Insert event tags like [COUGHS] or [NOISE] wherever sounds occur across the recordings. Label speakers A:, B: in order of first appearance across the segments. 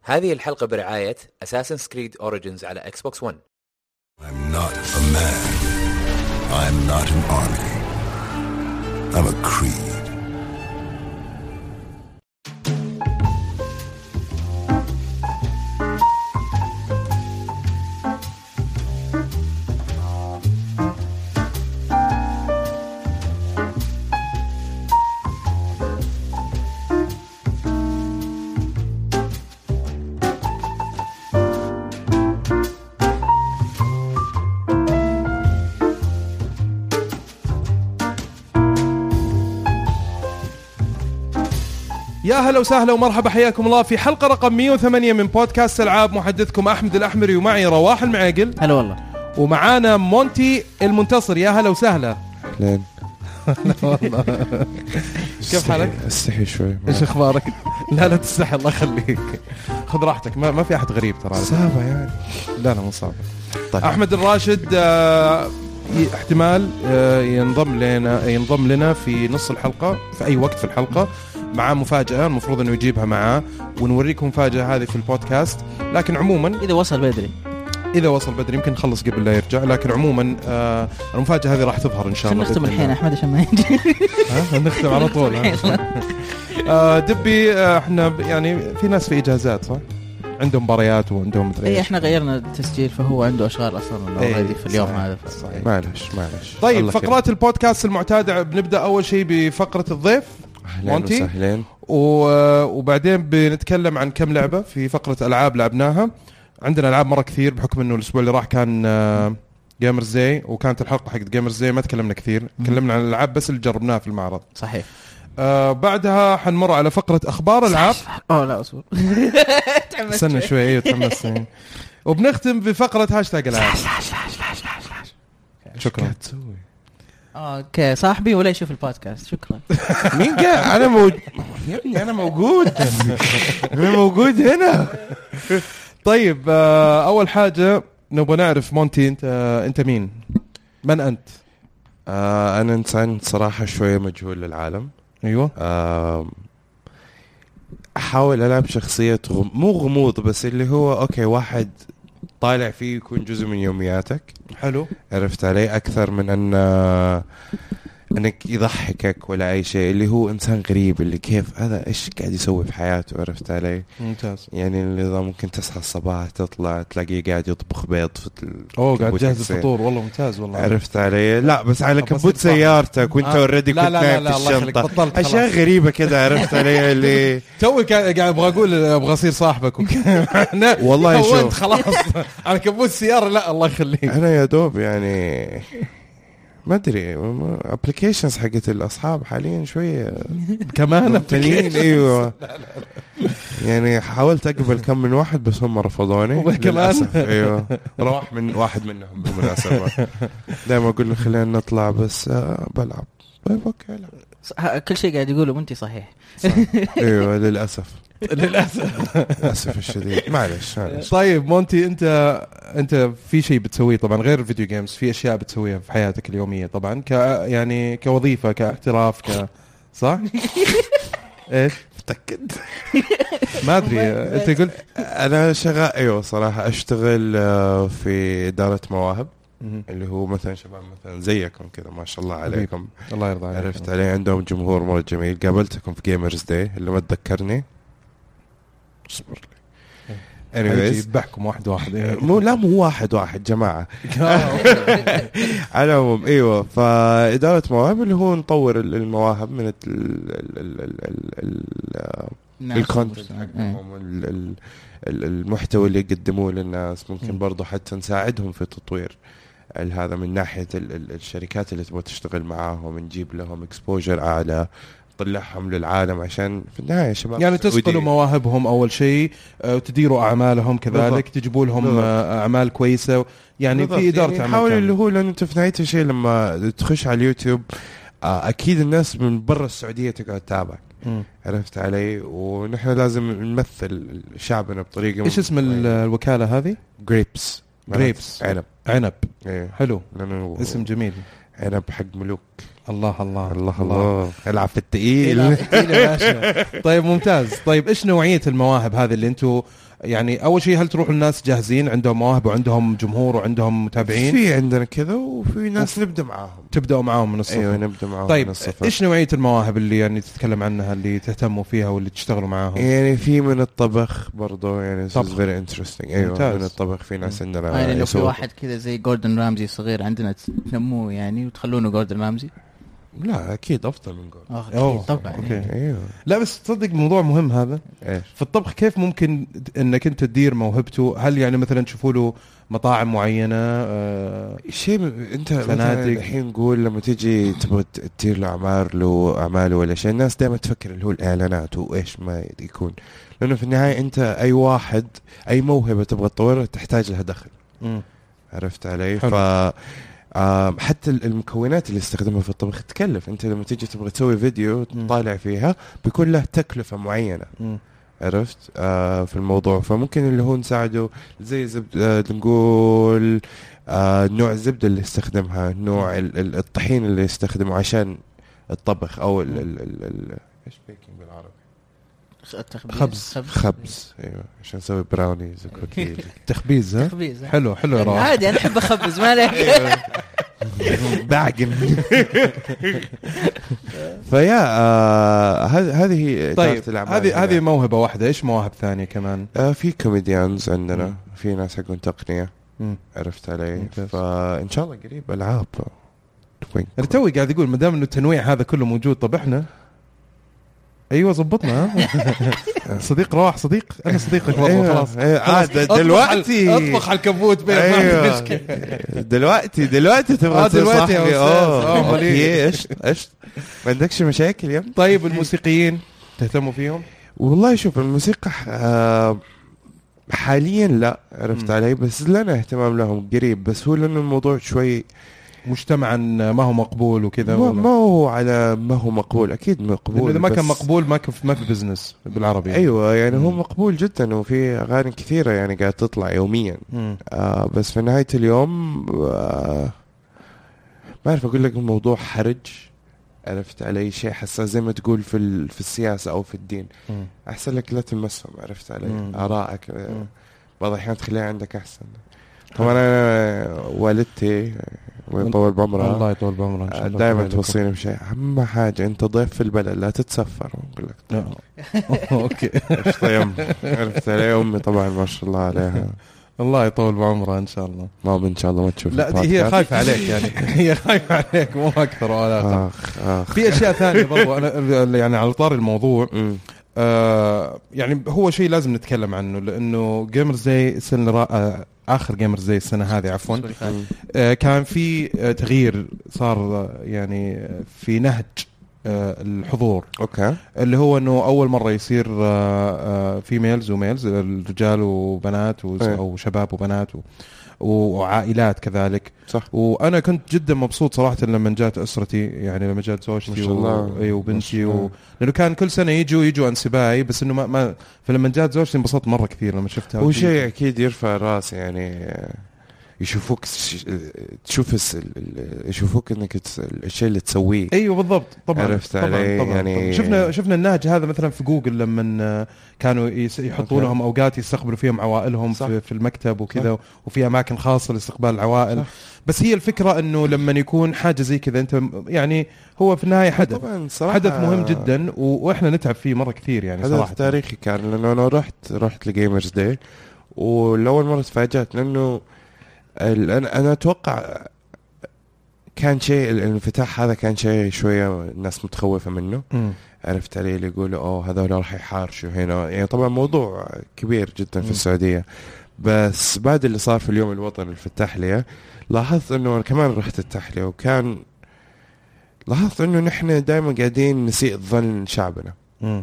A: هذه الحلقة برعاية Assassin's Creed Origins على Xbox One
B: I'm not a man. I'm not an army. I'm a creed.
C: يا هلا وسهلا ومرحبا حياكم الله في حلقه رقم 108 من بودكاست العاب محدثكم احمد الاحمري ومعي رواح المعاقل
D: هلا والله
C: ومعانا مونتي المنتصر يا هلا وسهلا
E: لين
C: كيف حالك؟
E: استحي شوي
C: ايش اخبارك؟ لا لا تستحي الله يخليك خذ راحتك ما, ما في احد غريب ترى
E: صعبة يعني
C: لا لا مو صعب
E: طيب.
C: احمد الراشد آه، ي- احتمال آه، ينضم لنا ينضم لنا في نص الحلقه في اي وقت في الحلقه معاه مفاجاه المفروض انه يجيبها معاه ونوريكم المفاجاه هذه في البودكاست لكن عموما
D: اذا وصل بدري
C: اذا وصل بدري يمكن نخلص قبل لا يرجع لكن عموما آه المفاجاه هذه راح تظهر ان شاء
D: خلينا
C: الله
D: نختم
C: بإذن
D: الحين
C: الله.
D: احمد عشان ما
C: طيب.
D: يجي
C: ها؟ نختم على طول
D: [LAUGHS]
C: ها؟ [LAUGHS] آه دبي آه احنا ب- يعني في ناس في اجازات صح؟ عندهم مباريات وعندهم مدري
D: اي
C: إيش.
D: احنا إيه، غيرنا التسجيل فهو عنده اشغال اصلا
C: إيه،
D: اوريدي في اليوم
C: صحيح،
D: هذا ف-
C: صحيح.
E: معلش معلش
C: طيب
E: الله
C: فقرات البودكاست المعتاده بنبدا اول شيء بفقره الضيف
E: خير. أهلين
C: مونتي؟
E: وسهلين
C: و- وبعدين بنتكلم عن كم لعبه في فقره العاب لعبناها عندنا العاب مره كثير بحكم انه الاسبوع اللي راح كان جيمرز زي وكانت الحلقه حقت جيمرز زي ما تكلمنا كثير تكلمنا عن الالعاب بس اللي جربناها في المعرض
D: صحيح
C: آه بعدها حنمر على فقره اخبار العاب
D: اوه لا اصبر
C: استنى شوي ايوه تحمست وبنختم بفقره هاشتاج العاب شكرا
E: قاعد تسوي
D: اوكي صاحبي ولا يشوف البودكاست شكرا
E: مين قاعد انا موجود يا ابني انا موجود انا موجود هنا
C: طيب آه اول حاجه نبغى نعرف مونتي انت آه انت مين؟ من انت؟
E: آه انا انسان صراحة شوية مجهول للعالم
C: ايوه
E: آم، احاول العب شخصية غم... مو غموض بس اللي هو اوكي واحد طالع فيه يكون جزء من يومياتك
C: حلو
E: عرفت علي اكثر من ان انك يضحكك ولا اي شيء اللي هو انسان غريب اللي كيف هذا ايش قاعد يسوي في حياته عرفت علي
C: ممتاز
E: يعني اللي إذا ممكن تصحى الصباح تطلع تلاقيه قاعد يطبخ بيض في ال-
C: اوه قاعد
E: كبوت
C: تجهز
E: السيارة.
C: الفطور والله ممتاز والله
E: عرفت علي لا بس على
C: أبغى أصير
E: كبوت
C: صاحب.
E: سيارتك وانت
C: آه.
E: اوريدي
C: لا،
E: كنت
C: لا، لا،
E: نايم
C: لا،
E: في
C: الله يخليك،
E: الشنطه
C: بطلت
E: اشياء
C: خلاص.
E: غريبه كذا
C: [LAUGHS]
E: عرفت علي اللي
C: توي كا- قاعد ابغى اقول ابغى اصير
E: [LAUGHS]
C: صاحبك أنا
E: والله
C: هونت
E: شوف.
C: خلاص على كبوت السياره لا الله يخليك
E: انا يا دوب يعني ما ادري ابلكيشنز حقت الاصحاب حاليا شويه
C: [LAUGHS] كمان
E: مبتلين ايوه يعني حاولت اقبل كم من واحد بس هم رفضوني
C: وكمان؟ [LAUGHS]
E: للأسف، ايوه راح من واحد منهم بالمناسبه دائما اقول له خلينا نطلع بس آه بلعب طيب اوكي العب
D: ص- ها- كل شيء قاعد يقوله وانت
C: [LAUGHS]
D: صحيح
E: ايوه للاسف
C: للاسف
E: للاسف الشديد معلش معلش
C: طيب مونتي انت انت في شيء بتسويه طبعا غير الفيديو جيمز في اشياء بتسويها في حياتك اليوميه طبعا ك يعني كوظيفه كاحتراف ك
E: [LAUGHS]
C: صح؟ ايش؟
E: متاكد
C: ما ادري انت قلت
E: انا شغال ايوه صراحه اشتغل آه، في اداره مواهب اللي هو مثلا شباب مثلا زيكم كذا ما شاء الله عليكم
C: الله يرضى عليك
E: عرفت علي عندهم جمهور مره جميل قابلتكم في جيمرز داي اللي ما تذكرني اصبر لي anyways
C: بحكم واحد واحد
E: مو لا مو واحد واحد جماعه
C: [LAUGHS] آه،
E: على العموم ايوه فاداره مواهب اللي هو نطور ال- المواهب من ال- ال- ال- ال- ال- ال-
D: الناس
E: الكونتنت
D: والمجتمع. نعم. إيه.
E: حقهم ال- ال- ال- المحتوى اللي يقدموه للناس ممكن برضو حتى نساعدهم في تطوير ال- هذا من ناحيه ال- ال- الشركات اللي تبغى تشتغل معاهم نجيب لهم اكسبوجر اعلى نطلعهم للعالم عشان في النهايه شباب
C: يعني
E: سعوديين.
C: تسقلوا مواهبهم اول شيء آه، وتديروا اعمالهم كذلك
E: بالضبط.
C: تجيبوا لهم
E: بالضبط.
C: آه، اعمال كويسه يعني
E: بالضبط.
C: في اداره
E: يعني
C: اعمال
E: حاول اللي
C: كاملة.
E: هو لانه انت في نهايه الشيء لما تخش على اليوتيوب آه، اكيد الناس من برا السعوديه تقعد تتابعك
C: مم.
E: عرفت علي ونحن لازم نمثل شعبنا بطريقه
C: ايش اسم ال-
E: طيب.
C: الوكاله هذه؟
E: جريبس
C: Grapes.
E: عنب
C: عنب
E: ايه
C: حلو
E: لانه هو
C: اسم جميل
E: عنب حق ملوك
C: الله الله
E: الله الله العب في الثقيل [LAUGHS]
C: إيه، ماشي. طيب ممتاز طيب ايش نوعيه المواهب هذه اللي انتم يعني اول شيء هل تروح الناس جاهزين عندهم مواهب وعندهم جمهور وعندهم متابعين
E: في عندنا كذا وفي ناس نبدا معاهم
C: تبداوا معاهم من الصفر
E: ايوه نبدا معاهم من
C: طيب
E: الصفر
C: ايش نوعيه المواهب اللي يعني تتكلم عنها اللي تهتموا فيها واللي تشتغلوا معاهم
E: يعني في من الطبخ برضو يعني this is
C: طبخ.
E: very interesting ايوه
C: ممتاز.
E: من الطبخ في ناس عندنا
C: آه،
D: يعني لو في
E: يسووا-
D: واحد كذا زي جوردن رامزي صغير عندنا تنموه يعني وتخلونه جوردن رامزي
E: لا اكيد افضل من جول
D: آه،
C: أوه،
D: أكيد طبعا
C: أوكي.
D: يعني.
E: ايوه
C: لا بس تصدق موضوع مهم هذا
E: ايش
C: في الطبخ كيف ممكن انك انت تدير موهبته هل يعني مثلا تشوفوا له مطاعم معينه آه،
E: شيء م- انت مثلا
C: فنادق.
E: الحين نقول لما تجي تبغى ت- تدير له اعمار له اعماله ولا شيء الناس دائما تفكر اللي هو الاعلانات وايش ما يكون لانه في النهايه انت اي واحد اي موهبه تبغى تطورها تحتاج لها دخل
C: مم.
E: عرفت علي؟
C: حلو.
E: ف آم، حتى ال- المكونات اللي استخدمها في الطبخ تكلف انت لما تيجي تبغى تسوي فيديو
C: مم.
E: تطالع فيها بيكون له تكلفه معينه
C: مم.
E: عرفت آه في الموضوع فممكن اللي هو نساعده زي زبد آه نقول آه نوع الزبده اللي استخدمها نوع ال- ال- الطحين اللي استخدمه عشان الطبخ او ال ال ال ال ايش بيكنج بالعربي
D: التخبيز.
C: خبز.
E: خبز ايوه عشان نسوي براونيز وكوكيز
C: تخبيز ها
D: خبيز
C: حلو حلو يا
E: [LAUGHS]
C: راح إيه.
D: عادي انا احب اخبز
C: [LAUGHS]
D: ما عليك
E: بعقم فيا آه هذ- هذه هي إدارة
C: طيب
E: الأعمال
C: هذه
E: هنا.
C: هذه موهبه واحده ايش مواهب ثانيه كمان
E: آه في كوميديانز عندنا في ناس حقون تقنيه
C: مم.
E: عرفت علي
C: ممتاز.
E: فان شاء الله قريب العاب وين
C: انا توي قاعد يقول ما دام انه التنويع هذا كله موجود طب احنا ايوه زبطنا ها؟ [LAUGHS] صديق رواح صديق انا
E: [LAUGHS]
C: صديقك والله
E: أيوة،
C: خلاص
E: أيوة،
C: خلاص،
E: عاد
C: أطبخ
E: دلوقتي.
C: على- اطبخ على الكبوت بيض ما عندي
E: أيوة.
C: مشكله
E: دلوقتي دلوقتي
C: آه،
E: تبغى تصير
C: دلوقتي يا
E: صاحبي
C: أستاذ. آه،
E: اه
C: أمال
E: اوكي
C: إيه؟
E: ايش ايش ما عندكش مشاكل يا ابني؟
C: طيب الموسيقيين تهتموا فيهم؟
E: والله شوف الموسيقى آه، حاليا لا عرفت
C: مم.
E: علي بس لنا اهتمام لهم قريب بس هو لانه الموضوع شوي
C: مجتمعا ما هو مقبول وكذا
E: ما,
C: ولا-
E: ما هو على ما هو مقبول اكيد
C: لانه
E: مقبول
C: اذا ما كان
E: بس-
C: مقبول ما كان ما في بزنس بالعربي
E: ايوه يعني هو
C: مم.
E: مقبول جدا وفي اغاني كثيره يعني قاعد تطلع يوميا
C: مم.
E: آه بس في نهايه اليوم آه ما اعرف اقول لك الموضوع حرج عرفت علي شيء حساس زي ما تقول في ال- في السياسه او في الدين
C: مم.
E: احسن لك لا تمسهم عرفت علي
C: مم.
E: ارائك آه،
C: مم.
E: بعض الاحيان تخليها عندك احسن طبعا انا آه، والدتي الله يطول بعمرها
C: الله يطول بعمره ان شاء الله
E: دائما آه، توصيني بشيء اهم حاجه انت ضيف في البلد لا تتسفر اقول لك
C: آه. [LAUGHS] اوكي [LAUGHS]
E: طيب عرفت علي امي طبعا ما شاء الله عليها
C: الله يطول بعمره ان شاء الله
E: ماما ان شاء الله ما تشوف
C: لا دي هي
E: البودكاست.
C: خايفه عليك يعني [LAUGHS] هي خايفه عليك مو اكثر ولا اقل
E: اخ اخ
C: في اشياء ثانيه برضو انا يعني على طار الموضوع
E: أمم.
C: آه يعني هو شيء لازم نتكلم عنه لانه جيمرز زي السنه الرا- آه، اخر جيمرز زي السنه هذه عفوا آه، كان في آه، تغيير صار آه، يعني آه، في نهج آه، الحضور
E: اوكي
C: اللي هو انه اول مره يصير آه، فيميلز وميلز الرجال وبنات وز-
E: إيه.
C: او شباب وبنات و- و- وعائلات كذلك
E: صح
C: وانا كنت جدا مبسوط صراحه لما جات اسرتي يعني لما جات
E: ما
C: زوجتي
E: شاء الله.
C: و- إي وبنتي
E: ما شاء الله.
C: و... لانه كان كل سنه يجوا يجوا انسبائي بس انه ما, ما فلما جات زوجتي انبسطت مره كثير لما شفتها
E: هو
C: وجيت.
E: شيء اكيد يرفع راس يعني آه، يشوفوك ش- آه، تشوف الس- ال- ال- يشوفوك انك تس- الشيء اللي تسويه
C: ايوه بالضبط طبعا
E: عرفت
C: طبعا
E: علي؟
C: طبعا
E: يعني-
C: طبعا. شفنا شفنا النهج هذا مثلا في جوجل لما آه، كانوا يس- يحطوا
E: أوكي.
C: لهم اوقات يستقبلوا فيهم عوائلهم
E: صح.
C: في, في المكتب وكذا وفي اماكن خاصه لاستقبال العوائل بس هي الفكره انه لما يكون حاجه زي كذا انت م- يعني هو في النهايه حدث
E: طبعا صراحه
C: حدث مهم جدا و- واحنا نتعب فيه مره كثير يعني صراحه
E: حدث تاريخي كان لانه انا رحت رحت لجيمرز داي ولاول مره تفاجات لانه ال- انا انا اتوقع كان شيء الانفتاح هذا كان شيء شويه الناس متخوفه منه
C: مم.
E: عرفت علي اللي يقولوا اوه هذول راح يحارشوا هنا يعني طبعا موضوع كبير جدا في
C: مم.
E: السعوديه بس بعد اللي صار في اليوم الوطني في التحليه لاحظت انه انا كمان رحت التحليه وكان لاحظت انه نحن دائما قاعدين نسيء الظن شعبنا
C: مم.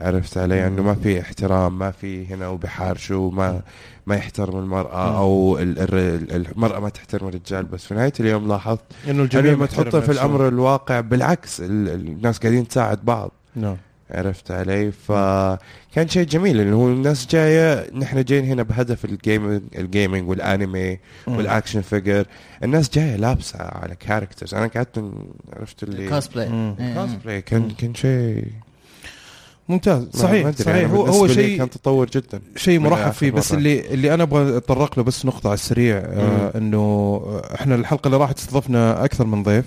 E: عرفت علي انه ما في احترام ما في هنا وبحارشوا ما ما يحترم المراه او ال- ال- ال- المراه ما تحترم الرجال بس في نهايه اليوم لاحظت
C: انه
E: انه
C: الجميع
E: يعني لما
C: محترم
E: تحطه في
C: نفسه.
E: الامر الواقع بالعكس ال- الناس قاعدين تساعد بعض
C: نعم
E: عرفت علي فكان شيء جميل اللي هو الناس جايه نحن جايين هنا بهدف الجيمنج الجيمنج والانمي والاكشن فيجر الناس جايه لابسه على كاركترز انا قعدت ن- عرفت اللي
D: كوسبلاي إيه.
C: مم.
E: كوسبلاي كان كان شيء
C: ممتاز
E: ما-
C: صحيح
E: ما أدري،
C: صحيح
E: أنا
C: هو هو
E: بالنسبة لي
C: شيء
E: كان تطور جدا
C: شيء
E: من
C: مرحب
E: آخر
C: فيه بس
E: مرة.
C: اللي اللي انا ابغى اتطرق له بس نقطه على السريع آه انه احنا الحلقه اللي راحت استضفنا اكثر من ضيف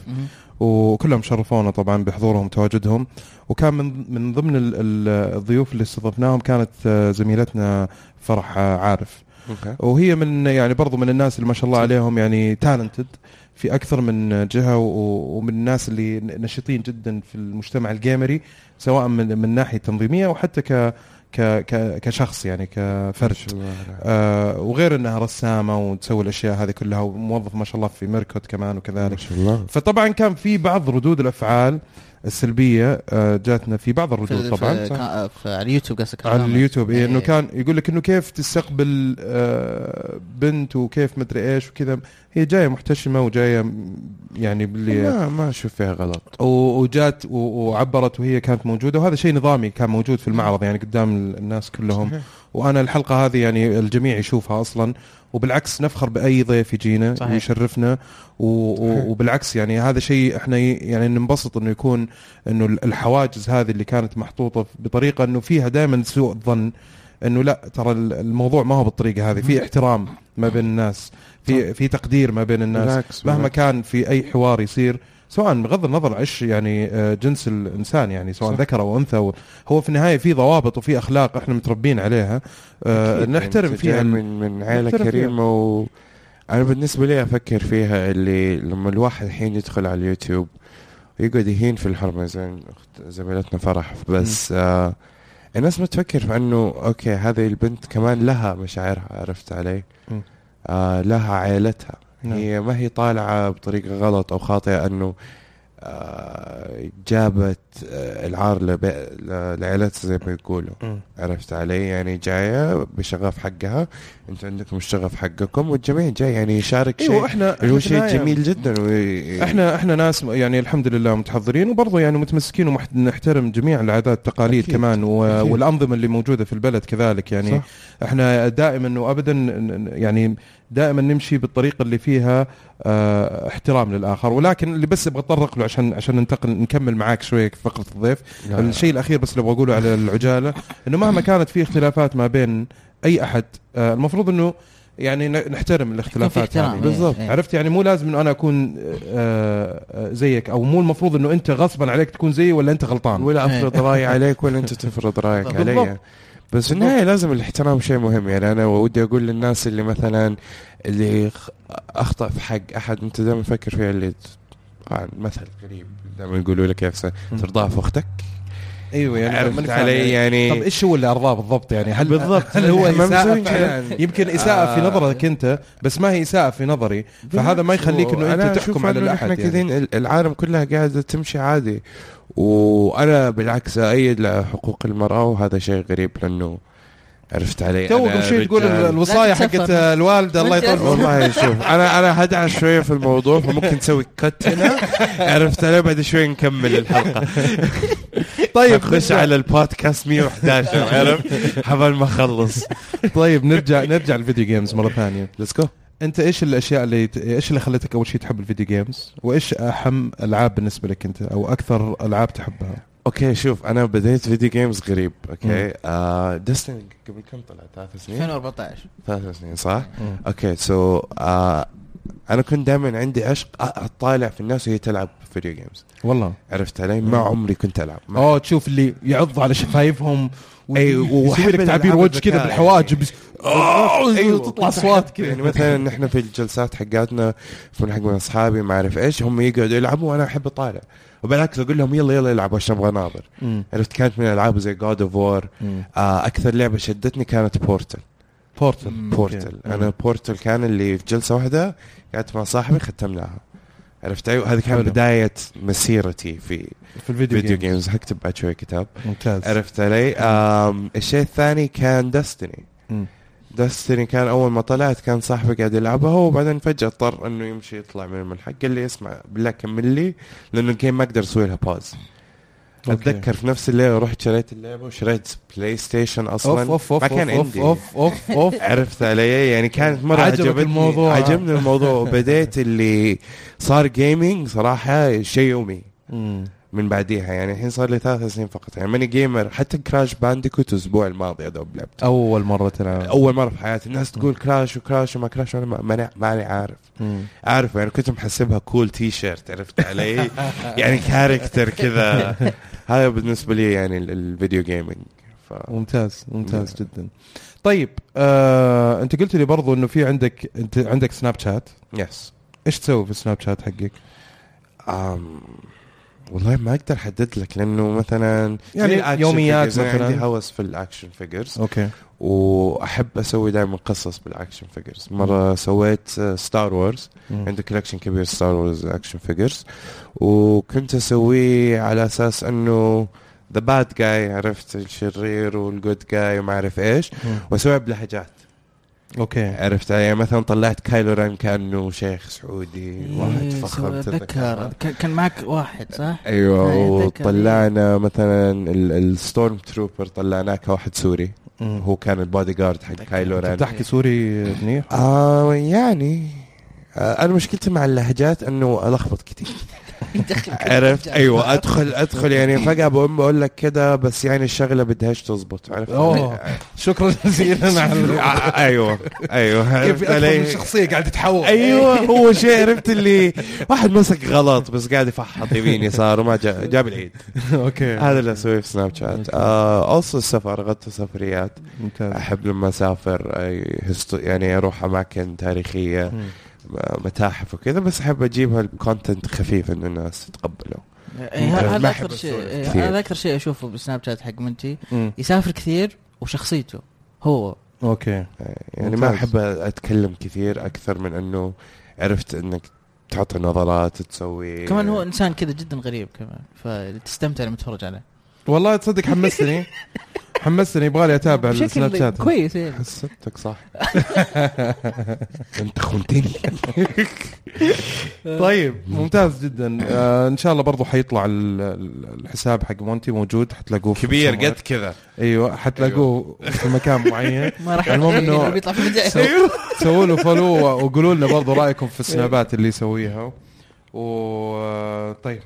C: وكلهم شرفونا طبعا بحضورهم وتواجدهم وكان من من ضمن ال- ال- الضيوف اللي استضفناهم كانت آه، زميلتنا فرح آه، عارف
E: أوكي.
C: وهي من يعني برضو من الناس اللي ما شاء الله عليهم يعني تالنتد في اكثر من جهه و- ومن الناس اللي نشيطين جدا في المجتمع الجيمري سواء من من ناحيه تنظيميه وحتى ك ك ك- كشخص يعني كفرد
E: ما شاء الله عليها.
C: آه وغير انها رسامه وتسوي الاشياء هذه كلها وموظف ما شاء الله في ميركوت كمان
E: ما
C: وكذلك
E: شاء الله
C: فطبعا كان في بعض ردود الافعال السلبيه آه، جاتنا في بعض الردود طبعا صح؟
D: طبعا على اليوتيوب قصدك
C: على اليوتيوب إيه انه
D: إيه.
C: كان يقول لك انه كيف تستقبل آه، بنت وكيف مدري ايش وكذا هي جايه محتشمه وجايه م- يعني باللي
E: ما ما اشوف فيها غلط
C: و- وجات و- وعبرت وهي كانت موجوده وهذا شيء نظامي كان موجود في المعرض يعني قدام ال- الناس كلهم
E: صحيح.
C: وانا الحلقه هذه يعني الجميع يشوفها اصلا وبالعكس نفخر باي ضيف يجينا
D: صحيح.
C: ويشرفنا و... و...
E: صحيح.
C: وبالعكس يعني هذا شيء احنا ي- يعني ننبسط انه يكون انه ال- الحواجز هذه اللي كانت محطوطه بطريقه انه فيها دائما سوء الظن انه لا ترى ال- الموضوع ما هو بالطريقه هذه في احترام ما بين الناس في في تقدير ما بين الناس
E: بالعكس،
C: مهما
E: بالعكس.
C: كان في اي حوار يصير سواء بغض النظر ايش يعني آه، جنس الانسان يعني سواء
E: صح.
C: ذكر او انثى و- هو في النهايه في ضوابط وفي اخلاق احنا متربين عليها آه،
E: أكيد،
C: نحترم
E: أنت جاي
C: فيها ال-
E: يعني، من من عائله
C: نحترم فيها.
E: كريمه و انا بالنسبه لي افكر فيها اللي لما الواحد الحين يدخل على اليوتيوب ويقعد يهين في الحرمه زي أخت- زميلتنا فرح بس آه الناس ما تفكر في انه اوكي هذه البنت كمان لها مشاعرها عرفت علي؟
C: مم.
E: آه لها عائلتها
C: نعم.
E: هي ما هي طالعه بطريقه غلط او خاطئه انه آه جابت آه العار لبي- ل- لعائلتها زي ما يقولوا
C: مم.
E: عرفت علي يعني جايه بشغف حقها انتم عندكم الشغف حقكم والجميع جاي يعني يشارك
C: ايوه
E: شيء
C: احنا
E: اللي هو
C: إحنا
E: شيء
C: يعني-
E: جميل جدا وي...
C: احنا احنا ناس يعني الحمد لله متحضرين وبرضه يعني متمسكين ونحترم جميع العادات التقاليد
E: أكيد.
C: كمان و...
E: أكيد.
C: والانظمه اللي موجوده في البلد كذلك يعني
E: صح.
C: احنا دائما وابدا ن- ن- يعني دائما نمشي بالطريقه اللي فيها اه احترام للاخر ولكن اللي بس ابغى اتطرق له عشان عشان ننتقل نكمل معاك شويه في فقره الضيف
E: لا، لا.
C: الشيء الاخير بس اللي ابغى اقوله على العجاله انه مهما كانت في اختلافات ما بين اي احد اه المفروض انه يعني ن- نحترم الاختلافات
D: احترام،
C: هذه
D: إيه، بالضبط. إيه.
C: عرفت يعني مو لازم انه انا اكون آه، آه، زيك او مو المفروض انه انت غصبا عليك تكون زيي ولا انت غلطان
E: ولا افرض
D: إيه.
E: رايي
C: [LAUGHS]
E: عليك ولا انت تفرض رايك
C: بالضبط.
E: علي بس في النهايه لازم الاحترام شيء مهم يعني انا ودي اقول للناس اللي مثلا اللي خ- اخطا في حق احد انت دائما فكر فيها اللي ت- آه، مثل قريب دائما يقولوا لك يا حسين ترضاها في اختك
C: ايوه
E: عرفت علي يعني
C: طب ايش هو اللي ارضاه بالضبط يعني هل
E: بالضبط.
C: هل هو
E: [LAUGHS] ما
C: اساءه
E: مسوي
C: فعلاً؟
E: يعني.
C: يمكن اساءه في
E: آه.
C: نظرك انت بس ما هي اساءه في نظري فهذا ما يخليك انه
E: أنا
C: انت
E: أشوف
C: تحكم على
E: إنه
C: الاحد
E: نحن
C: يعني.
E: كذا ال- العالم كلها قاعده تمشي عادي وانا بالعكس اؤيد لحقوق المراه وهذا شيء غريب لانه عرفت علي
C: تو
E: أنا
C: قبل شوي تقول
E: رجال.
C: الوصايه
D: لا تتسفر.
C: حقت الوالده الله يطول
D: وأنت-
C: عمرك.
E: والله شوف انا انا هدعس شويه في الموضوع فممكن نسوي كت هنا عرفت علي بعد شوي نكمل الحلقه
C: [LAUGHS] طيب
E: خش
C: نرجع-
E: على البودكاست 111 عرفت حبل ما اخلص
C: طيب نرجع نرجع الفيديو جيمز مره ثانيه
E: ليتس جو
C: انت ايش الاشياء اللي ايش اللي خلتك اول شيء تحب الفيديو جيمز وايش اهم العاب بالنسبه لك انت او اكثر العاب تحبها
E: اوكي شوف انا بديت فيديو جيمز غريب
C: مم.
E: اوكي آه ديستني قبل كم طلع ثلاث سنين
D: 2014
E: ثلاث سنين صح؟
C: مم.
E: اوكي سو آه انا كنت دائما عندي عشق أ- اطالع في الناس وهي تلعب فيديو جيمز
C: والله
E: عرفت علي؟ ما عمري كنت العب ما
C: اوه آه، تشوف اللي يعض على شفايفهم
E: أي،
C: ويسوي
E: وأحب
C: لك تعبير
E: الألعاب
C: وجه كذا
E: الذكاء
C: بالحواجب
E: بالضبط،
C: اوه
E: أيوة.
C: أيوه، تطلع اصوات
E: يعني
C: كذا
E: مثلا نحن في الجلسات حقاتنا في حق من اصحابي ما اعرف ايش هم يقعدوا يلعبوا وانا احب اطالع وبالعكس اقول لهم يلا يلا العبوا عشان ابغى اناظر عرفت كانت من العاب زي جود اوف وور اكثر لعبه آه، شدتني كانت بورتل
C: بورتل
E: بورتل انا بورتل كان اللي في جلسه واحده قعدت مع صاحبي ختمناها عرفت علي وهذه كانت
C: حلو.
E: بدايه مسيرتي في
C: في الفيديو
E: فيديو
C: جيم
E: جيمز هكتب بعد شوي كتاب
C: ممتاز
E: عرفت علي آم، الشيء الثاني كان دستني
C: مم.
E: دستني كان اول ما طلعت كان صاحبي قاعد يلعبها وبعدين فجاه اضطر انه يمشي يطلع من الملحق قال لي اسمع بالله كمل لي لانه الجيم ما اقدر اسوي لها باز
C: أوكي.
E: اتذكر في نفس الليله رحت شريت اللعبه وشريت بلاي ستيشن اصلا
C: اوف اوف اوف
E: ما كان
C: اوف
E: عندي
C: اوف اوف
E: [LAUGHS]
C: اوف
E: عرفت علي يعني كانت مره
C: عجبك
E: عجبتني
C: الموضوع.
E: عجبني
C: [LAUGHS]
E: الموضوع وبديت اللي صار جيمنج صراحه شيء يومي
C: مم.
E: من بعديها يعني الحين صار لي ثلاث سنين فقط يعني ماني جيمر حتى كراش بانديكوت الاسبوع الماضي ادوب لعبت
C: اول مره تلعب
E: اول مره في حياتي الناس تقول كراش وكراش وما كراش وانا ما- ماني ماني عارف
C: مم.
E: عارف يعني كنت محسبها كول تي شيرت عرفت
C: [LAUGHS]
E: علي يعني كاركتر كذا هذا بالنسبه لي يعني ال- الفيديو جيمنج ف...
C: ممتاز ممتاز جدا طيب آه، انت قلت لي برضو انه في عندك انت عندك سناب شات
E: يس
C: ايش تسوي في السناب شات حقك
E: أم... والله ما اقدر احدد لك لانه مثلا
C: يعني
E: زي الأكشن
C: يوميات
E: figures، أنا
C: مثلاً. آه.
E: عندي هوس في الاكشن فيجرز
C: اوكي
E: واحب اسوي دائما قصص بالاكشن فيجرز مره سويت آه، ستار وورز عندي كولكشن كبير ستار وورز اكشن فيجرز وكنت اسويه على اساس انه ذا باد جاي عرفت الشرير والجود جاي وما اعرف ايش واسويها بلهجات
C: اوكي
E: عرفت يعني مثلا طلعت كايلو ران كانه شيخ سعودي
C: إيه،
D: إيه،
E: واحد فخم
D: اتذكر
E: تتذكر.
D: كان كان معك واحد صح؟
C: [LAUGHS]
E: ايوه
D: أي، أتذكر.
E: وطلعنا مثلا الستورم تروبر طلعناه كواحد سوري
C: مم.
E: هو كان البودي جارد حق كايلو ران
C: تحكي سوري منيح
E: آه يعني آه انا مشكلتي مع اللهجات انه الخبط كثير عرفت
C: أيوة،
E: ايوه ادخل ادخل يعني
D: إيه،
E: فجاه بقوم بقول لك كده بس يعني الشغله بدهاش تزبط عرفت يعني
C: اوه شكرا جزيلا
E: [LAUGHS]
C: على
E: آه، ايوه ايوه
C: كيف
E: عرفت
C: أدخل
E: علي
C: الشخصيه قاعده تتحول
E: ايوه هو شيء عرفت اللي واحد مسك غلط بس قاعد يفحط يمين يسار وما جا- جاب العيد
C: اوكي
E: هذا اللي اسويه في سناب شات آه اوصل السفر غطي سفريات
C: ممتاز
E: احب لما اسافر أي هستو- يعني اروح اماكن تاريخيه
C: مم.
E: متاحف وكذا بس احب اجيبها الكونتنت خفيف انه الناس تتقبله
D: إيه،
E: أنا ما
D: هذا
E: أحب
D: اكثر شيء
E: أسولف
D: إيه،
E: كثير.
D: هذا اكثر شيء اشوفه بالسناب شات حق منتي
C: مم.
D: يسافر كثير وشخصيته هو
C: اوكي
E: يعني ما
C: ممتاز.
E: احب اتكلم كثير اكثر من انه عرفت انك تحط نظرات
C: إيه.
E: تسوي
D: كمان هو انسان كذا جدا غريب كمان فتستمتع لما تتفرج عليه
C: والله تصدق حمستني حمستني يبغالي اتابع السناب شات
D: كويس
E: إيه.
D: يعني
E: حسبتك صح انت خنتني
C: طيب ممتاز جدا آه ان شاء الله برضو حيطلع ال- ال- الحساب حق مونتي موجود حتلاقوه في السماوات.
E: كذا
C: ايوه حتلاقوه في مكان معين
D: ما راح
C: المهم إنه-
D: بيطلع في
C: [LAUGHS]
D: البداية.
C: سووا له فولو وقولوا لنا برضو رايكم في السنابات اللي يسويها و طيب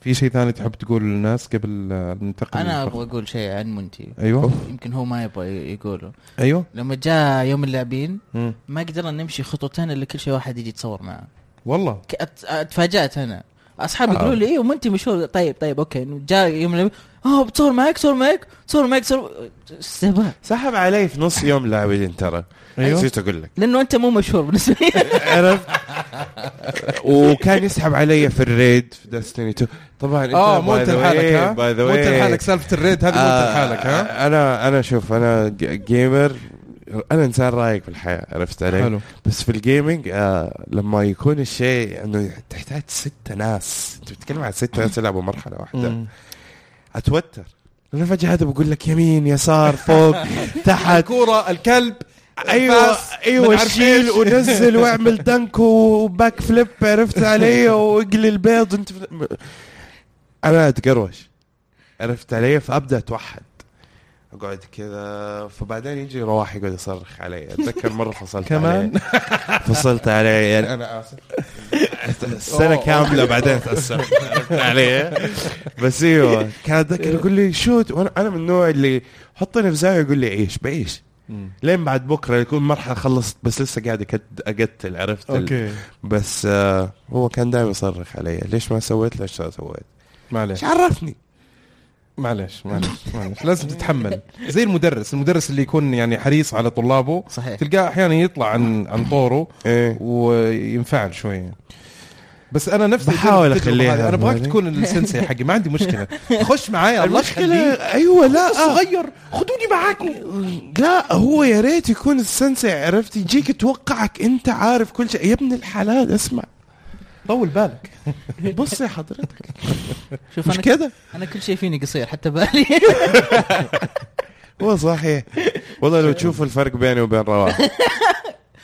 C: في شيء ثاني تحب تقول للناس قبل آه، ننتقل
D: انا
C: للفقرة؟
D: ابغى اقول شيء عن منتي
C: ايوه
D: يمكن هو ما يبغى يقوله
C: ايوه
D: لما جاء يوم اللاعبين
C: مم.
D: ما قدرنا نمشي خطوتين الا كل شيء واحد يجي يتصور معه
C: والله
D: ك- أت- اتفاجات انا
C: آه.
D: اصحابي يقولوا لي ايوه منتي مشهور طيب طيب اوكي جاء يوم اللاعبين اه بتصور معك صور معك صور معك صور استهبال
E: سحب علي في نص يوم لاعبين ترى
C: أيوه.
E: نسيت اقول لك
D: لانه انت مو مشهور بالنسبه
C: [LAUGHS]
D: لي
E: عرفت وكان يسحب علي في الريد في دستني 2 طبعا
C: اه مو انت لحالك ها
E: باي ذا
C: مو انت لحالك سالفه الريد هذه مو انت
E: آه،
C: لحالك ها
E: انا انا شوف انا ج- جيمر انا انسان رايق في الحياه عرفت علي؟
C: حلو.
E: بس في الجيمنج آه لما يكون الشيء انه تحتاج ستة ناس انت بتتكلم عن ستة ناس يلعبوا مرحله واحده
C: مم.
E: اتوتر انا فجاه هذا بقول لك يمين يسار
C: [LAUGHS]
E: فوق تحت
C: الكوره الكلب
E: ايوه
C: الباس، ما
E: ايوه
C: نعرف
E: شيل
C: إيش.
E: [LAUGHS] ونزل واعمل دنك وباك فليب عرفت علي واقلي البيض انت انا اتقروش عرفت علي فابدا اتوحد اقعد كذا فبعدين يجي رواح يقعد يصرخ علي اتذكر مره فصلت
C: كمان؟
E: عليه. فصلت عليه يعني انا اسف السنه كامله بعدين تاثرت [LAUGHS] عرفت علي بس ايوه كان اتذكر يقول لي شوت وانا انا من النوع اللي حطني في زاويه يقول لي عيش بعيش لين بعد بكره يكون مرحله خلصت بس لسه قاعد أكت- اقتل عرفت ال-
C: اوكي
E: بس آه هو كان دائما يصرخ علي ليش ما سويت ليش ما سويت
C: معليش
E: ايش عرفني
C: معليش معليش معليش لازم تتحمل زي المدرس المدرس اللي يكون يعني حريص على طلابه
D: صحيح
C: [LAUGHS] تلقاه احيانا يطلع عن عن طوره
E: ايه
C: وينفعل شويه بس انا نفسي
E: بحاول
C: أجرب التجربة
E: أخليها
C: هذه. انا ابغاك
E: هذه.
C: تكون السنسي حقي ما عندي مشكله خش معايا الله
E: المشكله
C: يخليك
E: ايوه لا
C: صغير خذوني معاكم
E: لا هو يا ريت يكون السنسي عرفت يجيك يتوقعك انت عارف كل شيء يا ابن الحلال اسمع
C: طول بالك
E: بص يا حضرتك
D: شوف
E: مش
D: انا
E: كذا
D: انا كل شيء فيني قصير
C: [LAUGHS]
D: حتى بالي
E: هو صحيح والله لو تشوفوا الفرق بيني وبين رواح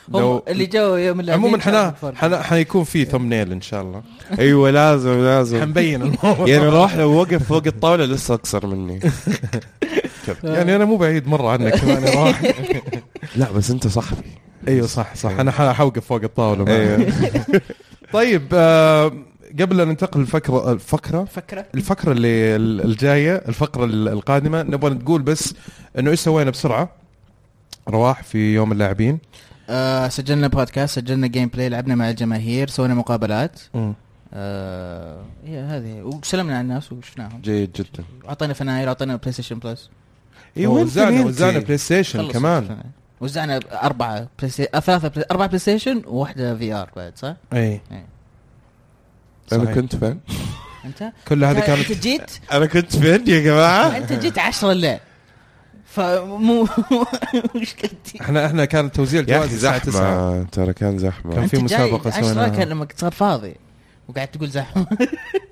C: لو-
D: هم اللي جو يوم الاحد
C: عموما حنا حنا- حيكون في ثمنيل ان شاء الله
E: ايوه لازم لازم
C: حنبين الموضوع
E: يعني روح لو وقف فوق الطاوله لسه اقصر مني
C: [LAUGHS]
D: آه.
C: يعني انا مو بعيد مره عنك كمان يا راح
E: [LAUGHS] لا بس انت صاحبي أيوة.
C: ايوه صح صح انا ح- حوقف فوق الطاوله معك.
E: ايوه
C: [LAUGHS] طيب آه، قبل ان ننتقل الفكره الفكره
D: فكره
C: الفقرة اللي الجاية الفقرة القادمة نبغى نقول بس انه ايش سوينا بسرعة رواح في يوم اللاعبين
D: آه سجلنا بودكاست سجلنا جيم بلاي لعبنا مع الجماهير سوينا مقابلات آه هي هذه وسلمنا على الناس وشفناهم
E: جيد جدا
D: اعطينا فنايل اعطينا بلاي ستيشن بلس
C: وزعنا وزعنا
E: وزعنا
C: بلاي ستيشن
D: خلص
C: كمان
D: الفنايل. وزعنا آه، اربعه بلاي ستيشن ثلاثه بلاي اربعه بلاي ستيشن وواحده في ار بعد صح؟
C: اي
D: إيه.
E: انا
C: صحيح.
E: كنت فين؟
D: انت
C: كل هذه
D: انت
C: كانت آه.
D: جيت
E: انا كنت فين يا جماعه؟
D: انت جيت 10 الليل فمو [LAUGHS] مشكلتي
C: احنا احنا كان توزيع
E: يا
C: الجوائز
E: اخي
C: الساعة 9
E: زحمه ترى كان زحمه
C: كان في
D: انت جاي
C: مسابقة
D: 10
C: سويناها.
D: كان لما صار فاضي وقاعد تقول زحمه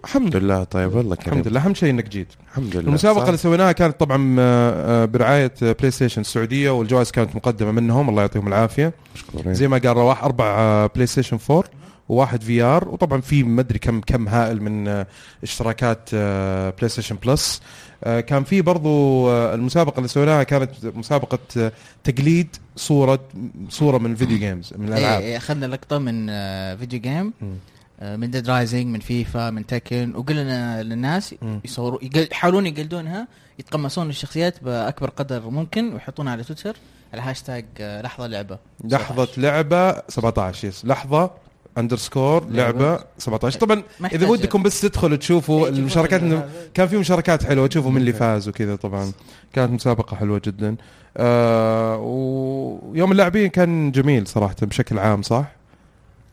E: الحمد لله طيب والله كريم
C: الحمد لله اهم شيء انك جيت
E: الحمد لله
C: المسابقة
E: صح.
C: اللي سويناها كانت طبعا آه، آه، برعاية آه، بلاي ستيشن السعودية والجوائز كانت مقدمة منهم الله يعطيهم العافية
E: مشكورين.
C: زي ما قال رواح اربع آه، بلاي ستيشن 4 وواحد في ار وطبعا في ما ادري كم كم هائل من آه، اشتراكات آه، بلاي ستيشن بلس آه، كان في برضو آه، المسابقه اللي سويناها كانت مسابقه آه، تقليد صوره صوره من فيديو جيمز من
D: إيه،
C: الالعاب
D: إيه، اخذنا لقطه من آه، فيديو جيم
C: مم.
D: آه، من ديد رايزنج من فيفا من تكن وقلنا للناس
C: مم.
D: يصوروا يقل- يحاولون يقلدونها يتقمصون الشخصيات باكبر قدر ممكن ويحطونها على تويتر على هاشتاج آه، لحظه لعبه
C: لحظه لعبه 17 يس لحظه اندرسكور لعبه 17 طبعا
D: ما
C: اذا
D: يحتاج-
C: ودكم بس تدخلوا تشوفوا
D: إيه، تشوفوا
C: المشاركات
D: كل
C: إنه
D: هذا.
C: كان في مشاركات حلوه تشوفوا مين اللي فاز وكذا طبعا كانت مسابقه حلوه جدا آه ويوم اللاعبين كان جميل صراحه بشكل عام صح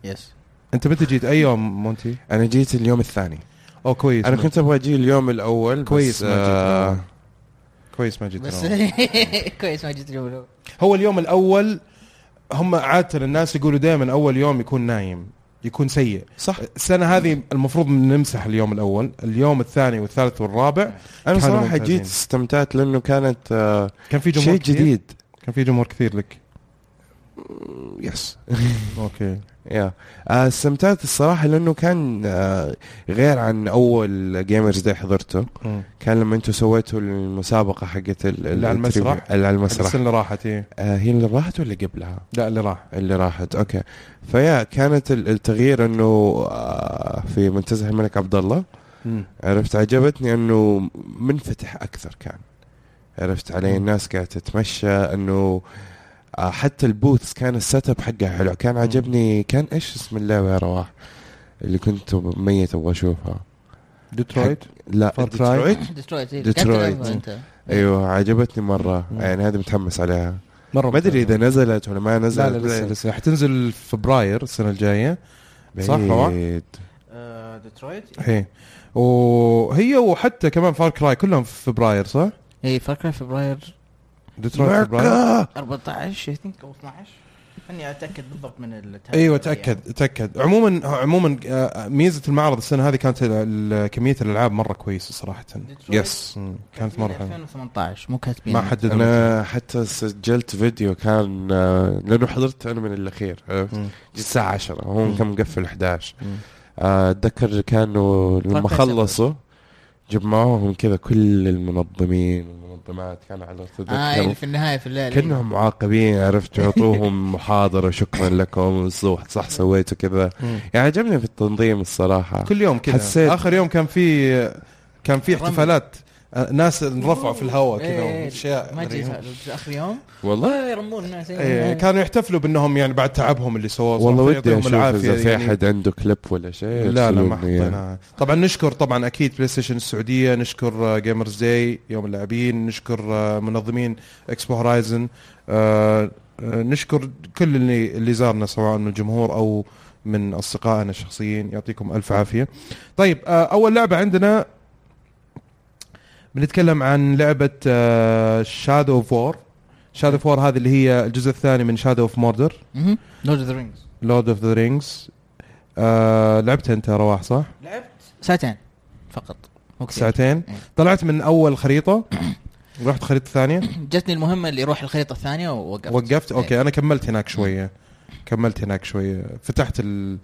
D: يس
C: انت متى جيت اي يوم مونتي
E: انا جيت اليوم الثاني
C: او كويس
E: انا
C: ما-
E: كنت ابغى اجي اليوم الاول بس
C: كويس ما جيت.
E: آه،
C: كويس ما جيت
D: بس [LAUGHS] إيه.
C: أنا.
D: كويس ما جيت اليوم [COUGHS] الأول.
C: هو اليوم الاول هم عاده الناس يقولوا دائما اول يوم يكون نايم يكون سيء
E: صح
C: السنه هذه المفروض نمسح اليوم الاول اليوم الثاني والثالث والرابع
E: انا
C: كانوا
E: صراحه
C: ممتازين.
E: جيت استمتعت لانه كانت آه،
C: كان في جمهور
E: شيء
C: كثير؟
E: جديد
C: كان في جمهور كثير لك
E: يس
C: اوكي
E: يا آه، استمتعت الصراحه لانه كان آه، غير عن اول جيمرز داي حضرته
C: مم.
E: كان لما انتم سويتوا المسابقه حقت ال- ال-
C: اللي على المسرح؟
E: التريفيا- اللي على
C: السنه
E: المسرح
C: اللي راحت ايه
E: آه، هي اللي راحت ولا قبلها؟
C: لا اللي راح
E: اللي راحت اوكي فيا كانت ال- التغيير انه آه، في منتزه الملك عبد الله عرفت عجبتني انه منفتح اكثر كان عرفت علي الناس قاعده تتمشى انه آه، حتى البوث كان السيت اب حقه حلو كان عجبني كان ايش اسم اللعبه يا رواح اللي كنت ميت ابغى اشوفها
C: ديترويت
E: لا
C: Far Cry.
E: ديترويت
D: ديترويت إيه،
E: ديترويت.
D: قاعد تلعبها انت
E: ايوه عجبتني مره
C: مم.
E: يعني هذه متحمس عليها
C: مره
E: ما ادري اذا نزلت ولا ما
C: لا
E: نزلت
C: لا لسه لسه حتنزل فبراير السنه الجايه صح طبعاً؟
E: بعيد.
D: آه، ديترويت
C: هي وهي وحتى كمان فار كراي كلهم في فبراير صح؟
D: اي فكره إيه، فبراير
C: ديترويت فبراير
D: 14 اي ثينك او 12 خليني اتاكد بالضبط من التاريخ
C: ايوه تاكد تاكد عموما عموما آه، ميزه المعرض السنه هذه كانت ال- ال- كميه الالعاب مره كويسه صراحه
E: يس
C: مم، كانت مره حلوه
D: 2018 مو كاتبين
C: ما حددوا
E: انا حتى سجلت فيديو كان آه، لانه حضرت انا من الاخير عرفت؟
C: مم.
E: جيت الساعه 10 هو
C: مم.
E: كان مقفل 11
C: مم.
E: آه، اتذكر كانوا لما
D: فكرت
E: خلصوا جاب معاهم كذا كل المنظمين والمنظمات كانوا على ارتداد
D: اه
E: كانوا-
D: اللي في النهايه في الليل إيه.
E: كانهم معاقبين عرفت يعطوهم محاضره شكرا لكم صح, صح سويتوا كذا
C: مم.
E: يعني عجبني في التنظيم الصراحه
C: كل يوم كذا
E: حسيت-
C: اخر يوم كان في كان في
D: رمي.
C: احتفالات آه، ناس انرفعوا في الهواء كذا
D: إيه،
C: واشياء
D: ما
C: غريبة.
D: جيت اخر يوم
E: والله
D: آه، يرمون الناس
C: إيه، كانوا يحتفلوا بانهم يعني بعد تعبهم اللي سووه صراحة،
E: والله ودي
C: يعطيهم
E: اشوف
C: العافية
E: اذا في
C: يعني.
E: احد عنده كليب ولا شيء يعني.
C: لا لا ما
E: يرسلوا لي إياه.
C: حطيناها طبعا نشكر طبعا اكيد بلاي ستيشن السعوديه نشكر جيمرز داي يوم اللاعبين نشكر آه، منظمين اكسبو هورايزن آه، آه، نشكر كل اللي اللي زارنا سواء من الجمهور او من اصدقائنا الشخصيين يعطيكم الف عافيه طيب آه، اول لعبه عندنا بنتكلم عن آه، لعبه شادو اوف وور شادو اوف وور هذه اللي هي الجزء الثاني من شادو اوف موردر
D: لورد اوف ذا رينجز
C: لورد اوف ذا رينجز آه، لعبتها انت يا رواح صح؟
D: ساعتين فقط مو كثير.
C: ساعتين
D: إيه.
C: طلعت من اول
D: [COUGHS]
C: خريطه رحت خريطه ثانيه
D: جتني المهمه اللي يروح الخريطه الثانيه ووقفت
C: وقفت
D: إيه.
C: اوكي انا كملت هناك شويه كملت هناك شوي فتحت ال...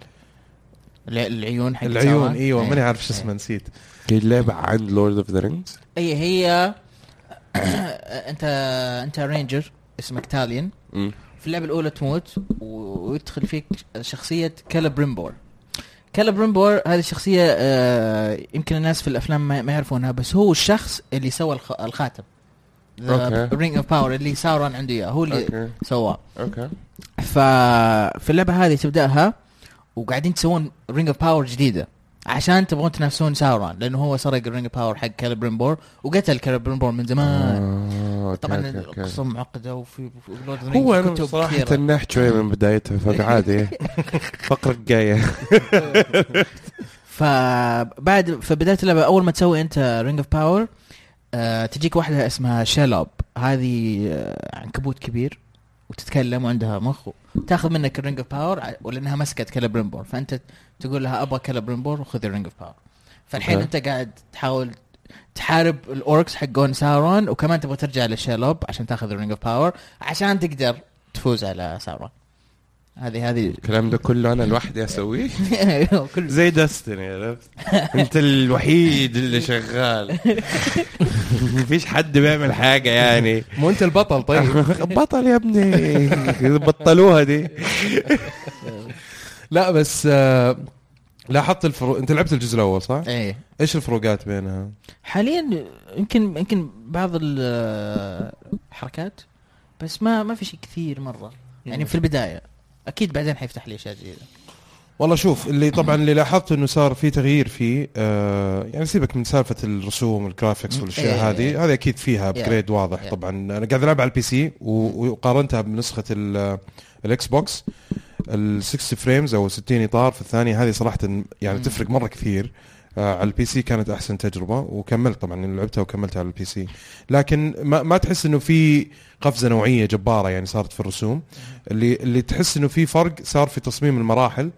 D: الع- العيون حق
C: العيون
D: سارة.
C: ايوه
D: إيه.
C: ماني عارف شو اسمه نسيت
E: اللعبه عن لورد اوف ذا رينجز
D: اي إيه، هي [COUGHS] انت انت رينجر اسمك تاليان
E: Mm.
D: في اللعبه الاولى تموت و- ويدخل فيك شخصيه كالابريمبور كالابريمبور هذه الشخصيه آه، يمكن الناس في الافلام ما ما يعرفونها بس هو الشخص اللي سوى الخ- الخاتم آه،
E: أوكي.
D: رينج اوف باور اللي ساورون عنده اياه هو اللي
E: اوكي
D: سواه
E: اوكي
D: ففي اللعبه هذه تبداها وقاعدين تسوون رينج اوف باور جديده عشان تبغون تنافسون ساورون لانه هو سرق الرينج اوف باور حق كالبريمبور وقتل كالبريمبور من
C: Uh,
D: زمان
E: آه، أوكي،
D: طبعا
E: أوكي، أوكي.
D: القصه معقده وفي في Lord of the
E: هو
D: Rings
E: انا
D: كتب
E: صراحه
D: كثيرة.
E: تنحت شوي من بدايتها
C: [LAUGHS]
E: فعادي فقره جايه
D: فبعد في بدايه اللعبه اول ما تسوي انت رينج اوف باور آه، تجيك واحده اسمها شيلوب هذه آه، عنكبوت كبير وتتكلم وعندها مخ تاخذ منك الرينج اوف باور ولانها مسكت كالبريمبور فانت تقول لها ابغى كالبريمبور وخذ الرينج اوف باور فالحين
E: أوكي.
D: انت قاعد تحاول تحارب الاوركس حقون ساورون وكمان تبغى ترجع لشيلوب عشان تاخذ الرينج اوف باور عشان تقدر تفوز على ساورون هذه هذه [LAUGHS]
E: الكلام ده كله انا لوحدي اسويه
D: أيوه، كل
E: [LAUGHS] زي داستني عرفت انت الوحيد اللي شغال [LAUGHS] مفيش حد بيعمل حاجه يعني
C: مو انت البطل طيب
E: [LAUGHS] بطل يا ابني بطلوها دي
C: لا بس آه لاحظت الفرو... انت لعبت الجزء الاول صح؟
D: ايه
C: ايش الفروقات بينها؟
D: حاليا يمكن يمكن بعض ال- الحركات بس ما ما في شيء كثير مره يعني في البدايه اكيد بعدين حيفتح لي اشياء جديده
C: والله شوف اللي طبعا اللي لاحظت انه صار في تغيير فيه آه يعني سيبك من سالفه الرسوم والجرافيكس والاشياء
D: إيه.
C: هذه هذه اكيد فيها ابجريد واضح
D: إيه.
C: طبعا انا قاعد العب على البي سي و- وقارنتها بنسخه ال- الاكس بوكس ال 60 فريمز او 60 اطار في الثانيه هذه صراحه يعني
D: مم.
C: تفرق مره كثير آه على البي سي كانت احسن تجربه وكملت طبعا يعني لعبتها وكملتها على البي سي لكن ما, ما تحس انه في قفزه نوعيه جباره يعني صارت في الرسوم اللي اللي تحس انه في فرق صار في تصميم المراحل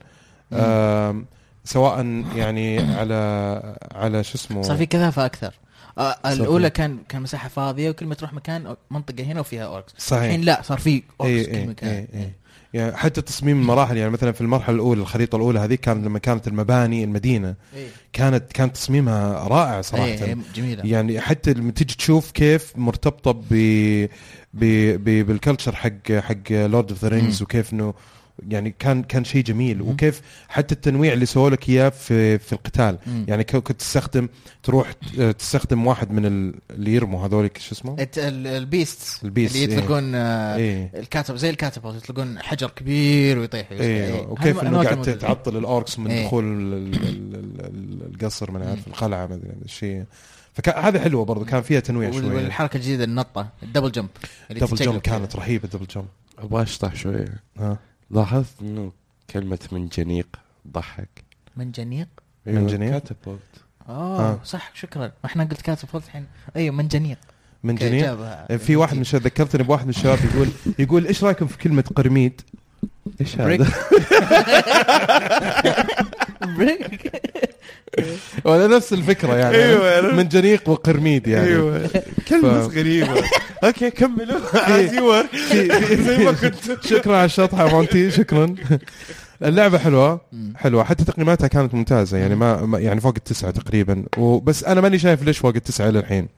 C: آم، سواء يعني على على شو اسمه
D: صار في كثافه اكثر آه،
C: صحيح.
D: الاولى كان كان مساحه فاضيه وكل ما تروح مكان منطقه هنا وفيها اوركس
C: صحيح إيه،
D: الحين لا صار في اوركس
C: اي
D: كل
C: اي
D: مكان
C: اي اي يعني حتى تصميم المراحل يعني مثلا في المرحله الاولى الخريطه الاولى هذه كان لما كانت المباني المدينه
D: إيه.
C: كانت كان تصميمها رائع صراحه
D: إيه، إيه، جميله
C: يعني حتى لما تيجي تشوف كيف مرتبطه ب ب- ب- بالكلتشر حق حق لورد اوف ذا رينجز
D: مم.
C: وكيف انه يعني كان كان شيء جميل
D: مم.
C: وكيف حتى التنويع اللي سووا لك اياه في في القتال
D: مم.
C: يعني كو- كنت تستخدم تروح ت- تستخدم واحد من ال- اللي يرموا هذولك شو اسمه؟
D: الت- ال- البيست
C: البيست،
D: اللي
C: إيه.
D: يطلقون آه،
C: ايه
D: الكاتب زي الكاتب يطلقون حجر كبير ويطيح إيه.
C: ايه
D: هذه
C: وكيف
D: ما-
C: انه
D: ما
C: قاعد
D: كان موجود.
C: تعطل الاوركس من
D: إيه.
C: دخول ال- ال- ال- ال- القصر ما أنا عارف القلعه ما ادري الشيء فهذه حلوه برضو كان فيها تنويع
D: وال-
C: شويه
D: والحركه الجديده النطه الدبل جمب اللي
C: دبل
D: تتشقلب
C: جمب كانت رهيبه دبل جمب
E: ابغى اشطح شويه
C: ها
E: لاحظت انه كلمه منجنيق ضحك
D: منجنيق
C: منجنيق؟
E: كاتابولت
D: اه
C: آه.
D: صح شكرا ما احنا قلت كاتب فوق الحين ايوه منجنيق
C: من جنين
D: كإجابة.
C: إيه، يعني في واحد من
D: [LAUGHS]
C: الشباب ذكرتني بواحد من الشباب يقول يقول ايش رايكم في كلمه قرميد؟ [LAUGHS]
E: ايش
D: بريك.
E: هذا؟
D: بريك.
C: ولا نفس الفكره يعني
E: أيوة.
C: من جنيق وقرميد يعني
E: ايوه كلمه [LAUGHS] غريبه اوكي [LAUGHS] كملوا
C: As
E: [LAUGHS] زي ما كنت
C: شكرا على الشطحه يا مونتي
E: [LAUGHS]
C: شكرا اللعبه حلوه حلوه حتى تقييماتها كانت ممتازه يعني ما ما- يعني فوق التسعه تقريبا وبس انا ماني شايف ليش فوق التسعه للحين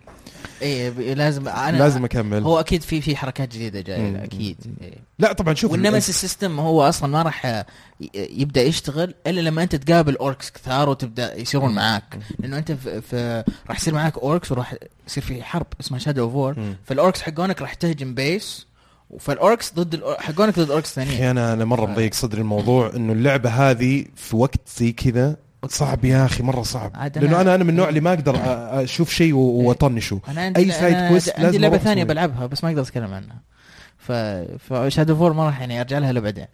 D: ايه ب- لازم انا
C: لازم اكمل
D: هو اكيد في في حركات جديده جايه اكيد إيه.
C: لا طبعا شوف
D: والنمس السيستم هو اصلا ما راح ي- يبدا يشتغل الا لما انت تقابل اوركس كثار وتبدا يصيرون معاك لانه انت في, في راح يصير معاك اوركس وراح يصير في حرب اسمها شادو اوف وور
C: مم.
D: فالاوركس حقونك راح تهجم بيس فالاوركس ضد الأور- حقونك ضد اوركس ثانيين
C: اخي انا انا مره مضيق صدري الموضوع انه اللعبه هذه في وقت زي كذا صعب يا اخي مره صعب
D: عاد
C: لانه
D: أنا-
C: انا انا من النوع اللي ما اقدر أ- اشوف شيء و- واطنشه
D: انا عندي
C: اي سايد
D: أنا
C: كويست
D: عندي
C: لازم
D: لعبه
C: أروح
D: ثانيه
C: أسويها.
D: بلعبها بس ما اقدر اتكلم عنها ف فشادو فور ما راح يعني ارجع لها الا بعدين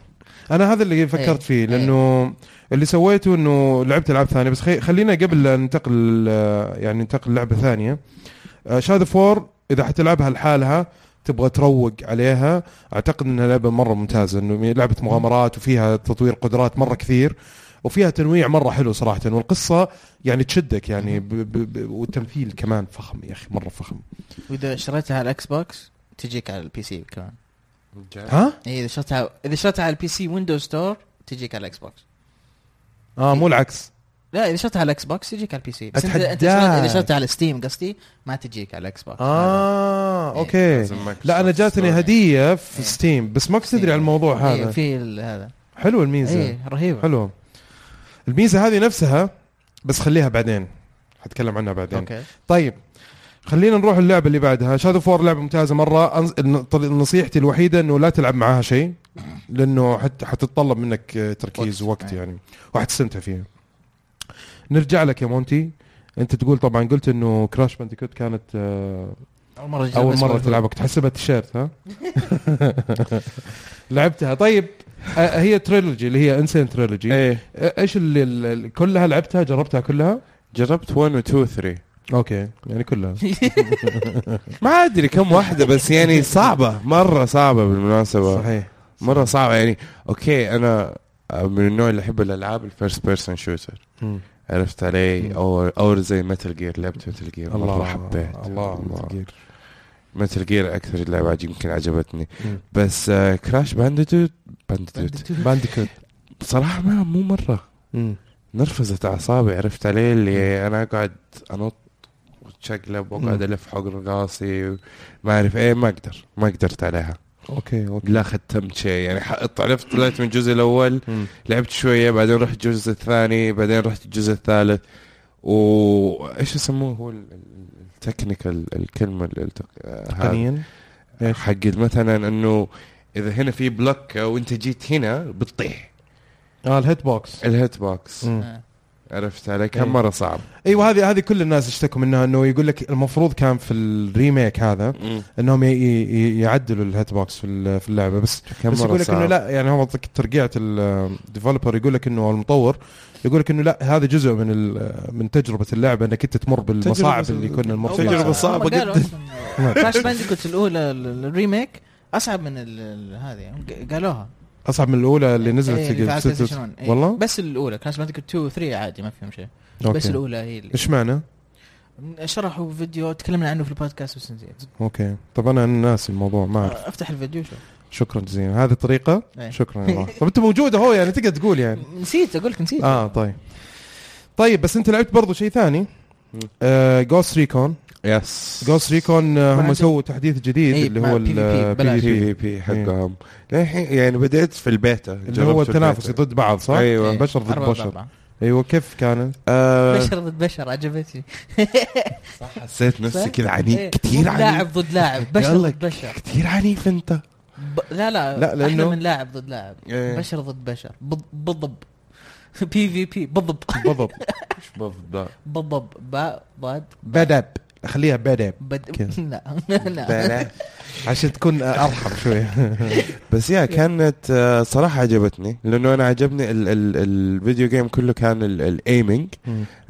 C: انا هذا اللي فكرت فيه لانه اللي سويته انه لعبت العاب ثانيه بس خي- خلينا قبل لا ننتقل آه، يعني ننتقل آه، لعبه ثانيه شادو فور اذا حتلعبها لحالها تبغى تروق عليها اعتقد انها لعبه مره ممتازه انه لعبه مغامرات وفيها تطوير قدرات مره كثير وفيها تنويع مره حلو صراحه والقصه يعني تشدك يعني ب ب ب والتمثيل كمان فخم يا اخي مره فخم
D: واذا اشتريتها على الاكس بوكس تجيك على البي سي كمان
E: إيه.
D: إيه،
C: ها؟
D: اي اذا شريتها اذا شريتها على البي سي ويندوز ستور تجيك على الاكس بوكس
C: اه مو العكس
D: لا اذا شريتها على الاكس بوكس تجيك على البي سي بس انت
C: أتحداك.
D: انت شريت- اذا شريتها على ستيم قصدي ما تجيك على الاكس بوكس
C: اه
D: آه، إيه.
C: اوكي
E: لازم مايكروسوفت
C: لا انا جاتني
E: ستور.
C: هديه في
D: إيه.
C: ستيم بس ما كنت ادري على الموضوع
D: هذا إيه
C: هذا
D: في إيه. ال- هذا
C: حلو الميزه
D: اي رهيبه
C: حلو الميزه هذه نفسها بس خليها بعدين حتكلم عنها بعدين
D: اوكي
C: طيب خلينا نروح اللعبه اللي بعدها شادو فور لعبه ممتازه مره أنز- الن- طل- نصيحتي الوحيده انه لا تلعب معاها شيء لانه حت حتتطلب منك آه، تركيز
D: وقت. إيه.
C: وقت
D: أي.
C: يعني وحتستمتع فيها نرجع لك يا مونتي انت تقول طبعا قلت انه كراش بانديكوت كانت آه،
D: اول مره
C: اول مره تلعبها كنت حسبها تيشيرت [LAUGHS] ها لعبتها طيب آه، هي تريلوجي اللي هي انسان تريلوجي
E: ايه
C: ايش اللي- اللي اللي- كلها لعبتها جربتها كلها
E: جربت 1 و 2 و 3
C: اوكي يعني كلها
E: ما ادري كم واحده بس يعني صعبه مره صعبه بالمناسبه
C: [LAUGHS] صحيح
E: مره صعبه يعني اوكي انا من النوع اللي احب الالعاب الفيرست بيرسون شوتر
C: مم.
E: عرفت علي
C: مم.
E: او او زي متل جير لعبت متل جير مره
C: الله.
E: حبيت
C: الله. Metal
E: متل جير اكثر لعبه عجيب- يمكن عجبتني
C: مم.
E: بس آه كراش بانديتوت بانديتوت
C: بانديكوت
E: بصراحه ما مو مره نرفزت اعصابي عرفت علي اللي انا اقعد انط واتشقلب واقعد الف حق رقاصي ما اعرف ايه ما اقدر ما قدرت عليها
C: اوكي اوكي
E: لا ختمت شيء يعني ح- عرفت طلعت من الجزء الاول
C: مم.
E: لعبت شويه بعدين رحت الجزء الثاني بعدين رحت الجزء الثالث وايش يسموه هو ال- ال- التكنيكال الكلمه ال- التق- آه، هذا.
C: تقنيا إيش؟
E: حق مثلا انه اذا هنا في بلوك وانت جيت هنا بتطيح
C: اه الهيت بوكس
E: الهيت بوكس
C: مم.
D: آه.
E: عرفت علي كم
C: إيه.
E: مره صعب
C: ايوه هذه هذه كل الناس اشتكوا منها انه يقول لك المفروض كان في الريميك هذا انهم ي- ي- يعدلوا الهيت بوكس في ال- في اللعبه بس
E: كم
C: بس
E: مره
C: يقول لك انه
E: صعب
C: لا يعني هو ت- ترقيعه الديفلوبر يقول لك انه أو المطور يقول لك انه لا هذا جزء من ال- من تجربه اللعبه انك انت تمر بالمصاعب
E: تجربة-
C: اللي كنا نمر فيها
E: تجربة صعبة جداً.
D: كراش بانديكوت الاولى ال- الريميك اصعب من ال- ال- هذه يعني ق- قالوها
C: اصعب من الاولى اللي
D: إيه،
C: نزلت
D: اللي في على
C: ستة-
D: البلايستيشن 1. إيه.
C: والله؟
D: بس الاولى كراش بانديكوت 2 و 3 عادي ما فيهم شيء بس
C: أوكي.
D: الاولى هي اللي
C: ايش معنى؟
D: شرحوا في فيديو تكلمنا عنه في البودكاست بس نسيت
C: اوكي طب انا ناسي الموضوع ما اعرف
D: افتح الفيديو شوف
C: شكرا جزيلا هذه الطريقه
D: إيه.
C: شكرا
D: [LAUGHS]
C: يا الله. طب انت موجود اهو يعني تقدر تقول يعني
D: نسيت اقول لك نسيت
E: آه،
C: اه طيب طيب بس انت لعبت برضو شيء ثاني آه، جوست ريكون
E: يس
C: جوست ريكون آه، هم
D: عندي-
C: سووا تحديث جديد
D: إيه،
C: اللي
D: مع
C: هو
D: PvP بلاش.
E: بي في
C: البي
E: بي حقهم للحين يعني بديت في البيتا
C: اللي هو التنافس ضد بعض صح؟
E: ايوه
C: أيوة، بشر ضد
D: أيوة. إيه. أربعة
C: بشر.
D: بأربعة.
C: ايوه كيف كانت؟
E: آه
D: بشر ضد بشر عجبتني
E: حسيت
D: صح؟
E: نفسي كذا عنيف
D: إيه،
E: كثير
D: مو
E: عنيف
D: لاعب ضد لاعب بشر
E: يلا.
D: ضد بشر
E: كثير
C: [LAUGHS]
E: عنيف انت
D: ب... لا لا
E: لا، لأنه-
D: احنا من لاعب ضد لاعب
E: إيه.
D: بشر ضد بشر بض- بالضب [LAUGHS] بي في بي بالضب
C: بالضبط
D: بالضب با ضد
C: بدب خليها بدب
D: بد...
C: كيف؟
D: [LAUGHS] لا لا
E: بلا.
C: عشان تكون ارحب [LAUGHS] شويه
E: بس يا كانت آه، صراحه عجبتني لانه انا عجبني ال ال الفيديو جيم كله كان الايمنج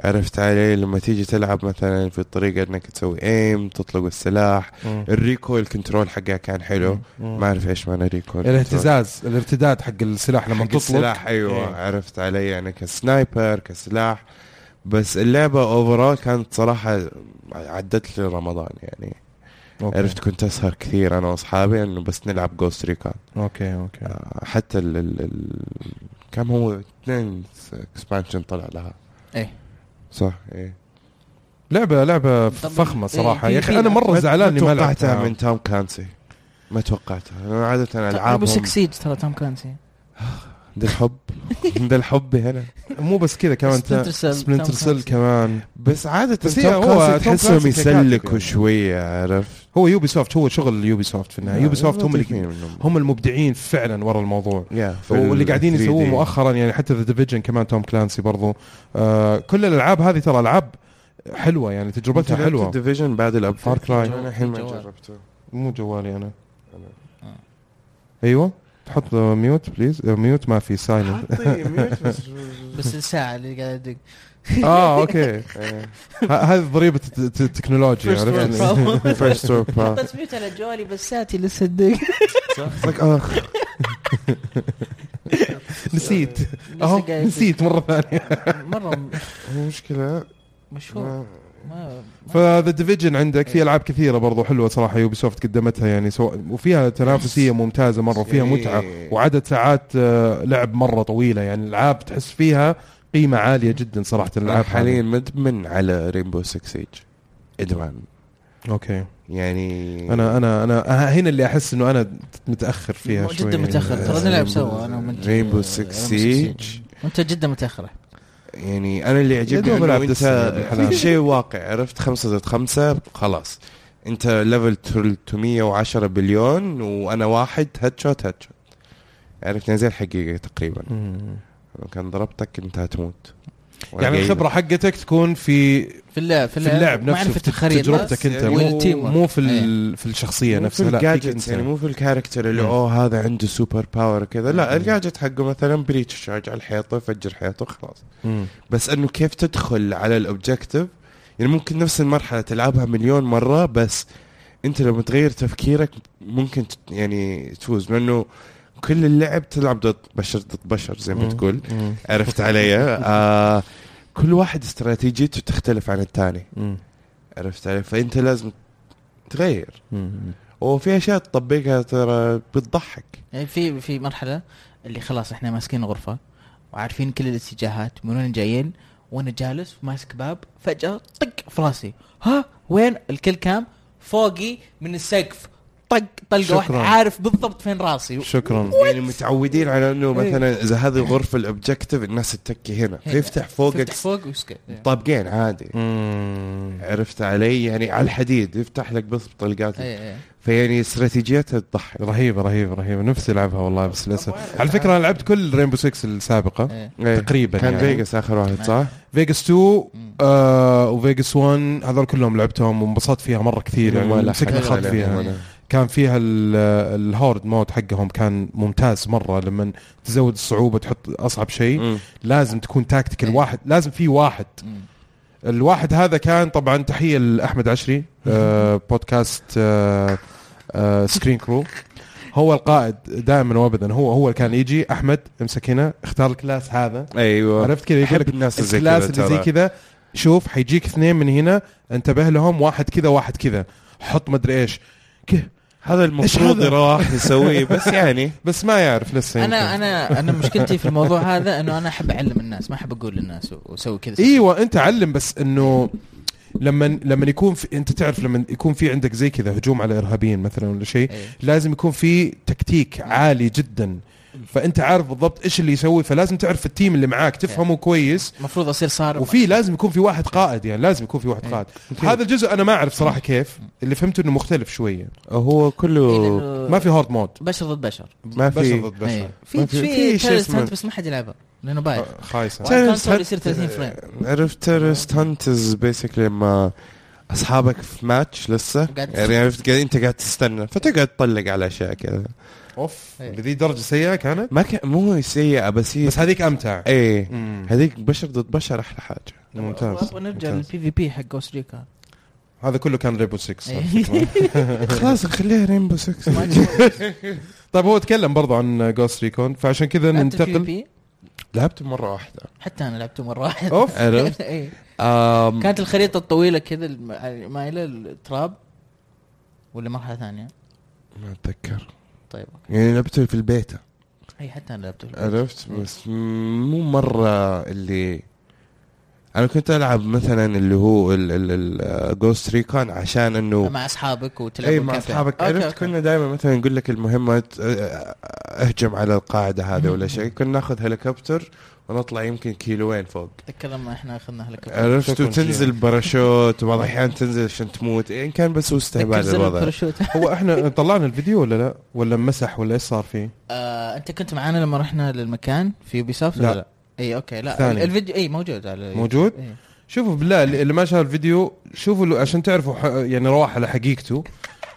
E: عرفت علي لما تيجي تلعب مثلا في الطريقه انك تسوي ايم تطلق السلاح الريكويل كنترول حقها كان حلو ما اعرف ايش معنى
C: [LAUGHS]
E: ريكويل
C: الاهتزاز الارتداد حق السلاح لما
E: حق السلاح
C: تطلق
E: ايوه
C: إيه.
E: عرفت علي يعني كسنايبر كسلاح بس اللعبه اوفرول كانت صراحه عدت لي رمضان يعني
C: أوكي.
E: عرفت كنت اسهر كثير انا واصحابي انه بس نلعب جوست ريكون
C: اوكي اوكي
E: آه، حتى ال ال ال كم هو اثنين اكسبانشن طلع لها
D: إيه.
E: صح
C: إيه.
E: ايه
C: لعبه لعبه
D: طب-
C: فخمه صراحه
D: إيه،
C: يا
D: في-
C: اخي انا مره
E: ما-
C: زعلان اني ما
E: توقعتها
C: لعبتها
E: من توم كانسي ما توقعتها انا عاده
D: ابو
E: العابهم
D: سكسيد ترى توم كانسي
E: ده الحب ده الحب هنا
C: مو بس كذا كمان
D: Splinter Cell،
C: سبلنتر
D: Tom
C: سيل
D: Clancy.
C: كمان
E: بس عادة
C: بس
E: توم
C: هي هو
E: كلاسي
C: توم
E: تحسهم
C: كلاسي ككاتب
E: يسلكوا
C: يعني.
E: شوية عرفت
C: هو يوبي سوفت هو شغل يوبي سوفت في النهايه
D: نعم.
C: يوبي سوفت هم
E: لطيفين
C: اللي
E: منهم.
C: هم المبدعين فعلا ورا الموضوع
E: يا، في
C: واللي
E: ال
C: قاعدين
E: 3D.
C: يسووه مؤخرا يعني حتى ذا ديفيجن كمان توم كلانسي برضو آه كل الالعاب هذه ترى العاب حلوه يعني تجربتها
E: أنت لعبت
C: حلوه
E: الديفيجن بعد الاب
C: Far Cry.
E: انا الحين ما
D: جوال.
E: جربته
C: مو جوالي انا
D: آه.
C: ايوه تحط ميوت بليز ميوت ما في سايلنت
D: [LAUGHS]
E: حاطي mute بس
D: بس الساعه اللي قاعد ادق
C: اه اوكي
E: [LAUGHS] إيه.
C: ه- هذه ضريبه الت- الت- التكنولوجيا
D: First world
C: عرفت
E: [LAUGHS]
D: problem.
C: [LAUGHS]
E: First world problem.
D: حطيت ميوت على جوالي بس ساعتي لسه تدق
E: لك اخ
C: [LAUGHS] نسيت
D: لسه
C: اهو
D: [LAUGHS] قاعد يدق.
C: نسيت مره ثانيه
D: مره م-
E: المشكلة
D: مشهور
E: ما-
D: ما
C: فذا ديفيجن عندك في العاب كثيره برضو حلوه صراحه يوبي سوفت قدمتها يعني سواء وفيها تنافسيه ممتازه مره وفيها
E: إيه.
C: متعه وعدد ساعات آه، لعب مره طويله يعني العاب تحس فيها قيمه عاليه جدا صراحه
E: انا
C: الالعاب
E: حاليا مدمن على رينبو 6 سيج ادمان
C: اوكي
E: يعني
C: انا انا انا أنا هنا اللي احس انه انا متاخر فيها شوي
D: جدا
C: يعني.
D: متاخر ترى نلعب سوا انا ومنت
E: رينبو 6 سيج
D: وانت جدا متاخر
E: يعني انا اللي يعجبني
C: يا دوب
E: انه
C: ألعب
E: انت
C: دستني بالحلال.
E: [LAUGHS] في شيء واقع عرفت خمسة ضد خمسة خلاص انت ليفل 310 بليون وانا واحد هيد شوت هيد شوت عرفت يعني زي الحقيقة تقريبا
C: مم.
E: لو كان ضربتك انت هتموت ولا
C: يعني
E: قايل.
C: الخبره حقتك تكون في
D: في اللعب في
C: في
D: اللعب,
C: اللعب نفسه
D: معرفه
C: في
D: الخريطه
C: تجربتك انت
D: والteamwork.
C: مو, مو في ال- في الشخصيه
E: مو
C: نفسها
E: في
C: لا فيك
E: الجادجتس يعني
C: إنسان.
E: مو في الكاركتر اللي
C: مم.
E: اوه هذا عنده سوبر باور كذا لا الجادجت حقه مثلا بريتش على حيطه فجر حيطه خلاص
C: مم.
E: بس انه كيف تدخل على الاوبجكتيف يعني ممكن نفس المرحله تلعبها مليون مره بس انت لما تغير تفكيرك ممكن ت- يعني تفوز لانه كل اللعب تلعب ضد بشر ضد بشر زي ما
C: مم.
E: تقول
C: مم.
E: عرفت علي آه كل واحد استراتيجيته تختلف عن الثاني
C: مم.
E: عرفت علي فانت لازم تغير
C: مم.
E: وفي اشياء تطبقها ترى بتضحك
D: يعني في في مرحله اللي خلاص احنا ماسكين غرفه وعارفين كل الاتجاهات من وين جايين وانا جالس ماسك باب فجاه طق في راسي ها وين الكل كام فوقي من السقف طق طلقه واحده
C: شكراً.
D: عارف بالضبط فين راسي
C: شكرا
E: يعني متعودين على انه مثلا اذا هذه غرفه الاوبجكتيف الناس تتكي هنا فيفتح فوقك
D: افتح فوق ويسكت
E: طابقين عادي
C: مم.
E: عرفت علي يعني على الحديد يفتح لك بس بطلقات
D: إيه، إيه.
E: فيعني استراتيجيتها تضحك
C: رهيبه رهيبه رهيبه نفسي العبها والله بس للاسف على فكره انا لعبت كل رينبو 6 السابقه
D: إيه.
E: إيه.
C: تقريبا
E: كان
C: يعني.
E: فيجاس اخر واحد صح؟
C: فيجاس 2 آه وفيجاس 1 هذول كلهم لعبتهم وانبسطت فيها مره كثير يعني
E: ولا
C: مسكنا
E: حد
C: خط
E: عليهم
C: فيها
E: ولا-
C: كان فيها ال- الهورد مود حقهم كان ممتاز مره لما تزود الصعوبه تحط اصعب شيء
E: مم. إيه.
C: لازم تكون تاكتيكال واحد لازم في واحد الواحد هذا كان طبعا تحيه لاحمد عشري
E: [LAUGHS]
C: آه بودكاست آه آه سكرين كرو هو القائد دائما وابدا هو هو اللي كان يجي احمد امسك هنا اختار الكلاس هذا
E: ايوه
C: عرفت كذا يقول
E: احب
C: لك
E: الناس اللي زي
C: الكلاس
E: كذا
C: اللي زي
E: ترى.
C: كذا شوف حيجيك اثنين من هنا انتبه لهم واحد كذا واحد كذا حط مدري ايش كه-
E: هذا المفروض
C: هذا؟
E: يروح يسويه بس يعني
C: [LAUGHS] بس ما يعرف لسه
D: انا
C: يمكن.
D: انا انا مشكلتي في الموضوع هذا انه انا احب اعلم الناس ما احب اقول للناس و- واسوي كذا
C: ايوه انت علم بس انه لما لما يكون في انت تعرف لما يكون في عندك زي كذا هجوم على ارهابيين مثلا ولا شيء
D: إيه.
C: لازم يكون في تكتيك عالي جدا فانت عارف بالضبط ايش اللي يسوي فلازم تعرف التيم اللي معاك
D: إيه.
C: تفهمه كويس
D: المفروض اصير صارم
C: وفي لازم يكون في واحد قائد يعني لازم يكون في واحد
D: إيه.
C: قائد هذا الجزء انا ما اعرف صراحه كيف اللي فهمته انه مختلف شويه
E: هو
D: إيه،
E: كله
D: لأنه
C: ما في هورد مود
D: بشر ضد بشر
E: ما
C: بشر
E: في
C: ضد
D: إيه.
C: بشر
D: في
E: ما في-
D: في
E: في شيء
D: تيرست
E: اسمه-
D: هانت بس ما حد يلعبها لانه بايخ
C: آه، خايسه
E: تعرف
D: الكونسول
E: ساعات-
D: يصير 30 فريم
E: عرفت تيرست هانتز بيسكلي لما اصحابك في ماتش لسه
D: قاعد-
E: يعني عرفت قاعد- انت قاعد تستنى فتقعد تطلق على اشياء كذا
C: اوف
D: إيه.
C: لذي درجه سيئه كانت
E: ما كان مو سيئه بس هي
C: بس هذيك امتع
E: ايه
D: إيه.
C: مم.
E: هذيك بشر ضد بشر احلى حاجه
D: [LAUGHS]
C: ممتاز
D: ونرجع
C: ممتاز.
D: للبي في بي حق اوستريكا
C: هذا كله كان ريبو 6 على
D: إيه.
E: [LAUGHS]
C: فكرة.
E: خلاص خليها رينبو 6
C: طيب هو تكلم برضو عن جوست ريكون فعشان كذا ننتقل
E: لعبت مره واحده
D: حتى انا لعبته مره واحده
C: اوف
D: [LAUGHS]
E: عرفت
D: إيه.
E: أم
D: كانت الخريطه الطويله كذا الم- مايله التراب ولا مرحله ثانيه
E: ما اتذكر
D: طيب أوكي.
E: يعني لعبته في البيت
D: اي حتى انا لعبته
E: عرفت بس م- مو مره اللي انا كنت العب مثلا اللي هو الجوست ريكون عشان انه
D: مع اصحابك وتلعب
E: اي إيه، مع اصحابك عرفت كنا دائما مثلا نقول لك المهمه ت- اهجم على القاعده هذه ولا شيء كنا ناخذ هليكوبتر ونطلع يمكن كيلوين فوق
D: تذكر لما احنا اخذنا هليكوبتر
E: عرفت
C: شكراً
E: وتنزل باراشوت وبعض الاحيان تنزل عشان تموت يعني كان بس هو
D: تذكر
E: استهبال
D: زر
E: الوضع
D: الباراشوت
C: هو احنا طلعنا الفيديو ولا لا ولا مسح ولا ايش صار فيه
D: آه، انت كنت معانا لما رحنا للمكان في يوبي سوفت
C: لا.
D: ولا لا؟ اي اوكي لا
C: الثاني.
D: الفيديو اي موجود على
C: موجود؟
D: إيه.
C: شوفوا بالله اللي اللي ما شاف الفيديو شوفوا له عشان تعرفوا ح- يعني رواح على حقيقته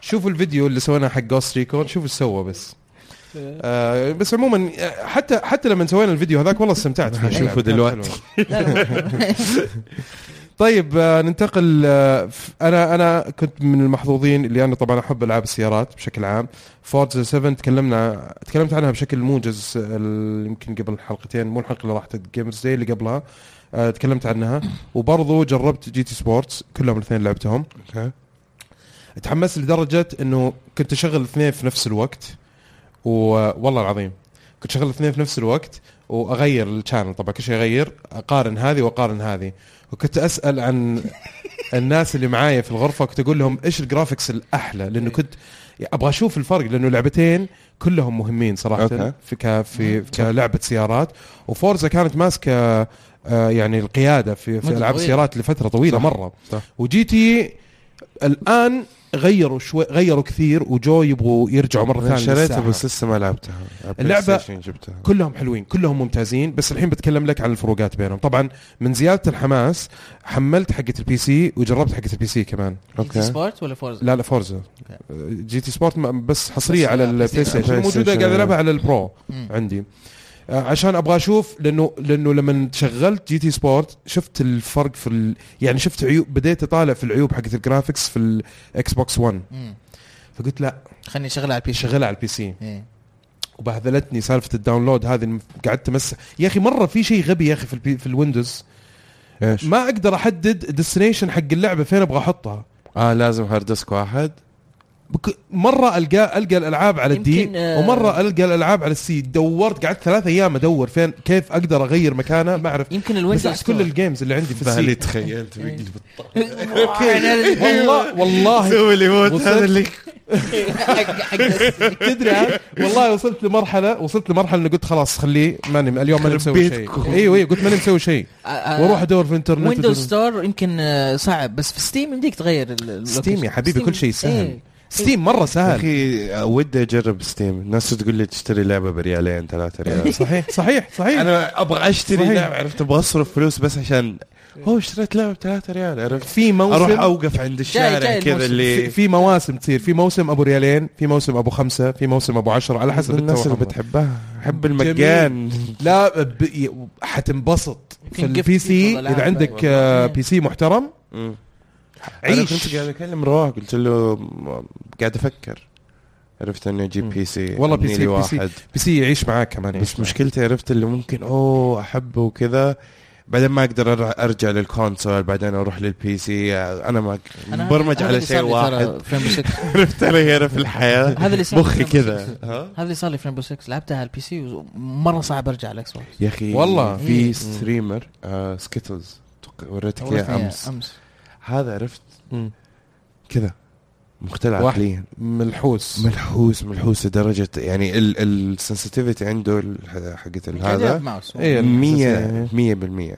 C: شوفوا الفيديو اللي سويناه حق جوست ريكون شوفوا ايش سوى بس آه بس عموما آه، حتى حتى لما سوينا الفيديو هذاك والله استمتعت فيه
E: حنشوفه
C: كان
E: دلوقتي.
C: حلو.
D: لا، لا.
C: طيب آه، ننتقل آه، ف- انا انا كنت من المحظوظين اللي انا طبعا احب العاب السيارات بشكل عام فورزا 7 تكلمنا تكلمت عنها بشكل موجز ال- يمكن قبل حلقتين مو الحلقه اللي راحت جيمرز داي اللي قبلها آه، تكلمت عنها وبرضو جربت جي تي سبورتس كلهم الاثنين لعبتهم
E: اوكي
C: تحمست لدرجه انه كنت اشغل الاثنين في نفس الوقت والله العظيم كنت شغل الاثنين في نفس الوقت واغير الشانل طبعا كل شيء اغير اقارن هذه واقارن هذه وكنت اسال
D: [LAUGHS]
C: عن الناس اللي معايا في الغرفه كنت اقول لهم ايش الجرافكس الاحلى لانه
D: إيه.
C: كنت ابغى اشوف الفرق لانه لعبتين كلهم مهمين
E: أوكي.
C: صراحه في ك في كلعبه سيارات وفورزا كانت ماسكه آه، يعني القياده في, في
D: مدة
C: العاب
D: طويلة.
C: السيارات لفتره طويله
E: صح.
C: مره
E: صح.
C: وجي تي الان غيروا شوي غيروا كثير وجو يبغوا يرجعوا مره ثانيه
E: شريتها
C: للساحة.
E: بس لسه ما لعبتها على بلاي
C: اللعبة-
E: ستيشن جبتها
C: كلهم حلوين كلهم ممتازين بس الحين بتكلم لك عن الفروقات بينهم طبعا من زياده الحماس حملت حقه البي سي وجربت حقه البي سي كمان
E: اوكي
D: سبورت ولا فورز
C: لا لا فورزا جي تي سبورت م- بس حصريه
D: بس
C: على
D: على البلاي
C: البلاي
D: ستيشن.
C: ستيشن
E: بلاي
C: موجوده
E: ستيشن.
C: قاعد العبها على البرو
D: مم.
C: عندي آه، عشان ابغى اشوف لانه لانه لما شغلت جي تي سبورت شفت الفرق في ال... يعني شفت عيوب بديت اطالع في العيوب حقت الجرافكس في الاكس بوكس 1
D: مم.
C: فقلت لا
D: خلني اشغلها على البي سي
C: شغلها على البي سي
D: إيه.
C: وبهذلتني سالفه الداونلود هذه الم- قعدت امسح يا اخي مره في شيء غبي يا اخي في البي... في الويندوز
E: ايش؟
C: ما اقدر احدد الديستنيشن حق اللعبه فين ابغى احطها
E: اه لازم هارد ديسك واحد
C: بك- مره القى القى الالعاب على الدي
D: يمكن، آه،
C: ومره القى الالعاب على السي دورت قعدت ثلاثة ايام ادور فين كيف اقدر اغير مكانه ما اعرف
D: يمكن
C: مسحت
D: الويندوز
C: كل الجيمز اللي عندي في
E: بالي
C: السي
E: تخيلت
D: إيه.
E: [LAUGHS] بيقلب
C: [LAUGHS]
E: [LAUGHS]
C: والله والله
E: اللي يموت
C: وصلت-
E: هذا اللي
D: حق حق السي.
C: تدري عاد، والله وصلت لمرحله وصلت لمرحله اني قلت خلاص خليه ماني اليوم ماني مسوي
E: بيتكم.
C: شيء ايوه ايوه قلت ماني مسوي شيء
D: آه، آه،
C: واروح ادور في الانترنت
D: ويندوز
C: وأدور-
D: ستور يمكن آه، صعب بس في ستيم يمديك تغير ال- ال-
C: ستيم يا حبيبي
D: ستيم-
C: كل شيء
D: إيه.
C: سهل ستيم مره
E: يا
C: سهل
E: اخي ودي اجرب ستيم الناس تقول لي تشتري لعبه بريالين ثلاثة
C: [LAUGHS]
E: ريال
C: صحيح صحيح صحيح
E: انا ابغى اشتري
C: صحيح.
E: لعبه عرفت ابغى اصرف فلوس بس عشان هو اشتريت لعبه بثلاثة ريال عرفت
C: في موسم
E: اروح اوقف عند الشارع
D: جاي
E: كذا
D: الموسم.
C: في,
E: اللي
C: في مواسم تصير في موسم ابو ريالين في موسم ابو خمسة في موسم ابو عشرة على حسب
E: الناس اللي
C: التوقع.
E: بتحبها احب المجان
C: لا ب... ي- حتنبسط في
D: يمكن gift
C: البي سي
D: يفضل ألعاب.
C: اذا عندك آه، بي سي محترم
E: مم. انا كنت
C: عيش
E: قاعد اكلم رواه قلت له م- قاعد افكر عرفت اني اجيب
C: مم.
E: بي سي
C: والله بي
E: أبني
C: سي-
E: لي
C: بي سي.
E: واحد
C: بي سي يعيش معاك كمان
D: يعني
C: يعيش
E: بس مشكلتي عرفت اللي ممكن اوه احبه وكذا بعدين ما اقدر أر- ارجع للكونسول بعدين اروح للبي سي انا ما
D: أنا
E: مبرمج
D: هذا
E: على
D: اللي
E: شيء
D: صار لي ترى
E: واحد [LAUGHS]
D: فريمبو 6
E: عرفت علي هنا في الحياه
D: هذا اللي صار لي
E: مخي
D: فريمبو [LAUGHS]
E: كذا
D: 6.
E: ها؟
D: هذا اللي صار لي فريمبو 6 لعبتها على البي سي ومره صعب ارجع على الاكس بوكس
E: يا اخي
C: والله.
D: مم.
E: في ستريمر آه سكيتلز وريتك اياه امس
D: امس
E: هذا عرفت
C: مم.
E: كذا مختل
C: واحد.
E: عقليا
C: ملحوس
E: ملحوس ملحوس لدرجة يعني السنسيتيفيتي عنده ال- حقت ال-
D: هذا
E: هذا
D: ماوس
C: إيه.
E: مية مية بالمية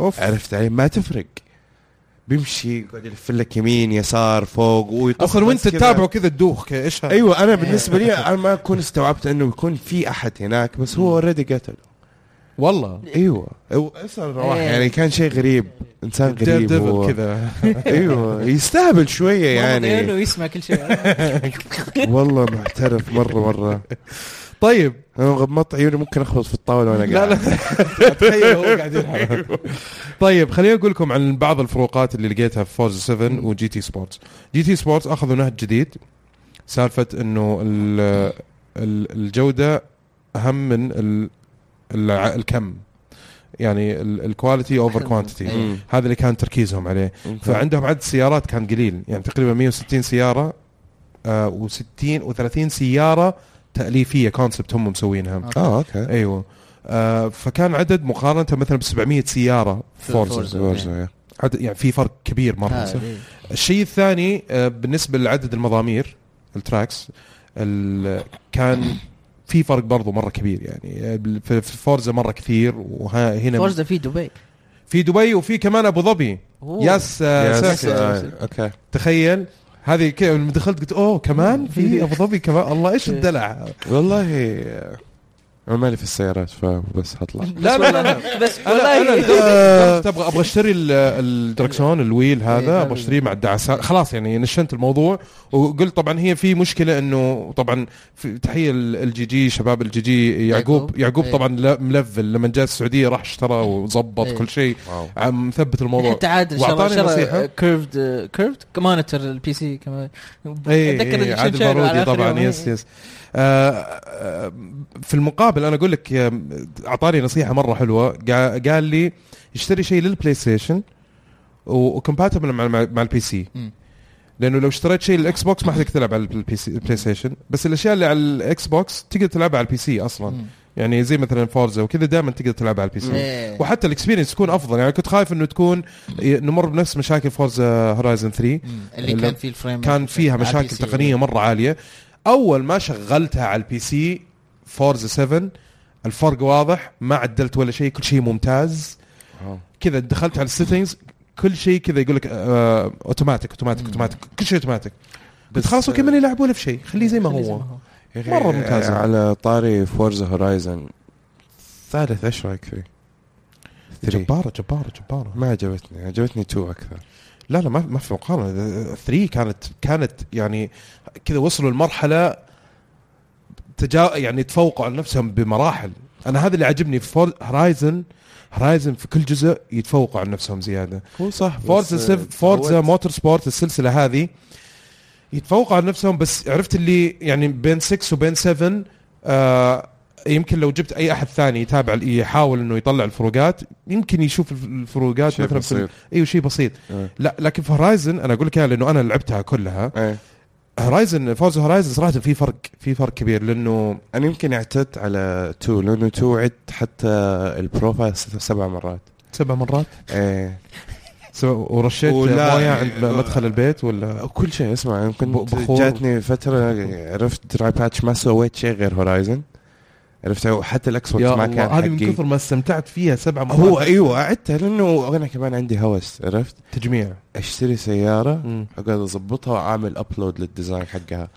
C: اوف
E: عرفت علي ما تفرق بيمشي يقعد يلف لك يمين يسار فوق ويطخ
C: اصلا وانت
E: بس كذا.
C: تتابعه إيه. كذا تدوخ كذا، ايش هذا؟
E: ايوه انا بالنسبه لي انا ما اكون استوعبت انه يكون في احد هناك بس هو اوريدي قتله
C: والله
E: ايوه أو- اسال رواح
D: إيه.
E: يعني كان شيء غريب انسان
C: دير
E: غريب هو.
C: ديفل كذا
E: ايوه يستهبل شويه
D: يعني
E: يعني
D: يسمع كل شيء
E: والله محترف مره مره
C: طيب
E: انا غمضت عيوني ممكن اخبط في الطاوله وانا قاعد
C: لا لا تخيل هو قاعد يلعب [LAUGHS] طيب خليني اقول لكم عن بعض الفروقات اللي لقيتها في فورز 7 وجي تي سبورتس جي تي سبورتس اخذوا نهج جديد سالفه انه ال- ال- الجوده اهم من ال- الع- الكم يعني ال- الكواليتي اوفر كوانتيتي
E: مم.
C: هذا اللي كان تركيزهم عليه فعندهم عدد سيارات كان قليل يعني تقريبا 160 سياره آه و60 و30 سياره تاليفيه كونسبت هم مسوينها
E: اه اوكي
C: ايوه آه فكان عدد مقارنه مثلا ب 700 سياره
D: في آه،
C: فورزا
D: الفورزا.
E: فورزا
C: عدد يعني في فرق كبير مره الشيء الثاني آه بالنسبه لعدد المضامير التراكس ال- كان في فرق برضو مره كبير يعني آه، بال- في في فورزا مره كثير وهنا
D: فورز في دبي
C: في دبي وفي كمان ابو ظبي
D: أوه.
C: ياس آه،
E: يس
C: ساكن.
E: آه، اوكي
C: تخيل هذه كيف لما دخلت قلت اوه كمان في ابو ظبي كمان الله ايش
D: إيه.
C: الدلع
E: والله آه، انا مالي في السيارات فبس هطلع
C: لا لا لا, لا.
D: بس
C: انا
D: [LAUGHS]
C: انا
D: والله إيه.
C: لدرجة- ابغى ابغى اشتري ال- الدركسون الويل
D: إيه،
C: هذا ابغى اشتريه مع الدعسات خلاص يعني نشنت الموضوع وقلت طبعا هي في مشكله انه طبعا في تحيه ال- الجي جي شباب الجي جي يعقوب
D: يعقوب.
C: يعقوب
D: إيه.
C: طبعا لا- ملفل لما جاء السعوديه راح اشترى وظبط
D: إيه.
C: كل شيء
E: واو
C: عم مثبت
D: [LAUGHS]
C: الموضوع
D: حتى عاد
C: وأعطاني نصيحة.
D: شرى كيرفد كيرفد مونيتور البي سي كمان
C: إيه،
D: إيه.
C: اي عاد البارودي طبعا يس يس آه، آه، في المقابل انا اقول لك آه، اعطاني نصيحه مره حلوه قا- قال لي اشتري شيء للبلاي ستيشن وكومباتبل مع مع مع البي سي
D: مم.
C: لانه لو اشتريت شيء للاكس بوكس ما حتقدر تلعب على البي سي البلاي ستيشن بس الاشياء اللي على الاكس بوكس تقدر تلعبها على البي سي اصلا
D: مم.
C: يعني زي مثلا فورزا وكذا دائما تقدر تلعبها على البي سي
D: إيه.
C: وحتى الاكسبيرينس تكون افضل يعني كنت خايف انه تكون نمر بنفس مشاكل فورزا هورايزن 3
D: مم. اللي كان فيه الفريم
C: كان فيها
D: على
C: مشاكل
D: البي سي.
C: تقنيه مره عاليه اول ما شغلتها على البي سي فورز 7 الفرق واضح ما عدلت ولا شيء كل شيء ممتاز
D: آه.
E: واو.
C: كذا دخلت على السيتنجز كل شيء كذا يقول لك آه، اوتوماتيك اوتوماتيك
D: مم.
C: اوتوماتيك كل شيء اوتوماتيك بس خلاص اوكي ما يلعب ولا في شيء خليه زي ما
D: خليه
C: هو مرة ممتازة.
E: إيه، على طاري فورزا هورايزن الثالث ايش رايك فيه؟ 3
C: جباره جباره جباره
E: ما عجبتني عجبتني 2 اكثر
C: لا لا ما ما في مقارنه 3 كانت كانت يعني كذا وصلوا لمرحله تجا يعني تفوقوا على نفسهم بمراحل انا هذا اللي عجبني في فور هرايزن هرايزن في كل جزء يتفوقوا على نفسهم زياده
E: هو صح
C: فورزا سيف فورزا موتور سبورت السلسله هذه يتفوقوا على نفسهم بس عرفت اللي يعني بين 6 وبين 7 آه يمكن لو جبت اي احد ثاني يتابع يحاول انه يطلع الفروقات يمكن يشوف الف- الفروقات مثلا في ال- ايوه شيء بسيط
E: إيه.
C: لا لكن في هورايزن انا اقول لك إياها لانه انا لعبتها كلها
E: ايه
C: هورايزن فورز هورايزن صراحه في فرق في فرق كبير لانه
E: انا يمكن اعتدت على 2 لانه 2 عدت حتى البروفا ست- سبع مرات
C: سبع مرات
E: ايه
C: سبع- ورشيت
E: ولا-
C: مويه عند مدخل البيت ولا
E: كل شيء اسمع انا
C: ب-
E: كنت
C: بخور.
E: جاتني فتره عرفت دراي باتش ما سويت شيء غير هورايزن عرفت حتى الاكس بوكس
C: يا
E: ما
C: الله
E: كان
C: هذه من
E: حقي
C: كثر ما استمتعت فيها سبع مرات
E: هو ايوه عدتها لانه انا كمان عندي هوس عرفت
C: تجميع
E: اشتري سياره
C: مم.
E: اقعد اظبطها واعمل ابلود للديزاين حقها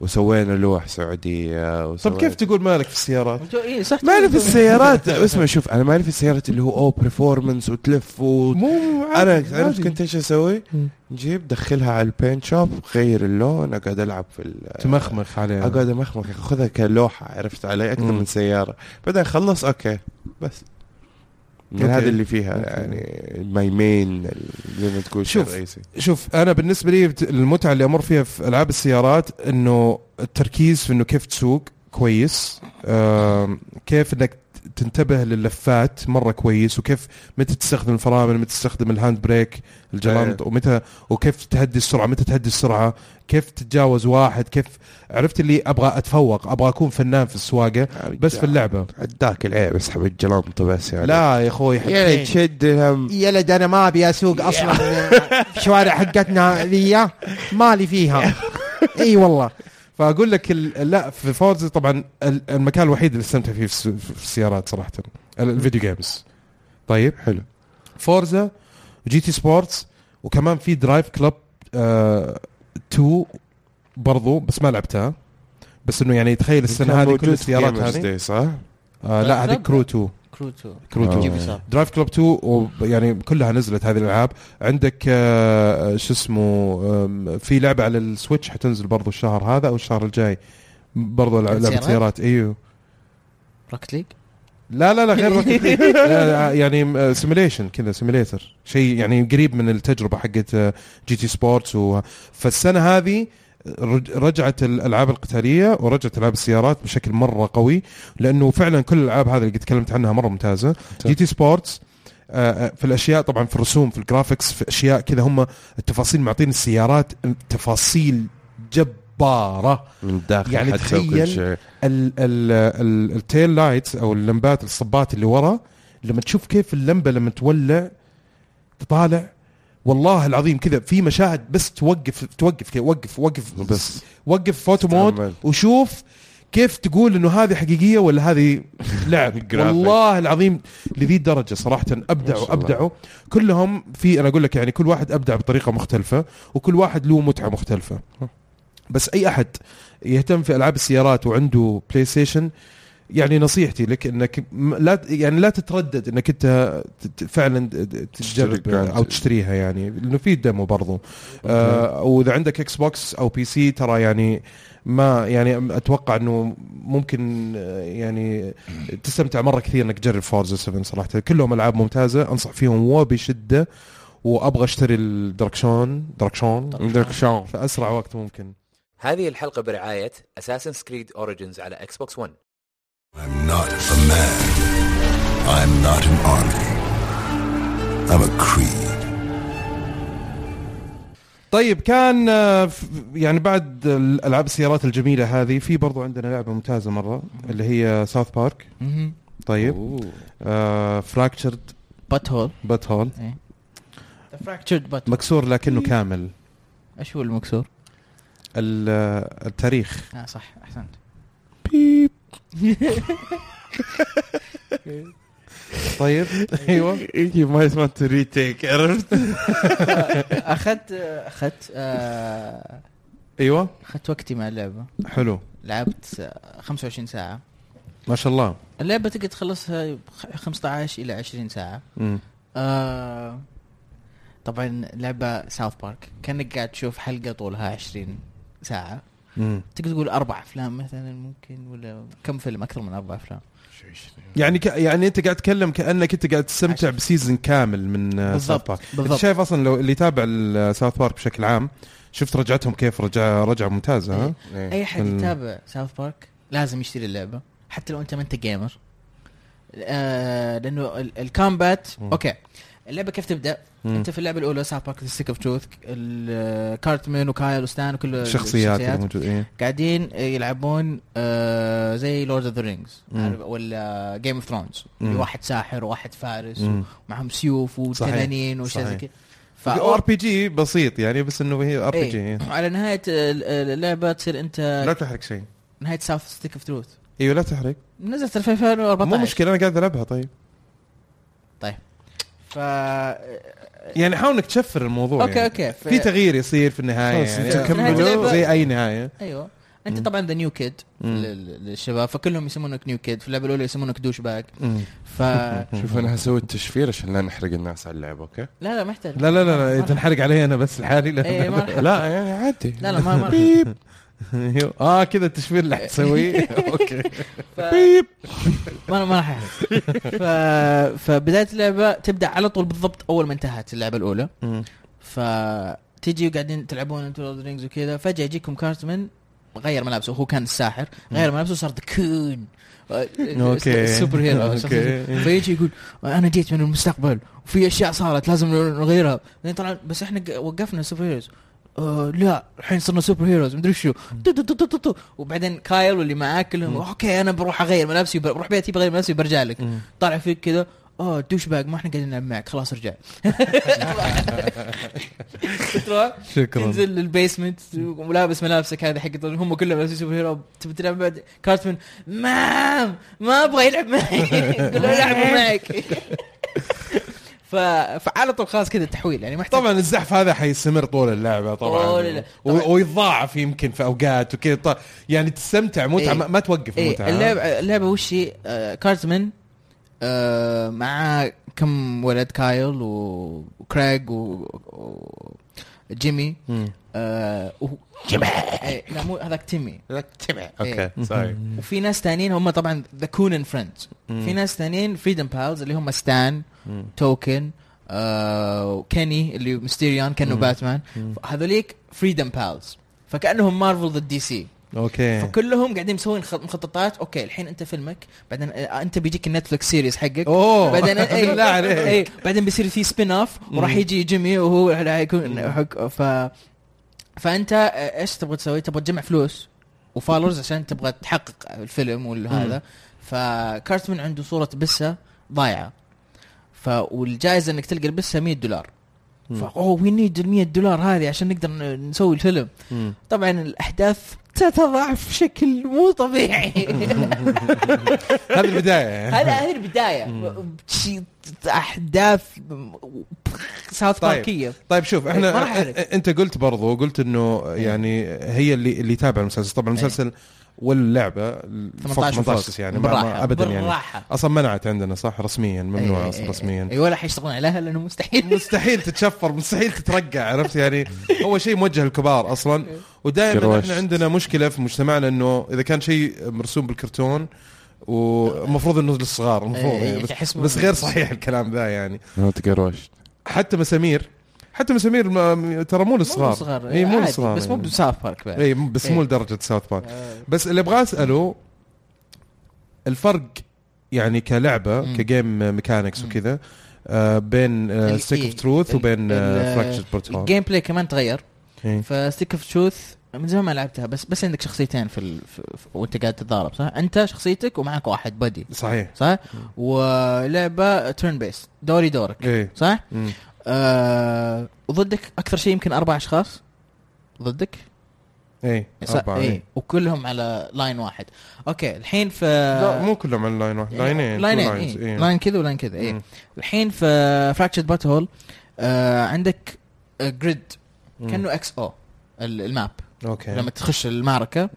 E: وسوينا لوح سعوديه
C: طب
E: وسوينا
C: كيف تقول مالك في السيارات؟
D: انتوا ايه صح
E: مالي في [LAUGHS] السيارات اسمع شوف انا مالي في السيارات اللي هو او برفورمنس وتلف و...
C: مو
E: انا عرفت كنت ايش اسوي؟
C: مم.
E: نجيب دخلها على البين شوب غير اللون اقعد العب في ال...
C: تمخمخ عليها
E: اقعد امخمخ اخذها كلوحه عرفت علي اكثر
C: طيب. مم.
E: من سياره بعدين اخلص اوكي بس من
C: أوكي.
E: هذا اللي فيها
C: أوكي.
E: يعني ماي مين زي ما تقول شيء
C: شوف.
E: رئيسي
C: شوف انا بالنسبه لي بت- المتعه اللي امر فيها في العاب السيارات انه التركيز في انه كيف تسوق كويس آم، كيف انك تنتبه للفات مره كويس وكيف متى تستخدم الفرامل متى تستخدم الهاند بريك الجرامط ومتى وكيف تهدي السرعه متى تهدي السرعه كيف تتجاوز واحد كيف عرفت اللي ابغى اتفوق ابغى اكون فنان في السواقه بس في اللعبه
E: عداك العيب اسحب الجلامطه بس يعني
C: لا يا اخوي
E: يعني تشد الهم
F: يلد انا ما ابي اسوق اصلا
C: [LAUGHS]
F: في شوارع حقتنا ذي مالي فيها اي والله
C: فاقول لك ال- لا في فورز طبعا ال- المكان الوحيد اللي استمتع فيه في الس- في السيارات صراحه ال- الفيديو جيمز طيب
E: حلو
C: فورزا جي تي سبورتس وكمان في درايف كلب 2 برضو بس ما لعبتها بس انه يعني تخيل السنه هذه كل السيارات هذه
E: هذه صح؟
C: آه لا هذه
D: Club؟
C: كرو 2
D: كرو 2
C: كرو 2 درايف كلوب 2 و- يعني كلها نزلت هذه الالعاب عندك آه، شو اسمه آم، في لعبه على السويتش حتنزل برضو الشهر هذا او الشهر الجاي برضو لع- لعبه
D: السيارات؟
C: سيارات ايوه
D: راكت ليج
C: لا لا لا غير Rocket League. لا، لا، يعني سيميليشن كذا سيميليتر شيء يعني قريب من التجربه حقت آه، جي تي سبورتس و... فالسنه هذه آه، رج- رجعت الالعاب القتاليه ورجعت العاب السيارات بشكل مره قوي لانه فعلا كل الالعاب هذه اللي قد تكلمت عنها مره ممتازه جي تي سبورتس في الاشياء طبعا في الرسوم في الجرافيكس في اشياء كذا هم التفاصيل معطين السيارات تفاصيل جباره
E: من الداخل
C: يعني
E: حتى وكل
C: تخيل
E: شيء.
C: ال ال ال التيل لايتس او اللمبات الصبات اللي ورا لما تشوف كيف اللمبه لما تولع تطالع والله العظيم كذا في مشاهد بس توقف توقف كذا وقف وقف
E: بس
C: وقف فوتو مود
E: تتأمل.
C: وشوف كيف تقول انه هذه حقيقيه ولا هذه
E: [LAUGHS]
C: لعب
E: جرافيك.
C: والله العظيم لذي الدرجه صراحه
E: ما
C: ابدعوا
E: شاء الله.
C: ابدعوا كلهم في انا اقول لك يعني كل واحد ابدع بطريقه مختلفه وكل واحد له متعه مختلفه بس اي احد يهتم في العاب السيارات وعنده بلاي ستيشن يعني نصيحتي لك انك م- لا ت- يعني لا تتردد انك انت ت- ت- فعلا
E: تشتري
C: تجرب او
E: Grand.
C: تشتريها يعني لانه في ديمو برضو آه واذا عندك اكس بوكس او بي سي ترى يعني ما يعني اتوقع انه ممكن آه، يعني تستمتع مره كثير انك تجرب فورزا 7 صراحه كلهم العاب ممتازه انصح فيهم وبشده وابغى اشتري الدركشون دركشون
E: عندك شعور
C: في اسرع وقت ممكن
A: هذه الحلقة برعاية Assassin's Creed Origins على اكس بوكس 1
B: I'm not a man. I'm not an army. I'm a creed.
C: طيب كان آه، ف- يعني بعد الالعاب السيارات الجميله هذه في برضو عندنا لعبه ممتازه مره اللي هي ساوث بارك
D: مهم.
C: طيب آه،
E: أوه.
C: فراكتشرد
D: بات هول
C: بات هول
D: إيه. فراكتشرد بات
C: مكسور لكنه
D: إيه.
C: كامل
D: ايش هو المكسور؟
C: ال- آه، التاريخ
D: اه صح احسنت
C: بيب
D: [LAUGHS]
C: طيب ايوه
D: إيه،
E: يجي ما يسمى ريتيك عرفت
D: [LAUGHS] اخذت اخذت آه،
C: ايوه
D: اخذت وقتي مع اللعبه
C: حلو
D: لعبت آه، 25 ساعه
C: ما شاء الله
D: اللعبه تقدر تخلصها بخ- 15 الى 20 ساعه
C: مم.
D: آه، طبعا لعبه ساوث بارك كانك قاعد تشوف حلقه طولها 20 ساعه
C: مم.
D: تقدر تقول اربع افلام مثلا ممكن ولا كم فيلم اكثر من اربع افلام
C: يعني ك... يعني انت قاعد تتكلم كانك انت قاعد تستمتع بسيزون كامل من آه، ساوث
D: بالضبط،
C: بارك انت
D: بالضبط.
C: شايف اصلا لو اللي يتابع ساوث بارك بشكل عام شفت رجعتهم كيف رجع رجعه ممتازه ها
D: اي حد
C: إيه، ال-
D: يتابع ساوث بارك لازم يشتري اللعبه حتى لو انت ما انت جيمر آه لانه ال- الكومبات اوكي اللعبه كيف تبدا؟
C: مم.
D: انت في اللعبه الاولى ساوث بارك ستيك اوف تروث كارتمان وكايل وستان وكل
C: الشخصيات اللي موجوده ايه
D: قاعدين يلعبون آه زي لورد اوف ذا رينجز
C: مم.
D: ولا جيم اوف ثرونز
C: مم.
D: واحد ساحر وواحد فارس
C: مم.
D: ومعهم سيوف وتنانين واشياء زي
C: صحيح.
D: كذا ف-
C: ار بي جي بسيط يعني بس انه هي ار بي
D: إيه. آه.
C: جي إيه.
D: على نهايه ال- اللعبه تصير انت
C: لا تحرق شيء
D: نهايه ساوث ستيك اوف تروث
C: ايوه لا تحرق
D: نزلت 2014
C: مو مشكله انا قاعد العبها طيب
D: ف آه.
C: يعني حاول انك تشفر الموضوع
D: اوكي
C: يعني.
D: اوكي ف...
C: في تغيير يصير في النهايه
E: خلاص،
C: يعني
E: انت-
C: تكملوا
D: نهاية
C: زي اي نهايه
D: ايوه انت طبعا ذا نيو كيد للشباب فكلهم يسمونك نيو كيد في اللعبه الاولى يسمونك دوش باك
C: مم. [LAUGHS]
D: ف لا
E: شوف انا هسوي التشفير عشان لا نحرق الناس على اللعبه
C: [LAUGHS]
E: اوكي
D: لا ما يحتاج
C: لا لا لا, لا تنحرق علي انا بس لحالي [LAUGHS]
D: إيه، ما راح-
E: لا يعني عادي
D: لا لا ما ما
E: [LAUGHS]
C: بيب اه كذا التشفير اللي
D: [LAUGHS]
C: حتسويه اوكي
D: ف...
C: بيب
D: ما ما راح احس ف... فبدايه اللعبه تبدا على طول بالضبط اول ما انتهت اللعبه الاولى فتيجي وقاعدين تلعبون انتوا لورد رينجز وكذا فجاه يجيكم كارتمان غير ملابسه هو كان الساحر غير ملابسه صار آه، كون
C: أوكي.
D: السوبر هيرو
C: أوكي.
D: فيجي يقول انا جيت من المستقبل وفي اشياء صارت لازم نغيرها بعدين طلع بس احنا ق- وقفنا السوبر هيروز آه لا الحين صرنا سوبر هيروز مدري شو تو- تو- تو- تو- تو- تو. وبعدين كايل واللي معاه كلهم اوكي انا بروح اغير ملابسي وب- بروح بيتي بغير ملابسي برجع لك طالع فيك كذا اه دوش باك ما احنا قاعدين نلعب معك خلاص ارجع تروح
C: شكرا
D: تنزل للبيسمنت ولابس ملابسك هذه حقت هم كلهم لابسين سوبر هيرو تبي تلعب بعد كارتمان مام ما ابغى يلعب معي [LAUGHS] قول له العب معك ف... فعلى طول خلاص كذا تحويل يعني ما يحتاج
C: طبعا الزحف هذا حيستمر طول اللعبه طبعا
D: طول اللعبة.
C: و- ويتضاعف يمكن في اوقات وكذا ط- يعني تستمتع متعه
D: إيه.
C: ما- ما توقف
D: ايه
C: المتعه
D: اللعبه اللعبه وش هي؟ آه كارتمان آه مع كم ولد كايل و- وكرايج و... و... جيمي آه و... جيمي إيه لا مو هذاك تيمي
E: اوكي
C: إيه.
E: سوري
D: وفي ناس تانيين هم طبعا ذا كونن فريندز في ناس تانيين فريدم بالز اللي هم ستان توكن آه وكيني اللي ميستيريان كانه باتمان هذوليك فريدم بالز فكانهم مارفل ضد دي سي
C: اوكي
D: فكلهم قاعدين مسوين خط- مخططات اوكي الحين انت فيلمك بعدين آه، انت بيجيك النتفلكس سيريز حقك
C: اوه [LAUGHS]
D: بعدين اي
C: بالله عليك
D: اي بعدين بيصير في سبين اوف وراح يجي جيمي وهو راح يكون حق ف فانت ايش تبغى تسوي؟ تبغى تجمع فلوس وفالورز عشان تبغى تحقق الفيلم وهذا فكارتمن عنده صوره بسه ضايعه ف والجائزه انك تلقى البسه 100 دولار ف اوه وي نيد ال 100 دولار هذه عشان نقدر ن- نسوي الفيلم
C: مم.
D: طبعا الاحداث تتضاعف بشكل مو
C: [LAUGHS]
D: طبيعي
C: هذه
E: [LAUGHS]
C: البدايه يعني.
D: هذا هذه البدايه شي- احداث ساوث
C: طيب.
D: باركيه
C: طيب شوف
D: إيه، ما
C: احنا
D: راح إيه. أحرق.
C: أ- انت قلت برضو قلت انه يعني هي اللي اللي تابع المسلسل
D: إيه.
C: طبعا المسلسل واللعبه فوق
D: 18
C: 18 يعني ما-
D: بالراحة.
C: ما ابدا يعني
D: بالراحه
C: اصلا منعت عندنا صح رسميا ممنوع
D: إيه،
C: أصلاً
D: إيه،
C: رسميا
D: اي ولا حيشتغلون عليها لانه مستحيل
C: مستحيل تتشفر مستحيل تترقع عرفت
D: [LAUGHS]
C: يعني اول شيء موجه للكبار اصلا
D: إيه.
C: ودائما
E: كروش.
C: احنا عندنا مشكله في مجتمعنا انه اذا كان شيء مرسوم بالكرتون ومفروض انه للصغار المفروض
D: إيه،
C: يعني
D: تحس
C: بس,
D: مو-
C: بس غير صحيح الكلام ذا يعني
E: انا تقروشت
C: حتى مسامير حتى مسامير ما- ترى مو للصغار
D: صغار
C: اي مو للصغار
D: بس آه، مو
C: يعني.
D: بساف بارك بعد
C: اي بس مو
D: إيه.
C: لدرجه ساوث بارك بس اللي ابغاه اساله الفرق يعني كلعبه كجيم ميكانكس وكذا آه بين
D: ال-
C: ستيك اوف
D: إيه.
C: تروث
D: ال-
C: وبين آه،
D: ال-
C: فراكشر بروتوكول
D: الجيم بلاي كمان تغير
C: إيه.
D: فستيك اوف تروث من زمان ما لعبتها بس بس عندك شخصيتين في, ال... في... في... وانت قاعد تتضارب صح؟ انت شخصيتك ومعك واحد بادي
C: صحيح
D: صح؟ ولعبه ترن بيس دوري دورك
C: ايه
D: صح؟
C: مم.
D: آه... وضدك اكثر شيء يمكن اربع اشخاص ضدك
C: ايه
D: صح؟
C: اربعه
D: إيه.
C: إيه.
D: وكلهم على لاين واحد اوكي الحين في آه،
C: لا مو كلهم على لاين واحد لاينين two
D: لاينين
C: lines.
D: إيه.
C: إيه.
D: لاين كذا ولاين كذا ايه
C: مم.
D: الحين في فراكشر بات هول آه عندك جريد
C: مم.
D: كانه اكس او الماب
C: اوكي
D: لما تخش المعركه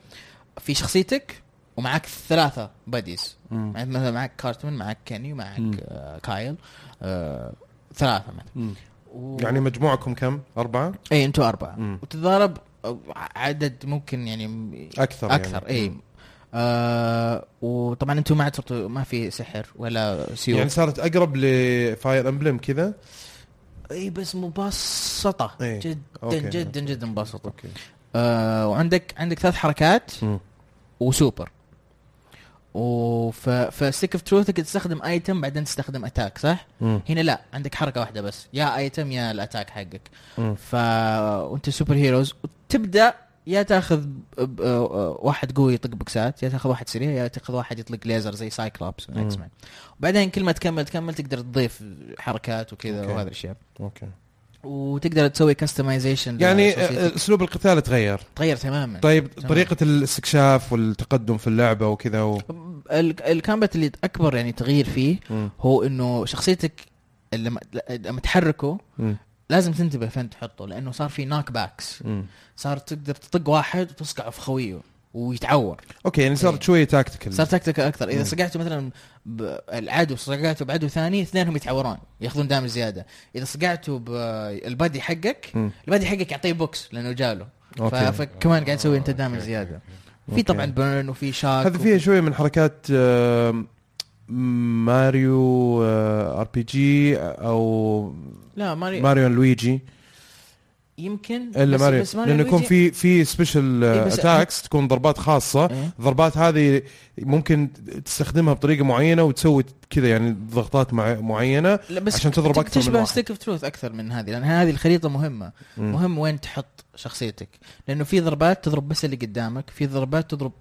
D: في شخصيتك ومعك ثلاثه باديز
C: مم.
D: مثلا معك يعني كارتمان معك كيني
C: مم.
D: ومعك آه كايل آه ثلاثه مثلا
C: مم.
D: و...
C: يعني مجموعكم كم؟ أربعة؟
D: اي انتوا اربعه
C: مم.
D: إيه، وتتضارب آه، عدد ممكن يعني
C: أكثر يعني.
D: اكثر اي آه وطبعا انتم ما عاد ما في سحر ولا سيوف
C: يعني صارت أقرب لفاير أمبلم كذا
D: اي بس مبسطه
C: إيه.
D: جدا
C: أوكي.
D: جدا جدا مبسطه
C: أوكي
D: آه وعندك عندك ثلاث حركات
C: مم.
D: وسوبر وف فستيك اوف تروثك تستخدم ايتم بعدين تستخدم اتاك صح؟
C: مم.
D: هنا لا عندك حركه واحده بس يا ايتم يا الاتاك حقك
C: مم.
D: ف وانت سوبر هيروز وتبدا يا تاخذ ب- ب- آه، واحد قوي يطق بوكسات يا تاخذ واحد سريع يا تاخذ واحد يطلق ليزر زي سايكلوبس من X-Men. وبعدين كل ما تكمل تكمل تقدر تضيف حركات وكذا
C: أوكي.
D: وهذا الاشياء
C: أوكي
D: وتقدر تسوي كستمايزيشن
C: يعني أسلوب القتال تغير
D: تغير تماما
C: طيب
D: تمام.
C: طريقة الاستكشاف والتقدم في اللعبة وكذا و...
D: ال- الكامبات اللي اكبر يعني تغيير فيه
C: مم.
D: هو انه شخصيتك لما لما تحركه
C: مم.
D: لازم تنتبه فين تحطه لانه صار في ناك باكس
C: مم.
D: صار تقدر تطق واحد وتصقعه في خويه ويتعور
C: أوكي يعني صارت
D: إيه.
C: شوية تاكتيكال
D: صار تكتيك اكثر اذا صقعته مثلا بالعدو صقعته بعدو ثاني اثنينهم يتعورون ياخذون دام زياده اذا صقعته بالبادي حقك
C: مم.
D: البادي حقك يعطيه بوكس لانه جاله ف-
C: أوكي.
D: فكمان قاعد تسوي انت دامج زياده في طبعا بيرن وفي شاك
C: هذا فيها شوية من حركات آم، ماريو ار بي جي او
D: لا ماريو
C: ماريو لويجي
D: يمكن
C: الا
D: بس-
C: ماريو
D: بس
C: لانه يكون
D: لويجي-
C: في في سبيشل
D: إيه، بس-
C: اتاكس تكون ضربات خاصه
D: إيه.
C: الضربات هذه ممكن تستخدمها بطريقه معينه وتسوي كذا يعني ضغطات مع معينه
D: لا بس
C: عشان تضرب أكثر من
D: تشبه
C: واحد.
D: ستيك اوف تروث اكثر من هذه لان هذه الخريطه مهمه
C: مم.
D: مهم وين تحط شخصيتك لانه في ضربات تضرب بس اللي قدامك في ضربات تضرب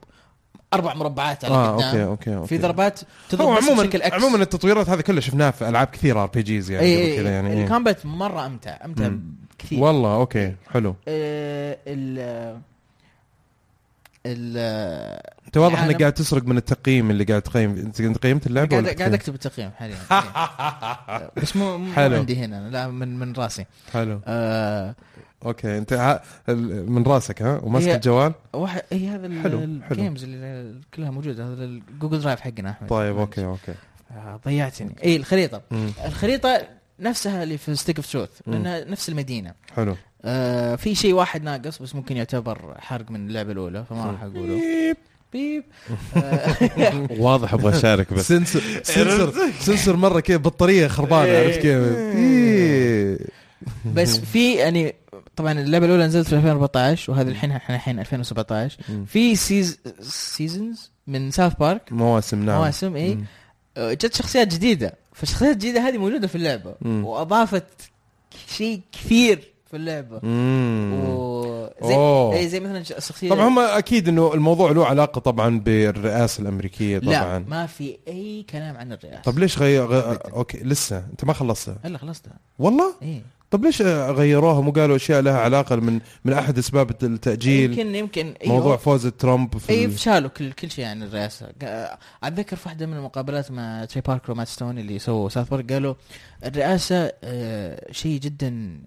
D: اربع مربعات على
C: اه
D: آه
C: اوكي
D: قدام
C: اوكي اوكي
D: في ضربات
C: هو
D: تضرب بس
C: عموما
D: بشكل اكس
C: عموما التطويرات هذه كلها شفناها في العاب كثيره ار بي جيز يعني
D: اي
C: قبل
D: اي
C: كذا
D: يعني
C: يعني إيه.
D: الكومبات مره امتع امتع
C: مم.
D: كثير
C: والله اوكي حلو
D: آه، ال ال
C: انت واضح انك
D: العالم-
C: قاعد تسرق من التقييم اللي قاعد تقيم انت أنت قيمت اللعبه
D: قاعد
C: ولا
D: قاعد
C: قاعد
D: اكتب التقييم
C: [LAUGHS]
D: حاليا إيه. بس مو مو
C: حلو.
D: عندي هنا أنا، لا من من راسي
C: حلو
D: آه،
C: اوكي انت ها- ال- من راسك ها وماسك
D: هي-
C: الجوال
D: واحد اي هذا ال-
C: حلو،
D: الجيمز اللي كلها موجوده هذا الجوجل درايف حقنا احمد
C: طيب اوكي اوكي
D: آه، ضيعتني اي الخريطه
C: مم.
D: الخريطه نفسها اللي في ستيك اوف تروث لانها نفس المدينه
C: حلو
D: آه في شيء واحد ناقص بس ممكن يعتبر حرق من اللعبه الاولى فما راح اقوله بيب آه
E: واضح ابغى اشارك بس
C: سنسر سنسر سنسر مره كذا بطاريه خربانه عرفت كيف إيه.
D: آه، [LAUGHS] بس في يعني طبعا اللعبه الاولى نزلت في 2014 وهذه الحين احنا الحين 2017 في سيز سيزونز من ساوث بارك
C: مواسم نعم
D: مواسم اي
C: مم.
D: آه، جت شخصيات جديده فالشخصيات الجديده هذه موجوده في اللعبه
C: مم.
D: واضافت شيء كثير في اللعبه
C: مم.
D: و
C: أوه.
D: زي, إيه، زي مثلا الشخصيه
C: طبعا هم اكيد انه الموضوع له علاقه طبعا بالرئاسه الامريكيه
D: لا
C: طبعا
D: ما في اي كلام عن الرئاسه
C: طب ليش غير غ... اوكي لسه انت ما خلصتها
D: هلا خلصتها
C: والله
D: ايه
C: طب ليش غيروها مو قالوا اشياء لها علاقه من من احد اسباب التاجيل
D: يمكن يمكن أيوه.
C: موضوع فوز ترامب في
D: اي
C: ال-
D: شالوا كل كل شيء عن الرئاسه قا- اتذكر في واحده من المقابلات مع تري باركر ومات ستون اللي سووا ساوث بارك قالوا الرئاسه آه، شيء جدا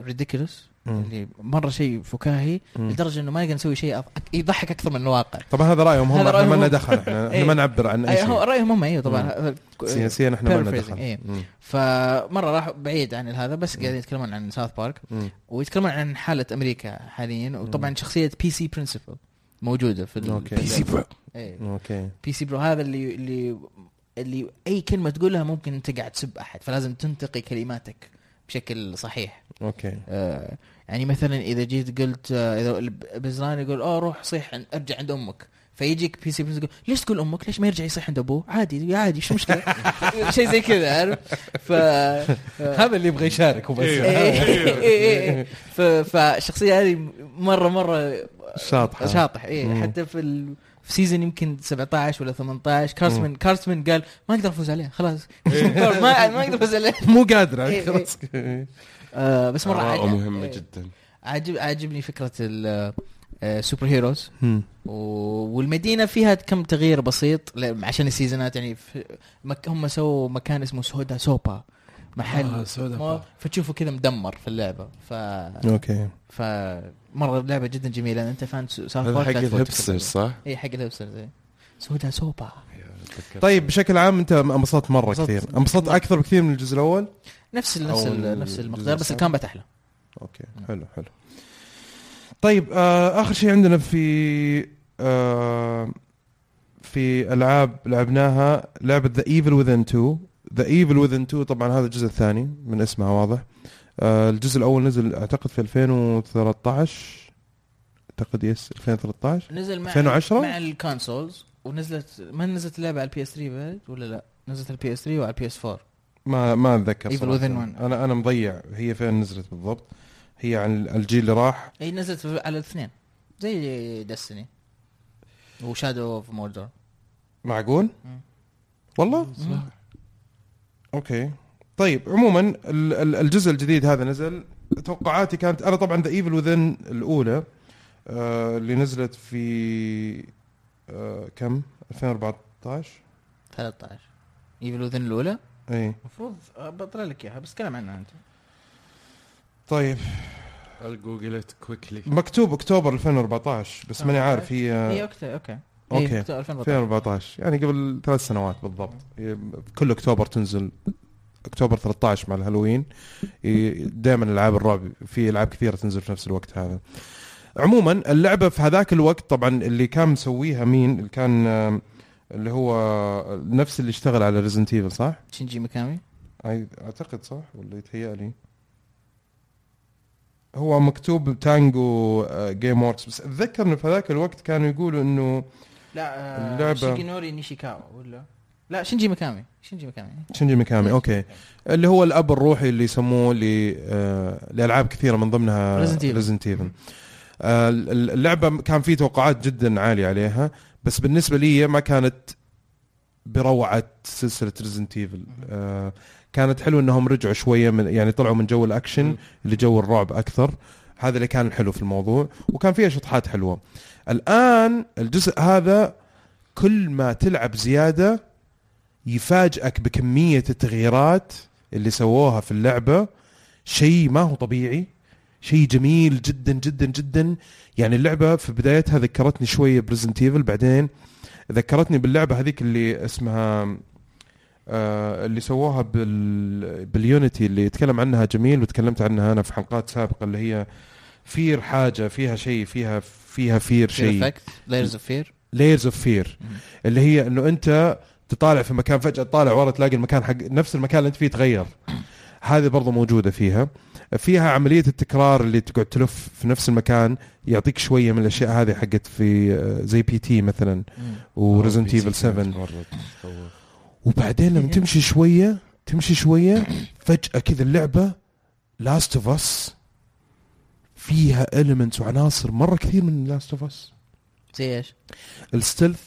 D: ريديكولس
C: مم.
D: اللي مره شيء فكاهي
C: مم.
D: لدرجه انه ما نقدر نسوي شيء أف- أك- يضحك اكثر من الواقع
C: طبعا هذا رايهم هم
D: هذا
C: احنا ما
D: رأيهم
C: لنا
D: هم.
C: دخل احنا احنا
D: [LAUGHS] إيه.
C: ما نعبر عن اي
D: أي هو
C: شيء
D: رايهم هم ايوه طبعا هذا-
C: سياسيا احنا ما لنا
D: paraphrasing،
C: دخل
D: إيه.
C: مم.
D: فمره راحوا بعيد عن هذا بس قاعدين يتكلمون عن ساوث بارك
C: مم.
D: ويتكلمون عن حاله امريكا حاليا وطبعا شخصيه بي سي برنسبل موجوده في ال-
C: أوكي.
D: في ال-
C: PC
D: إيه.
C: اوكي
D: بي سي برو هذا اللي اللي اللي اي كلمه تقولها ممكن انت قاعد تسب احد فلازم تنتقي كلماتك بشكل صحيح
C: اوكي
D: آه، يعني مثلا اذا جيت قلت آه، اذا البزران يقول اه روح صيح عن- ارجع عند امك فيجيك بي سي بلس يقول ليش تقول امك؟ ليش ما يرجع يصيح عند ابوه؟ عادي عادي شو مشكله؟ [LAUGHS] شيء زي كذا عارف؟ ف آه، إيه،
G: هذا اللي يبغى يشارك هو
C: إيه.
G: بس
C: [LAUGHS]
D: ف- فالشخصيه هذه مره مره
C: شاطحه
D: شاطح اي حتى في ال... في سيزون يمكن 17 ولا 18 كارسمن كارسمن قال ما اقدر افوز عليه خلاص [LAUGHS] ما ما اقدر افوز عليه
C: مو قادره
D: إيه،
C: خلاص
D: آه، بس مره
E: آراءه
D: عجب-
E: مهمه
D: إيه.
E: جدا
D: عاجب عاجبني فكره ال- آه، السوبر هيروز و- والمدينه فيها كم تغيير بسيط ل- عشان السيزونات يعني في- مك هم سووا مكان اسمه سودا سوبا محل مو- فتشوفه كذا مدمر في اللعبه ف
C: اوكي
D: ف مره لعبه جدا جميله انت فان س- ساوث
E: هذا
D: بارك
E: حق
D: لا تفوتك
E: الهبستر صح؟
D: اي إيه، حق الهبستر زي سودا سوبا
C: طيب بشكل عام انت انبسطت مره
D: انبسطت.
C: كثير انبسطت اكثر بكثير من الجزء الاول
D: نفس ال- نفس
C: أو
D: ال- نفس المقدار بس
C: الجزء
D: الكامبات احلى
C: اوكي حلو حلو طيب آه اخر شيء عندنا في آه في العاب لعبناها لعبه ذا ايفل وذن 2 ذا ايفل وذن 2 طبعا هذا الجزء الثاني من اسمها واضح آه الجزء الاول نزل اعتقد في 2013 اعتقد يس 2013
D: نزل مع
C: 2010
D: مع الكونسولز ونزلت ما نزلت اللعبه على البي اس 3 بعد ولا لا؟ نزلت على البي اس 3 وعلى البي اس 4
C: ما ما اتذكر
D: Evil
C: صراحة.
D: Within One.
C: انا انا مضيع هي فين نزلت بالضبط هي عن الجيل اللي راح
D: اي نزلت في- على الاثنين زي دستني وشادو اوف موردر
C: معقول؟
D: مم.
C: والله؟ اوكي طيب عموما ال- ال- الجزء الجديد هذا نزل توقعاتي كانت انا طبعا ذا ايفل وذن الاولى آه اللي نزلت في آه كم؟ 2014
D: 13 ايفل وذن الاولى
C: اي
D: المفروض بطلع لك اياها بس كلام عنها انت
C: طيب
E: جوجلت كويكلي
C: مكتوب اكتوبر 2014 بس ماني عارف هي
D: اي اوكي اوكي
C: آه. أوكي.
D: إي، أكتوبر 2014
C: 2014 يعني قبل ثلاث سنوات بالضبط إيه، كل اكتوبر تنزل اكتوبر 13 مع الهالوين دائما العاب الرعب في العاب كثيره تنزل في نفس الوقت هذا عموما اللعبه في هذاك الوقت طبعا اللي كان مسويها مين اللي كان آم، اللي هو نفس اللي اشتغل على ريزنت ايفل صح؟
D: شينجي ميكامي
C: أي- اعتقد صح ولا يتهيأ لي هو مكتوب تانجو جيم ووركس بس اتذكر انه في هذاك الوقت كانوا يقولوا انه
D: لا
C: اللعبة-
D: شيجينوري نيشيكاوا ولا لا شينجي ميكامي شينجي ميكامي إيه.
C: شينجي ميكامي اوكي اللي هو الاب الروحي اللي يسموه ل آه، لالعاب كثيره من ضمنها
D: Resident Evil.
C: ريزنت ايفل اللعبه م- كان في توقعات جدا عاليه عليها بس بالنسبه لي ما كانت بروعه سلسله ريزنت ايفل آه، كانت حلو انهم رجعوا شويه من يعني طلعوا من جو الاكشن لجو الرعب اكثر هذا اللي كان الحلو في الموضوع وكان فيها شطحات حلوه الان الجزء هذا كل ما تلعب زياده يفاجئك بكميه التغييرات اللي سووها في اللعبه شيء ما هو طبيعي شيء جميل جدا جدا جدا يعني اللعبه في بدايتها ذكرتني شويه بريزنت ايفل بعدين ذكرتني باللعبه هذيك اللي اسمها آه اللي سووها بال باليونيتي اللي يتكلم عنها جميل وتكلمت عنها انا في حلقات سابقه اللي هي فير حاجه فيها شيء فيها فيها فير شيء
D: لايرز اوف فير
C: لايرز اوف فير اللي هي انه انت تطالع في مكان فجاه تطالع ورا تلاقي المكان حق نفس المكان اللي انت فيه تغير هذه برضو موجوده فيها فيها عمليه التكرار اللي تقعد تلف في نفس المكان يعطيك شويه من الاشياء هذه حقت في آه، زي بي تي مثلا
E: آه،
C: وريزنت ايفل 7
E: مره تخوف.
C: وبعدين لما تمشي شويه تمشي شويه فجاه كذا اللعبه لاست اوف اس فيها elements وعناصر مره كثير من لاست اوف اس
D: زي ايش؟
C: الستلث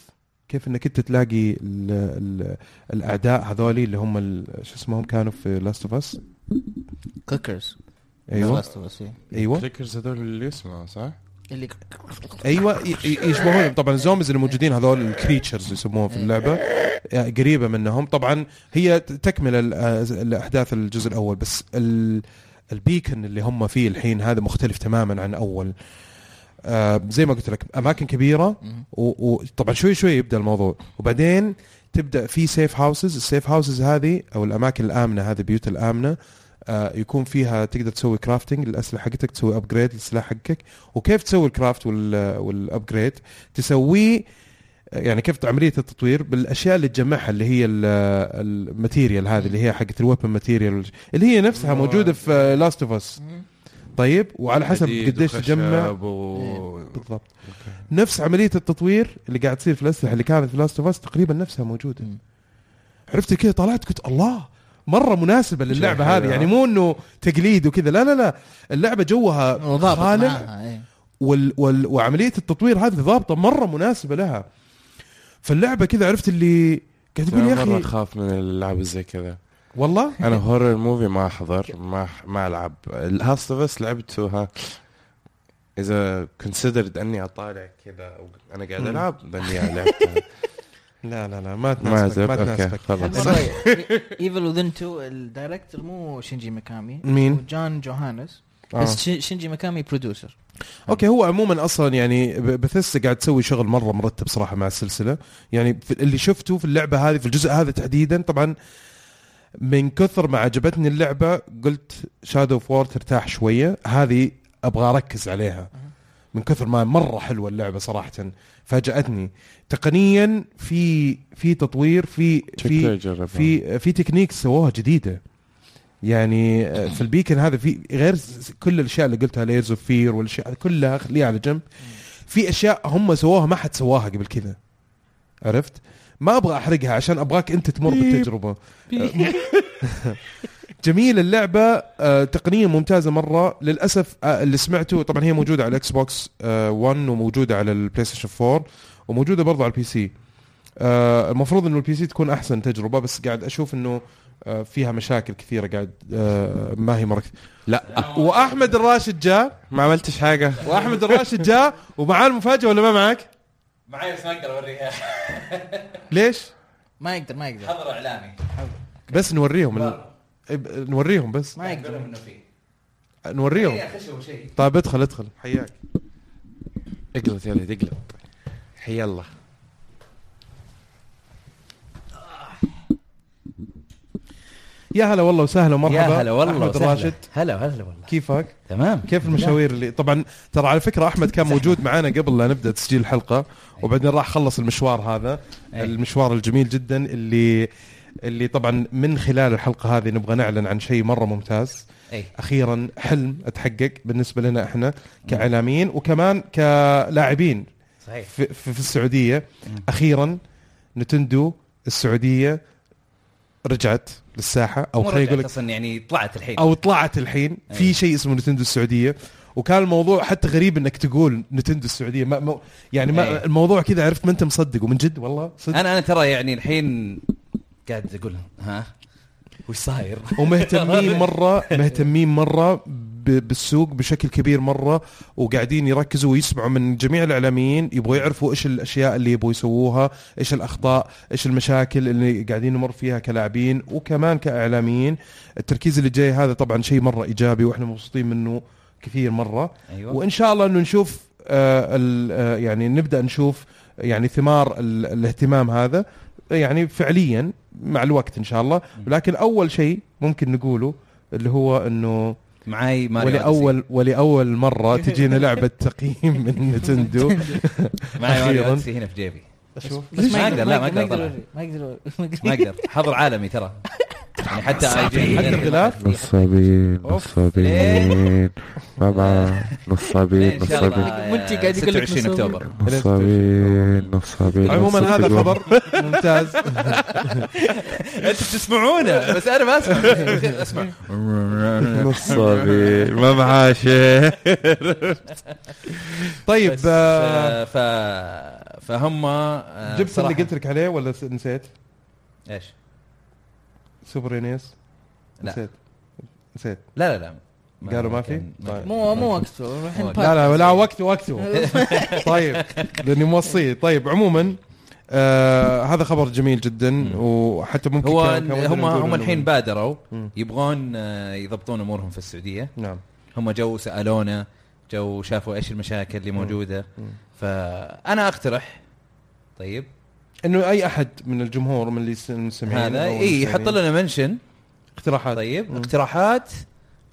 C: كيف انك انت تلاقي ال ال الاعداء هذولي اللي هم ال- شو اسمهم كانوا في لاست اوف اس
D: كوكرز
C: ايوه ايوه
E: كليكرز هذول اللي يسمعوا صح؟
D: اللي
C: ايوه ي- ي- يشبهون طبعا الزومبيز اللي موجودين هذول الكريتشرز يسموهم في اللعبه آه، قريبه منهم طبعا هي ت- تكمل ال- آه، الاحداث الجزء الاول بس ال- البيكن اللي هم فيه الحين هذا مختلف تماما عن اول آه، زي ما قلت لك اماكن كبيره
D: مم.
C: و- وطبعا شوي شوي يبدا الموضوع وبعدين تبدا في سيف هاوسز السيف هاوسز هذه او الاماكن الامنه هذه البيوت الامنه آه، يكون فيها تقدر تسوي كرافتنج للاسلحه حقتك تسوي ابجريد للسلاح حقك وكيف تسوي الكرافت وال- والابجريد تسويه يعني كيف عمليه التطوير بالاشياء اللي تجمعها اللي هي الماتيريال هذه اللي هي حقت الويبن ماتيريال اللي هي نفسها موجوده في لاست اوف اس طيب وعلى حسب قديش تجمع إيه، بالضبط نفس عمليه التطوير اللي قاعد تصير في الاسلحه اللي كانت في لاست اوف اس تقريبا نفسها موجوده
D: مم.
C: عرفت كذا طلعت قلت الله مره مناسبه للعبه هذه يعني مو انه تقليد وكذا لا لا لا اللعبه جوها
D: وضابط
C: خالع
D: معاها، إيه.
C: وال وال وعمليه التطوير هذه ضابطه مره مناسبه لها فاللعبه كذا عرفت اللي قاعد تقول يا
E: مره
C: اخي
E: اخاف من الالعاب زي كذا
C: والله
E: انا هورر موفي ما احضر ما ما العب الهاست اوف اس لعبته ها اذا كونسيدرد اني اطالع كذا أو انا قاعد العب اني
C: [LAUGHS]
E: لعبتها
C: لا لا لا ما
E: ما
C: تناسبك
E: أزب.
C: ما
E: اوكي
C: تناسبك [LAUGHS]
E: خلاص
C: طيب،
D: ايفل وذن 2 الدايركتور مو شينجي ميكامي
C: مين؟
D: جون جوهانس
C: آه.
D: بس شي- شينجي ميكامي برودوسر
C: اوكي هو عموما اصلا يعني بثس قاعد تسوي شغل مره مرتب صراحه مع السلسله يعني في اللي شفته في اللعبه هذه في الجزء هذا تحديدا طبعا من كثر ما عجبتني اللعبه قلت شادو اوف وور ترتاح شويه هذه ابغى اركز عليها من كثر ما مره حلوه اللعبه صراحه فاجاتني تقنيا في في تطوير في في
E: في
H: نعم.
C: في في تكنيك سووها جديده يعني آه، في البيكن هذا في غير س- كل الاشياء اللي قلتها ليرز اوف فير والاشياء هذه كلها خليها على جنب في اشياء هم سووها ما حد سواها قبل كذا عرفت ما ابغى احرقها عشان ابغاك انت
H: إيه.
C: تمر بالتجربه جميل اللعبه آه، تقنيا ممتازه مره للاسف آه، اللي سمعته طبعا هي موجوده على الاكس بوكس 1 وموجوده على البلاي ستيشن 4 وموجوده برضه على البي سي آه، المفروض انه البي سي تكون احسن تجربه بس قاعد اشوف انه آه، فيها مشاكل كثيره قاعد آه، ما هي مره كثير. لا واحمد الراشد جاء
E: ما عملتش حاجه
C: واحمد الراشد جاء ومعاه المفاجاه ولا ما معك؟
H: معي بس ما اقدر اوريها
C: ليش؟
D: ما يقدر ما يقدر
H: حظر اعلاني
C: بس نوريهم ال... إب- نوريهم بس
D: ما
H: اقول لهم
D: يقدر
H: انه في
C: نوريهم
H: يا خشوا شيء
C: طيب ادخل ادخل حياك
E: اقلط يلا اقلط حي الله
C: يا هلا والله وسهلا ومرحبا
H: يا هلا والله
C: احمد الراشد
H: هلا هلا والله
C: كيفك؟
H: تمام
C: كيف المشاوير اللي طبعا ترى على فكره احمد كان موجود معانا قبل لا نبدا تسجيل الحلقه وبعدين راح خلص المشوار هذا المشوار الجميل جدا اللي اللي طبعا من خلال الحلقه هذه نبغى نعلن عن شيء مره ممتاز
H: أي.
C: اخيرا حلم اتحقق بالنسبه لنا احنا كاعلاميين وكمان كلاعبين
H: صحيح
C: في, في, في السعوديه اخيرا نتندو السعوديه رجعت للساحه او خلينا نقول
H: لك اصلا يعني طلعت الحين إيه.
C: او طلعت الحين في شيء اسمه نتندو السعوديه وكان الموضوع حتى غريب انك تقول نتندو السعوديه ما ما يعني ما
H: أي.
C: الموضوع كذا عرفت ما انت مصدق ومن جد والله صدق
H: انا انا إيه. ترى يعني الحين قاعد اقول ها وش صاير؟ [LAUGHS]
C: ومهتمين مره مهتمين مره ب- بالسوق بشكل كبير مره وقاعدين يركزوا ويسمعوا من جميع الاعلاميين يبغوا يعرفوا ايش الاشياء اللي يبغوا يسووها، ايش الاخطاء، ايش المشاكل اللي قاعدين نمر فيها كلاعبين وكمان كاعلاميين، التركيز اللي جاي هذا طبعا شيء مره ايجابي واحنا مبسوطين منه كثير مره
H: ايوه
C: وان شاء الله انه نشوف آه ال- آه، يعني نبدا نشوف يعني ثمار ال- الاهتمام هذا يعني فعليا مع الوقت ان شاء الله ولكن اول شيء ممكن نقوله اللي هو انه
H: معاي ماريو أوديسي.
C: ولاول ولاول
H: [LAUGHS]
C: مره تجينا لعبه تقييم من نتندو
H: معاي ماريو
C: أخيراً.
H: أوديسي هنا في جيبي
D: بس
H: ما أقدر، لا، ما أقدر
D: ما يقدر
H: طبعاً.
D: يوري، ما يقدر [LAUGHS] ما
H: ما
D: يقدر
H: اقدر حظر عالمي ترى يعني حتى اي جي
C: حتى الغلاف
E: نصابين
H: أوف.
E: نصابين بابا نصابين
H: ان شاء
E: نصابين
H: الله
D: وأنت قاعد يقول لك
H: 26
D: مصور.
H: اكتوبر
E: نصابين نصابين
C: عموما هذا
E: نصابين.
C: خبر ممتاز
H: انتم تسمعونه بس انا ما اسمع اسمع
E: نصابين ما معاه شيء
C: طيب
H: بس،
C: آه،
H: آه، ف فهم آه،
C: جبت اللي
H: صراحة-
C: قلت لك عليه ولا س- نسيت؟
H: ايش؟
C: سوبر انيس
H: لا.
C: نسيت نسيت
H: لا لا لا
C: قالوا ما في؟
H: كان-
C: طيب.
D: مو مو وقته الحين
H: لا،
C: لا
D: بارك.
C: لا لا وقته
H: [LAUGHS]
C: وقته طيب لاني موصيه طيب عموما آه هذا خبر جميل جدا وحتى ممكن
H: هو
C: كان- كان ودنا
H: هم
C: نقول
H: هم
C: إنه-
H: الحين بادروا
C: مم.
H: يبغون آه، يضبطون امورهم في السعوديه
C: نعم
H: هم جو سالونا جو شافوا ايش المشاكل اللي موجوده
C: مم.
H: فانا اقترح طيب
C: انه اي احد من الجمهور من اللي يس- مستمعين
H: هذا إيه،
C: أو
H: اي
C: المستمعين.
H: يحط لنا منشن
C: اقتراحات
H: طيب
C: مم.
H: اقتراحات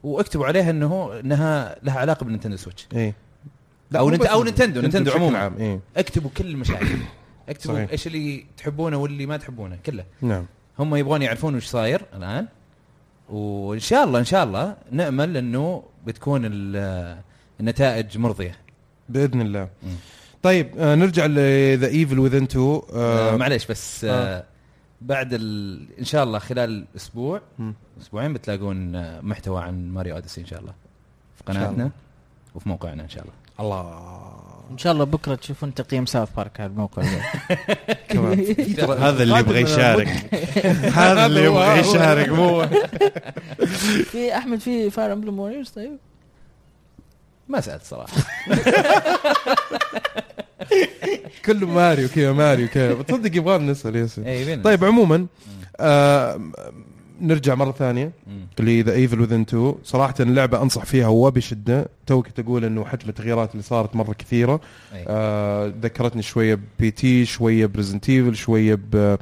H: واكتبوا عليها انه انها لها علاقه بالنينتندو سويتش
C: اي
H: أو نت- أو نينتندو، نينتندو عموما.
C: عام إيه.
H: اكتبوا كل المشاكل اكتبوا
C: صحيح.
H: صحيح. ايش اللي تحبونه واللي ما تحبونه كله
C: نعم
H: هم يبغون يعرفون وش صاير الان وان شاء الله ان شاء الله نامل انه بتكون ال- النتائج مرضيه
C: باذن الله طيب آه نرجع لذا ايفل وذن 2
H: آه
C: آه
H: معليش بس آه بعد ال... ان شاء الله خلال اسبوع
C: مم.
H: اسبوعين بتلاقون آه، محتوى عن ماريو اوديسي ان شاء الله في
C: شاء
H: قناتنا
C: الله.
H: وفي موقعنا ان شاء الله
C: الله
D: ان شاء الله بكره تشوفون تقييم ساوث بارك على الموقع
C: كمان
D: إيه،
E: هذا اللي يبغى يشارك هذا اللي
D: [LAUGHS]
E: يبغى يشارك مو
D: في احمد في فاير امبلم ووريرز طيب
H: ما سالت صراحه
C: كله ماريو كذا ماريو كذا تصدق يبغى نسال ياسر [LAUGHS]
H: إيه، بينا.
C: طيب عموما آه نرجع مره ثانيه لذا ايفل وذن 2 صراحه اللعبه انصح فيها وبشده تو كنت اقول انه حجم التغييرات اللي صارت مره كثيره
H: أي.
C: آه ذكرتني شويه بي تي شويه بريزنت ايفل شويه آه،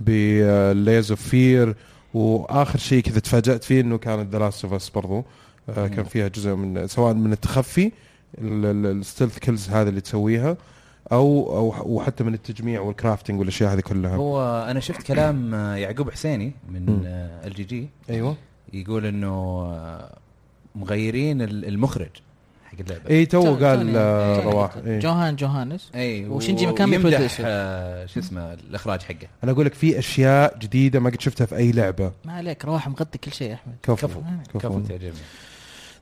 C: بليز اوف فير واخر شيء كذا تفاجات فيه انه كانت ذا لاست اوف اس برضو آه كان فيها جزء من سواء من التخفي الستيلث كيلز هذا اللي تسويها او او وحتى من التجميع والكرافتنج والاشياء هذه كلها
H: هو انا شفت كلام آه، يعقوب حسيني من آه،
C: مم.
H: ال جي جي
C: ايوه
H: يقول انه آه، مغيرين ال- المخرج حق اللعبه
C: اي تو
D: توني-
C: قال
D: توني-
C: آه،
D: توني-
C: رواح إيه.
D: جوهان جوهانس
H: اي
D: وشينجي ميكامي
H: ويمدح،
D: producer.
H: آه، شو اسمه الاخراج حقه
C: انا اقول لك في اشياء جديده ما قد شفتها في اي لعبه
D: ما عليك رواح مغطي كل شيء يا احمد
C: كفو
H: كفو.
C: كفو
H: كفو تعجبني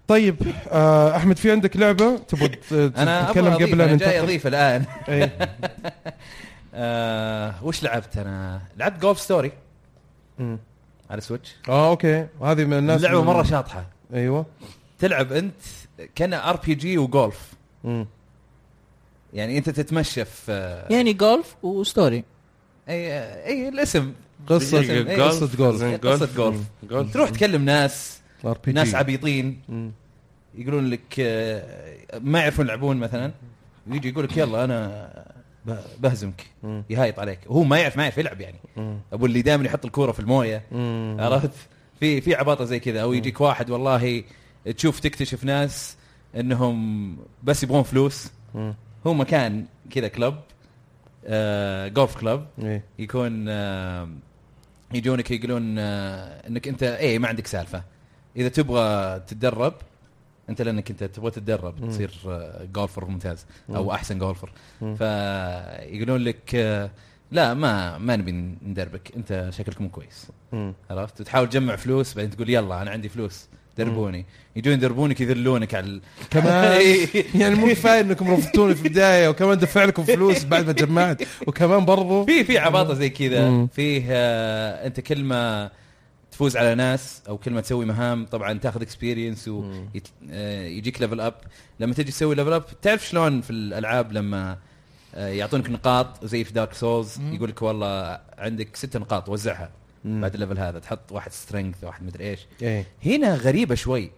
C: طيب آه احمد في عندك لعبه تبغى ت-
H: انا
C: تتكلم قبل
H: لا
C: ان
H: جاي
C: ننتقل
H: اضيف الان
C: إيه.
H: [LAUGHS] آه وش لعبت انا؟ لعبت جولف ستوري
C: مم.
H: على سويتش
C: اه اوكي هذه من الناس
H: اللعبه
C: من-
H: مره شاطحه
C: ايوه
H: تلعب انت كانها ار بي جي وجولف
C: مم.
H: يعني انت تتمشى في آه،
D: يعني جولف وستوري
H: اي آه، اي الاسم
C: قصة
H: الاسم، إي،
C: قصة جولف.
H: إي، قصة جولف تروح تكلم ناس
C: ار بي
H: ناس
C: جي.
H: عبيطين
C: مم.
H: يقولون لك آه، ما يعرفون يلعبون مثلا ويجي يقول لك يلا انا ب- بهزمك
C: مم.
H: يهايط عليك وهو ما يعرف ما يعرف يلعب يعني
C: مم.
H: ابو اللي دائما يحط الكوره في المويه
C: مم.
H: عرفت في في عباطه زي كذا او يجيك واحد والله تشوف تكتشف ناس انهم بس يبغون فلوس
C: مم.
H: هو مكان كذا كلب آه جولف كلب
C: إيه.
H: يكون آه يجونك يقولون آه انك انت اي ما عندك سالفه اذا تبغى تتدرب انت لانك انت تبغى تتدرب تصير آه جولفر ممتاز او احسن جولفر فيقولون لك آه لا ما ما نبي ندربك انت شكلك مو كويس
C: مم.
H: عرفت وتحاول تجمع فلوس بعدين تقول يلا انا عندي فلوس دربوني يجون يدربونك يذلونك على ال-
C: كمان
H: إي.
C: يعني مو كفايه انكم رفضتوني في البدايه وكمان دفع لكم فلوس بعد ما جمعت وكمان برضو
H: في في عباطه زي كذا
C: مم.
H: فيه آه انت كل ما تفوز على ناس او كل ما تسوي مهام طبعا تاخذ اكسبيرينس ويجيك ليفل اب لما تجي تسوي ليفل اب تعرف شلون في الالعاب لما آه، يعطونك نقاط زي في دارك سولز يقول لك والله عندك ست نقاط وزعها بعد الليفل هذا تحط واحد سترينث واحد مدري ايش
C: ايه
H: هنا غريبه شوي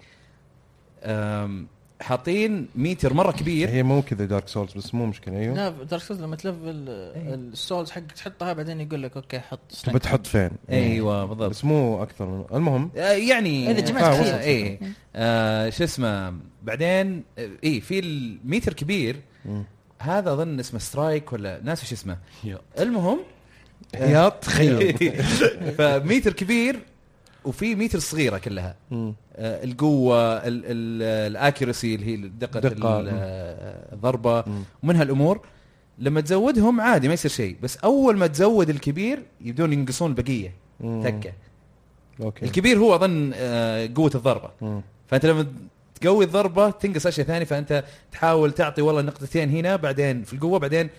H: أم، حاطين ميتر مره كبير
C: هي مو كذا دارك سولز بس مو مشكله ايوه
D: لا دارك سولز لما تلفل السولز حقك تحطها بعدين يقول لك اوكي حط
C: تبى
D: strength.
C: إيه. تحط فين
H: ايوه بالضبط
C: بس مو اكثر من المهم
H: آه، يعني
D: إيه، جمعت
H: آه،
D: كثير.
H: وصلت. ايه آه، شو اسمه بعدين آه، ايه في الميتر كبير هذا اظن اسمه سترايك ولا ناس وش اسمه المهم
C: يا [LAUGHS] تخيل
H: [LAUGHS] فميتر كبير وفي ميتر صغيره كلها
C: مم.
H: آه، القوه ال- ال- الاكيرسي اللي هي دقه
C: دقة.
H: ال- آه، الضربه ومن هالامور لما تزودهم عادي ما يصير شيء بس اول ما تزود الكبير يبدون ينقصون البقيه
C: مم.
H: تكه
C: اوكي
H: الكبير هو اظن آه، قوه الضربه
C: مم.
H: فانت لما تقوي الضربه تنقص اشياء ثانيه فانت تحاول تعطي والله نقطتين هنا بعدين في القوه بعدين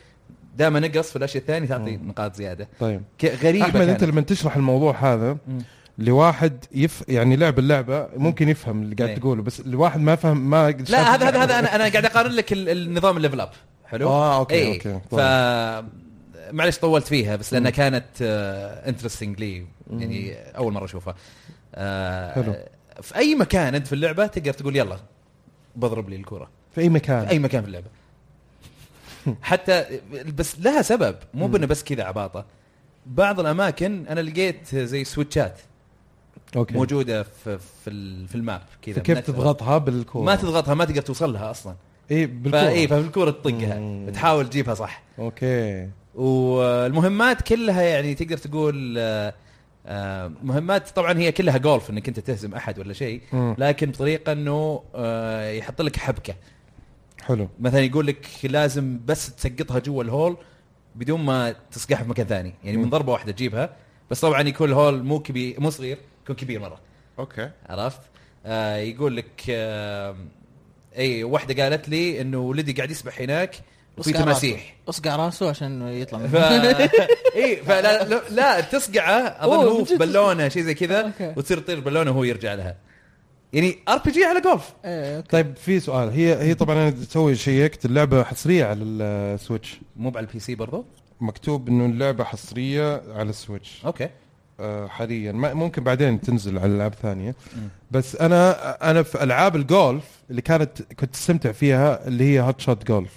H: دام نقص في الاشياء الثانيه تعطي نقاط زياده
C: طيب
H: ك- غريبه
C: احمد انت
H: كانت.
C: لما تشرح الموضوع هذا لواحد يف يعني لعب اللعبه ممكن يفهم اللي قاعد
H: إيه.
C: تقوله بس لواحد ما فهم ما
H: لا هذا هذا هذا انا انا قاعد اقارن لك ال- النظام الليفل اب حلو
C: آه، أوكي،
H: إيه.
C: أوكي،
H: ف معلش طولت فيها بس لانها كانت انترستنج لي يعني اول مره اشوفها آه،
C: حلو.
H: في اي مكان انت في اللعبه تقدر تقول يلا بضرب لي الكره
C: في اي
H: في
C: مكان
H: اي مكان في اللعبه حتى بس لها سبب مو بانه بس كذا عباطه بعض الاماكن انا لقيت زي سويتشات
C: اوكي
H: موجوده في في ال- في الماب كذا
C: فكيف
H: بنفسها.
C: تضغطها إيه، بالكوره
H: ما إيه. تضغطها ما تقدر توصل لها اصلا
C: اي
H: فاي
C: بالكوره
H: فالكره تطقها
C: مم.
H: تحاول تجيبها صح
C: اوكي
H: والمهمات كلها يعني تقدر تقول آه، آه، مهمات طبعا هي كلها جولف انك انت تهزم احد ولا شيء
C: مم.
H: لكن بطريقه انه آه، يحط لك حبكه
C: حلو
H: مثلا يقول لك لازم بس تسقطها جوا الهول بدون ما تصقعها في مكان ثاني يعني من ضربه واحده تجيبها بس طبعا يكون الهول مو كبير مو صغير يكون كبير مره
E: اوكي
H: عرفت آه يقول لك آه اي واحده قالت لي انه ولدي قاعد يسبح هناك وفي
D: أصقع
H: تماسيح
D: راسه. اصقع راسه عشان يطلع
C: إيه.
H: ف... [LAUGHS]
D: منه.
H: اي فلا لا, لا تصقعه اظن
D: أوه،
H: هو
D: من
H: في
D: جد.
H: بالونه شيء زي كذا
D: أوكي.
H: وتصير تطير بالونه وهو يرجع لها يعني ار بي جي على جولف
D: إيه، أوكي.
C: طيب في سؤال هي هي طبعا انا تسوي شيكت اللعبه حصريه على السويتش
H: مو على البي سي برضو
C: مكتوب انه اللعبه حصريه على السويتش
H: اوكي
C: آه، حاليا ما- ممكن بعدين تنزل على العاب ثانيه بس انا انا في العاب الجولف اللي كانت كنت استمتع فيها اللي هي هات شوت جولف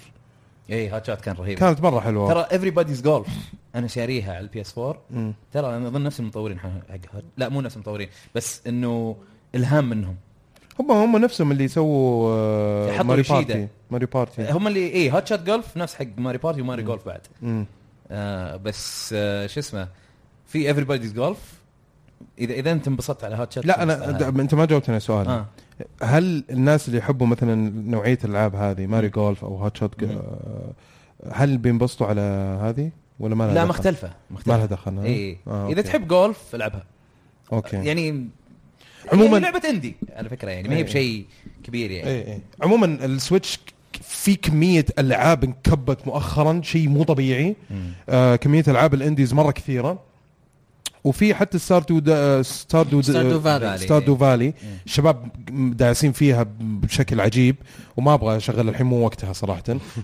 H: اي هات شوت كان رهيب
C: كانت مره حلوه
H: ترى everybody's جولف انا شاريها على البي اس 4
C: مم.
H: ترى انا اظن نفس المطورين حق- حقها لا مو نفس المطورين بس انه الهام منهم
C: هم هم نفسهم اللي يسووا آه،
H: يحطوا
C: ماري
H: الشيدة.
C: بارتي ماري بارتي
H: هم اللي إيه، اي هات شوت جولف نفس حق ماري بارتي وماري جولف بعد
C: مم.
H: آه بس آه شو اسمه في everybody's جولف اذا اذا انت انبسطت على هات شوت
C: لا انا د- انت ما جاوبتني على سؤال
H: آه.
C: هل الناس اللي يحبوا مثلا نوعيه الالعاب هذه ماري جولف او هات شوت
H: مم.
C: آه، هل بينبسطوا على هذه ولا ما لها
H: لا
C: دخل؟
H: مختلفه
C: ما
H: مختلفه
C: لها دخل ها؟
H: اي
C: آه،
H: اذا
C: أوكي.
H: تحب جولف العبها
C: اوكي يعني
H: يعني
C: عموماً-
H: عموما لعبه اندي على فكره يعني ما هي
C: إيه.
H: بشيء كبير يعني
C: اي اي عموما إيه، السويتش ك- في كميه العاب انكبت مؤخرا شيء مو طبيعي
H: مم.
C: آه كميه العاب الانديز مره كثيره وفي حتى ستاردو دا ستاردو
D: Stardew
H: Valley.
C: ستاردو فالي
H: مم.
C: الشباب داعسين فيها بشكل عجيب وما ابغى اشغل الحين مو وقتها صراحه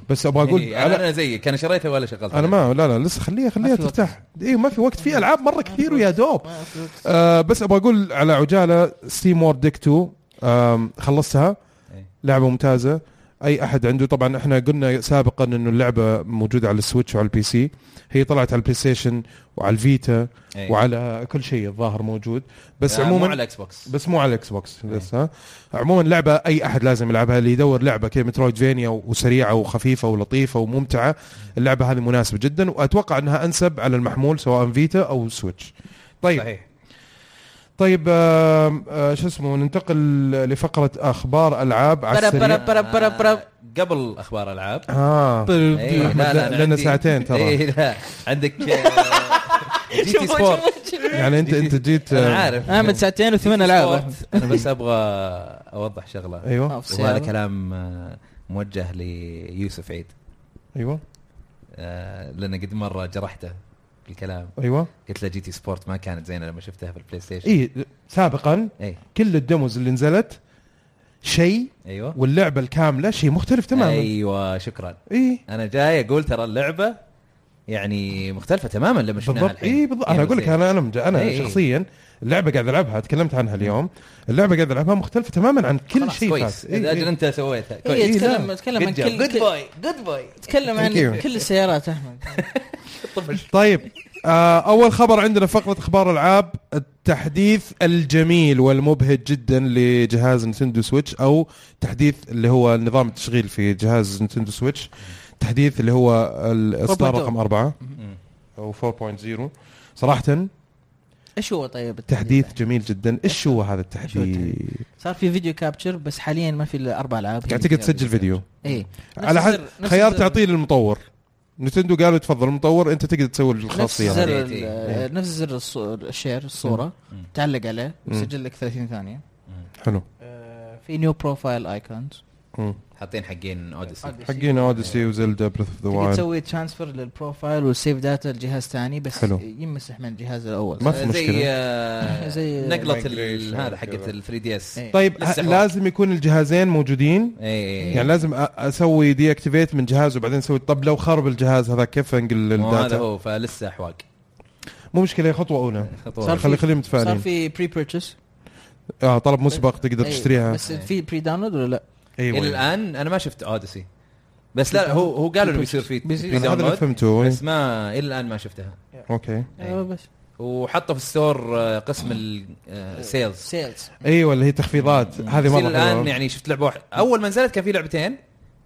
C: بس ابغى اقول
H: إيه،
C: على-
H: انا أنا زيك انا شريتها ولا شغلتها
C: انا ما لا لا لسه خليها خليها
D: ما في وقت.
C: ترتاح اي ما في وقت في العاب مره كثير ويا دوب
D: ما أفلت.
C: آه بس ابغى اقول على عجاله ستيم وور ديك 2 آم، خلصتها
H: إيه.
C: لعبه ممتازه اي احد عنده طبعا احنا قلنا سابقا انه اللعبه موجوده على السويتش وعلى البي سي هي طلعت على البلاي ستيشن وعلى الفيتا
H: إيه.
C: وعلى كل شيء الظاهر موجود بس
H: آه، مو
C: عموما
H: على إيه. الاكس بوكس
C: بس مو على الاكس بوكس لسه عموما لعبه اي احد لازم يلعبها اللي يدور لعبه كذا مترويد فينيا وسريعه وخفيفه ولطيفه وممتعه اللعبه هذه مناسبه جدا واتوقع انها انسب على المحمول سواء فيتا او سويتش طيب صحيح.
H: صحيح
C: طيب آم، آه شو اسمه ننتقل لفقره اخبار العاب على
D: برا-
C: السريع
D: برا- برا- برا- برا.
H: آه، قبل اخبار العاب
C: اه
H: إيه، لا، لا، أنا
C: لنا
H: عندي-
C: ساعتين ترى
H: إيه، لا عندك آه، جي تي سبورت
C: يعني انت انت جيت
H: انا
C: آه،
H: عارف
D: انا من ساعتين وثمان العاب
H: سبورت. انا بس ابغى اوضح شغله
C: ايوه
D: آه، في
H: وهذا
D: السيارة.
H: كلام آه، موجه ليوسف عيد
C: ايوه
H: آه، لان قد مره جرحته بالكلام
C: ايوه
H: قلت له جي تي سبورت ما كانت زينه لما شفتها في البلاي ستيشن إيه،
C: اي سابقا
H: اي
C: كل الدموز اللي نزلت شيء
H: ايوه
C: واللعبه الكامله شيء مختلف تماما اي
H: ايوه شكرا
C: إيه
H: انا جاي اقول ترى اللعبه يعني مختلفه تماما لما شفناها يعني
C: بالضبط اي بالضبط انا اقول لك انا انا مج- انا
H: إيه.
C: شخصيا اللعبه قاعد العبها تكلمت عنها اليوم اللعبه قاعد العبها مختلفه تماما عن كل
H: خلاص
C: شيء
H: كويس
C: فات. إيه،
H: الاجل
C: إيه.
H: انت سويتها
D: إيه،
H: كويس
D: تكلم تكلم عن
H: Good job.
D: كل
H: Good
D: باي جود باي تكلم عن
C: Thank you.
D: كل السيارات احمد
C: طيب آه اول خبر عندنا فقره اخبار العاب التحديث الجميل والمبهج جدا لجهاز نتندو سويتش او تحديث اللي هو نظام التشغيل في جهاز نتندو سويتش تحديث اللي هو الاصدار
D: 4.0.
C: رقم 4
H: مم.
C: او 4.0 صراحه
D: ايش هو طيب التحديث
C: تحديث جميل جدا ايش هو هذا التحديث
D: صار في فيديو كابتشر بس حاليا ما في الا اربع العاب
C: قاعد تقدر تسجل فيديو
D: اي
C: على حسب خيار تعطيه للمطور نتندو قالوا تفضل المطور انت تقدر تسوي
D: نفس
C: الخاصيه
D: زر
C: هذه
D: ال-
H: إيه.
D: نفس زر الصو- الشير الصوره
H: مم.
D: تعلق عليه
C: مم.
D: يسجل لك 30 ثانيه
C: حلو
D: في نيو بروفايل ايكونز
C: مم.
H: حاطين حقين اوديسي
C: حقين آه، اوديسي وزلدا بريث اوف ذا
D: تقدر
C: وايلد
D: تسوي ترانسفير للبروفايل والسيف داتا لجهاز ثاني بس
C: حلو.
D: يمسح من الجهاز الاول
C: ما في
H: زي
C: مشكله
H: آه،
D: [LAUGHS] زي-
H: نقله
E: Migration
H: ال- هذا حقت
E: وكذا.
H: ال 3 دي اس
D: إيه.
C: طيب
H: لسه
C: ه-
H: حوار.
C: لازم يكون الجهازين موجودين
H: إيه،
C: يعني لازم أ- اسوي دي اكتيفيت من جهاز وبعدين اسوي طب لو خرب الجهاز هذا كيف انقل
H: هذا
C: الداتا
H: هو فلسه احواق
C: مو مشكله خطوه اولى
H: خطوه
D: صار في-
C: خلي خليهم
D: صار
C: متفائلين
D: في بري بيرتشس
C: اه طلب مسبق
H: إيه،
C: تقدر تشتريها
D: بس في بري داونلود ولا لا؟
H: الى
C: ايوه
H: الان انا ما شفت اوديسي بس لا هو هو قالوا انه بيصير في
D: بيصير.
H: في
C: أنا هذا اللي
H: download،
C: فهمته إيه.
H: بس ما الى الان ما شفتها
C: اوكي
H: إيه.
D: آه، بس
H: وحطوا في الستور آه، قسم آه، السيلز
D: سيلز
C: ايوه اللي هي تخفيضات هذه مره
H: الان
C: حلوة.
H: يعني شفت لعبه واحده اول ما نزلت كان في لعبتين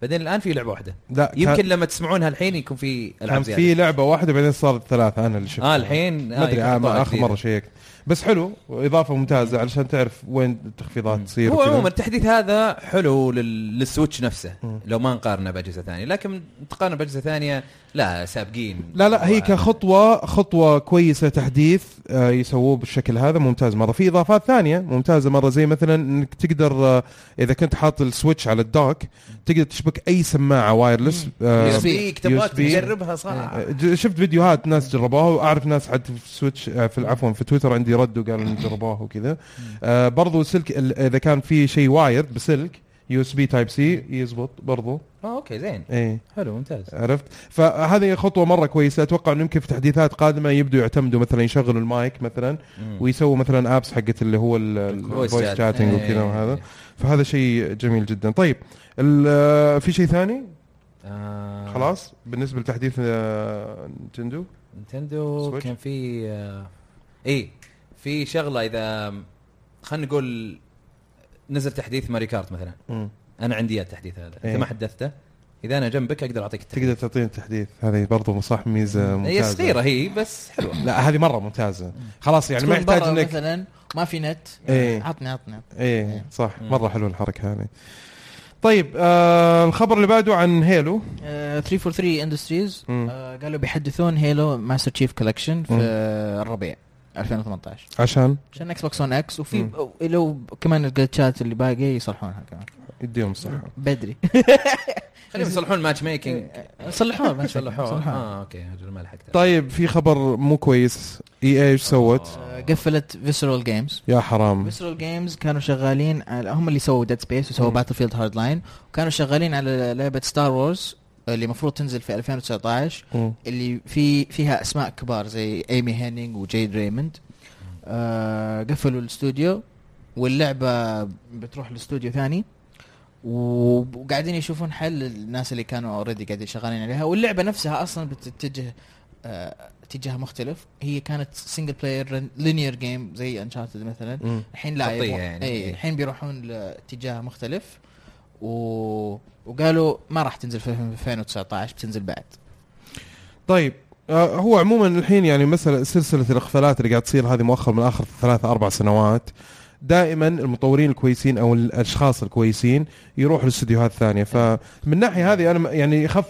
H: بعدين الان في لعبه واحده
C: لا كان-
H: يمكن لما تسمعونها الحين يكون في
C: كان
H: العاب زياده
C: في لعبه واحده بعدين صارت ثلاثه انا اللي شفتها
H: اه الحين
C: ما ادري
H: يكون طلع
C: آه ما اخر
H: كثير.
C: مره شيكت بس حلو واضافه ممتازه علشان تعرف وين التخفيضات تصير
H: هو
C: وكذا.
H: عموما التحديث هذا حلو لل- للسويتش نفسه لو ما نقارنه باجهزه ثانيه لكن تقارنه باجهزه ثانيه لا سابقين
C: لا لا هي كخطوه خطوه كويسه تحديث آه، يسووه بالشكل هذا ممتاز مره في اضافات ثانيه ممتازه مره زي مثلا انك تقدر آه، اذا كنت حاط السويتش على الدوك تقدر تشبك اي سماعه وايرلس آه،
H: يوسبيك تبغاك
C: USB.
H: تجربها صح
C: ج- شفت فيديوهات ناس جربوها واعرف ناس حتى في السويتش آه، في عفوا في تويتر عندي ردوا قالوا ان جربوها وكذا آه برضو سلك ال- اذا كان في شيء وايرد بسلك يو اس بي تايب سي يزبط برضو
H: اه اوكي زين
C: ايه
H: حلو ممتاز
C: عرفت فهذه خطوه مره كويسه اتوقع انه يمكن في تحديثات قادمه يبدوا يعتمدوا مثلا يشغلوا المايك مثلا ويسووا مثلا ابس حقت اللي هو
H: الفويس
C: الفويس
H: chat.
C: شاتنج
H: إيه.
C: وكذا وهذا فهذا شيء جميل جدا طيب ال- آه، في شيء ثاني
H: آه،
C: خلاص بالنسبه لتحديث آه، نتندو
H: نينتندو
C: سويتش؟
H: كان في آه، ايه في شغله اذا خلينا نقول نزل تحديث ماري كارت مثلا
C: مم.
H: انا عندي إياه التحديث هذا
C: إيه.
H: انت ما حدثته اذا انا جنبك اقدر اعطيك التحديث
C: تقدر تعطينا تحديث هذه برضو صح ميزه ممتازه
H: هي صغيره هي بس حلوه
C: لا هذه مره ممتازه خلاص يعني ما
D: تكون
C: يحتاج
D: برا
C: انك
D: مثلا ما في نت
C: إيه.
D: عطني عطني
C: ايه صح مره حلوه الحركه هذه طيب آه الخبر اللي بعده عن هيلو
D: آه، 343 اندستريز
C: مم.
D: آه، قالوا بيحدثون هيلو ماستر تشيف كولكشن في آه، الربيع 2018
C: عشان
D: عشان اكس بوكس اون اكس وفي لو كمان الجلتشات اللي باقي يصلحونها كمان
C: يديهم صحة
D: بدري
H: خليهم يصلحون الماتش ميكنج
D: [LAUGHS] صلحوها [LAUGHS] آه. ما شاء الله.
H: يصلحون اه اوكي اجل ما لحقت
C: إيه، طيب في خبر مو كويس اي اي ايش سوت
D: آه، قفلت فيسرال جيمز
C: يا حرام
D: فيسرال جيمز كانوا شغالين على هم اللي سووا ديد سبيس وسووا باتل فيلد هارد لاين وكانوا شغالين على لعبه ستار وورز اللي المفروض تنزل في 2019
C: مم.
D: اللي في فيها اسماء كبار زي ايمي هينينج وجيد ريموند آه قفلوا الاستوديو واللعبه بتروح لاستوديو ثاني وب- وقاعدين يشوفون حل الناس اللي كانوا اوريدي قاعدين شغالين عليها واللعبه نفسها اصلا بتتجه آه اتجاه مختلف هي كانت سنجل بلاير لينير جيم زي انشارتد مثلا
C: مم.
D: الحين لا
H: خطية
D: يبغون-
H: يعني.
D: اي الحين بيروحون لاتجاه مختلف و... وقالوا ما راح تنزل في 2019 بتنزل بعد
C: طيب آه هو عموما الحين يعني مثلا سلسلة الاغفالات اللي قاعد تصير هذه مؤخرا من اخر ثلاث اربع سنوات دائما المطورين الكويسين او الاشخاص الكويسين يروحوا لاستديوهات ثانيه فمن الناحيه هذه انا م- يعني يخف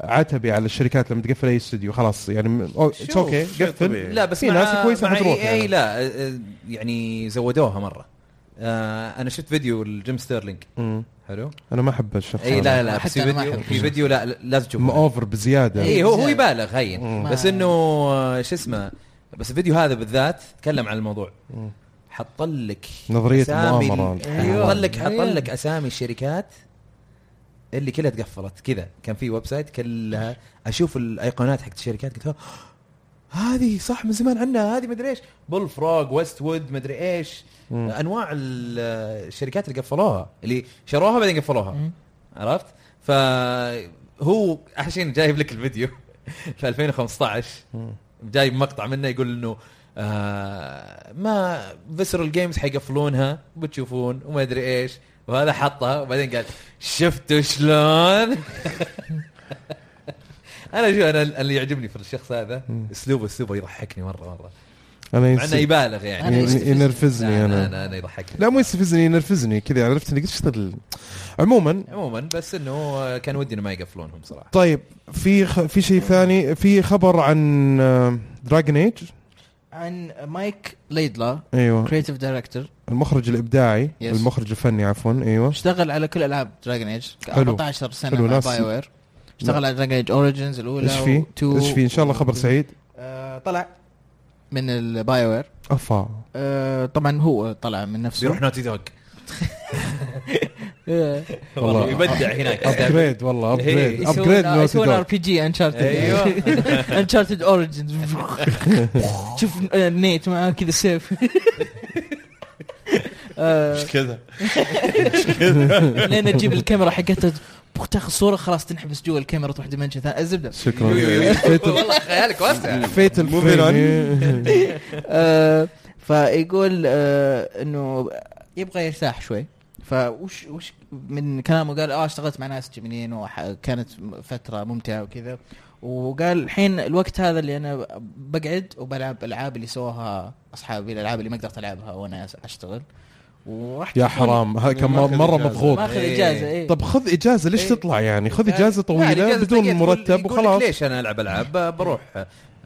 C: عتبي على الشركات لما تقفل اي استديو خلاص يعني اتس
H: شوف،
C: اوكي
E: شيء
C: قفل
E: طبيعي.
H: لا بس
C: في
H: مع-
C: ناس كويسة
H: مع
C: بتروح
H: EA
C: يعني.
H: لا آه، آه، يعني زودوها مره آه انا شفت فيديو لجيم ستيرلينج
C: مم.
H: حلو
C: انا ما احب الشخص
H: اي لا لا
D: حتى
H: بس في
D: أنا ما
H: فيديو
D: أحب
H: في فيديو لا لا- لازم
C: م-
H: تشوفه
C: اوفر بزياده
H: اي إيه، هو هو
D: زين.
H: يبالغ هين
D: مم.
H: بس انه آه، شو اسمه بس الفيديو هذا بالذات تكلم عن الموضوع حط لك
C: نظرية
H: أسامي أيوه.
C: مؤامرة.
H: ال-
C: أيوة.
H: حط لك حط لك اسامي الشركات اللي كلها تقفلت كذا كان في ويب سايت كلها اشوف الايقونات حقت الشركات قلت "ها، هذه صح من زمان عنها هذه مدري ايش بولفراغ ويست وود مدري ايش انواع ال- آه، الشركات اللي قفلوها اللي شروها بعدين قفلوها عرفت فهو عشان جايب لك الفيديو [LAUGHS] في 2015 جايب مقطع منه يقول انه آه ما فيسرال جيمز حيقفلونها بتشوفون وما ادري ايش وهذا حطها وبعدين قال شفتوا شلون [LAUGHS] انا شو انا اللي يعجبني في الشخص هذا اسلوبه اسلوبه يضحكني مره مره
C: انا
H: مع انه
C: يس-
H: يبالغ يعني
D: أنا
C: ين-
D: يستفزني.
C: ينرفزني
H: لا،
C: انا
H: انا انا, أنا يضحكني
C: لا مو يستفزني ينرفزني كذا عرفت انك ايش ذا ال- عموما
H: عموما بس انه كان ودي انه ما يقفلونهم صراحه
C: طيب في خ... في شيء ثاني في خبر عن آه، دراجن ايج
D: عن مايك ليدلا
C: ايوه
D: كريتيف دايركتور
C: المخرج الابداعي
D: Yes.
C: المخرج الفني عفوا ايوه
D: اشتغل على كل العاب دراجون ايج
C: حلو.
D: 14 سنه
C: حلو،
D: مع
C: ناس-
D: باي وير اشتغل على دراجون ايج اوريجنز الاولى
C: ايش في؟
D: و2
C: ايش في؟ ان شاء الله خبر سعيد
D: آه، طلع من الباي وير
C: افا
D: آه، طبعا هو طلع من نفسه
H: بيروح نوتي دوغ
D: آه،
H: والله
C: والله.
H: يبدع هناك
C: ابجريد والله ابجريد
H: إيه.
C: ابجريد
D: يسوون- يسوون ار
C: نوتي
D: بي جي انشارتد [LAUGHS]
H: أيوة.
C: [LAUGHS]
D: انشارتد اوريجنز شوف آه، نيت معاه كذا سيف آه، [LAUGHS]
E: كذا
D: لين تجيب الكاميرا حقتها بخ- تاخذ صوره خلاص تنحبس جوا الكاميرا تروح ديمنشن ثاني الزبده
C: شكرا
H: والله خيالك واسع
C: فيتل
E: Moving on.
D: آه، فيقول آه، انه يبغى يرتاح شوي فوش وش من كلامه قال اه اشتغلت مع ناس جميلين وكانت فتره ممتعه وكذا وقال الحين الوقت هذا اللي انا بقعد وبلعب العاب اللي سووها اصحابي الالعاب اللي ما قدرت العبها وانا اشتغل وراح
C: يا حرام هاي كان مر- مره مضغوط
D: ما اخذ اجازه ايه
C: طب خذ اجازه ليش
D: إيه.
C: تطلع يعني خذ
D: يعني-
C: اجازه
H: يعني
C: طويله
H: جالس
C: بدون
H: تقعد يقول-
C: مرتب
H: يقول لك
C: وخلاص
H: ليش انا العب العاب ب- بروح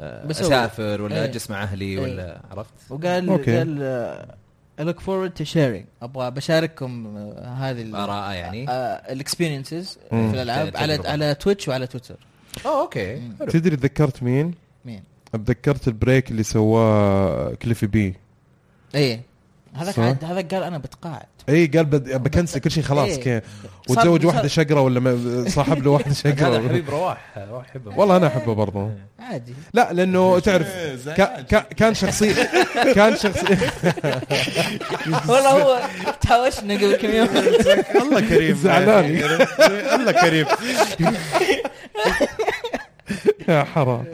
H: آه،
D: بسوي.
H: اسافر ولا
D: إيه.
H: اجلس مع اهلي
D: إيه.
H: ولا عرفت
D: وقال
C: أوكي.
D: قال آه، I look forward to sharing ابغى بشارككم آه، هذه
H: اراء يعني
D: الاكسبيرينسز آه، في
C: مم.
D: الالعاب على
H: تجربة.
D: على تويتش وعلى تويتر
H: اه اوكي
D: مم.
H: حلو.
C: تدري تذكرت مين؟
D: مين؟
C: تذكرت البريك اللي سواه كليفي بي
D: ايه هذاك
C: صح.
D: عاد هذاك قال انا بتقاعد
C: اي إيه، قال بد- بكنسل كل شيء خلاص
D: إيه.
C: كي-
D: صار-
C: وتزوج
D: صار-
C: واحده شقره ولا ما- صاحب له
D: [LAUGHS]
C: واحده
H: هذا
C: شقره
H: حبيب رواح رواح يحبه
C: والله انا احبه برضه
D: عادي [LAUGHS]
C: لا
E: إيه،
C: لانه تعرف كا- كا- كان شخصيه كان شخصيه
D: والله هو تهاوشنا قبل كم
C: [LAUGHS]
D: يوم
E: الله [LAUGHS] كريم
C: زعلان.
E: [LAUGHS] الله كريم
C: [LAUGHS] يا حرام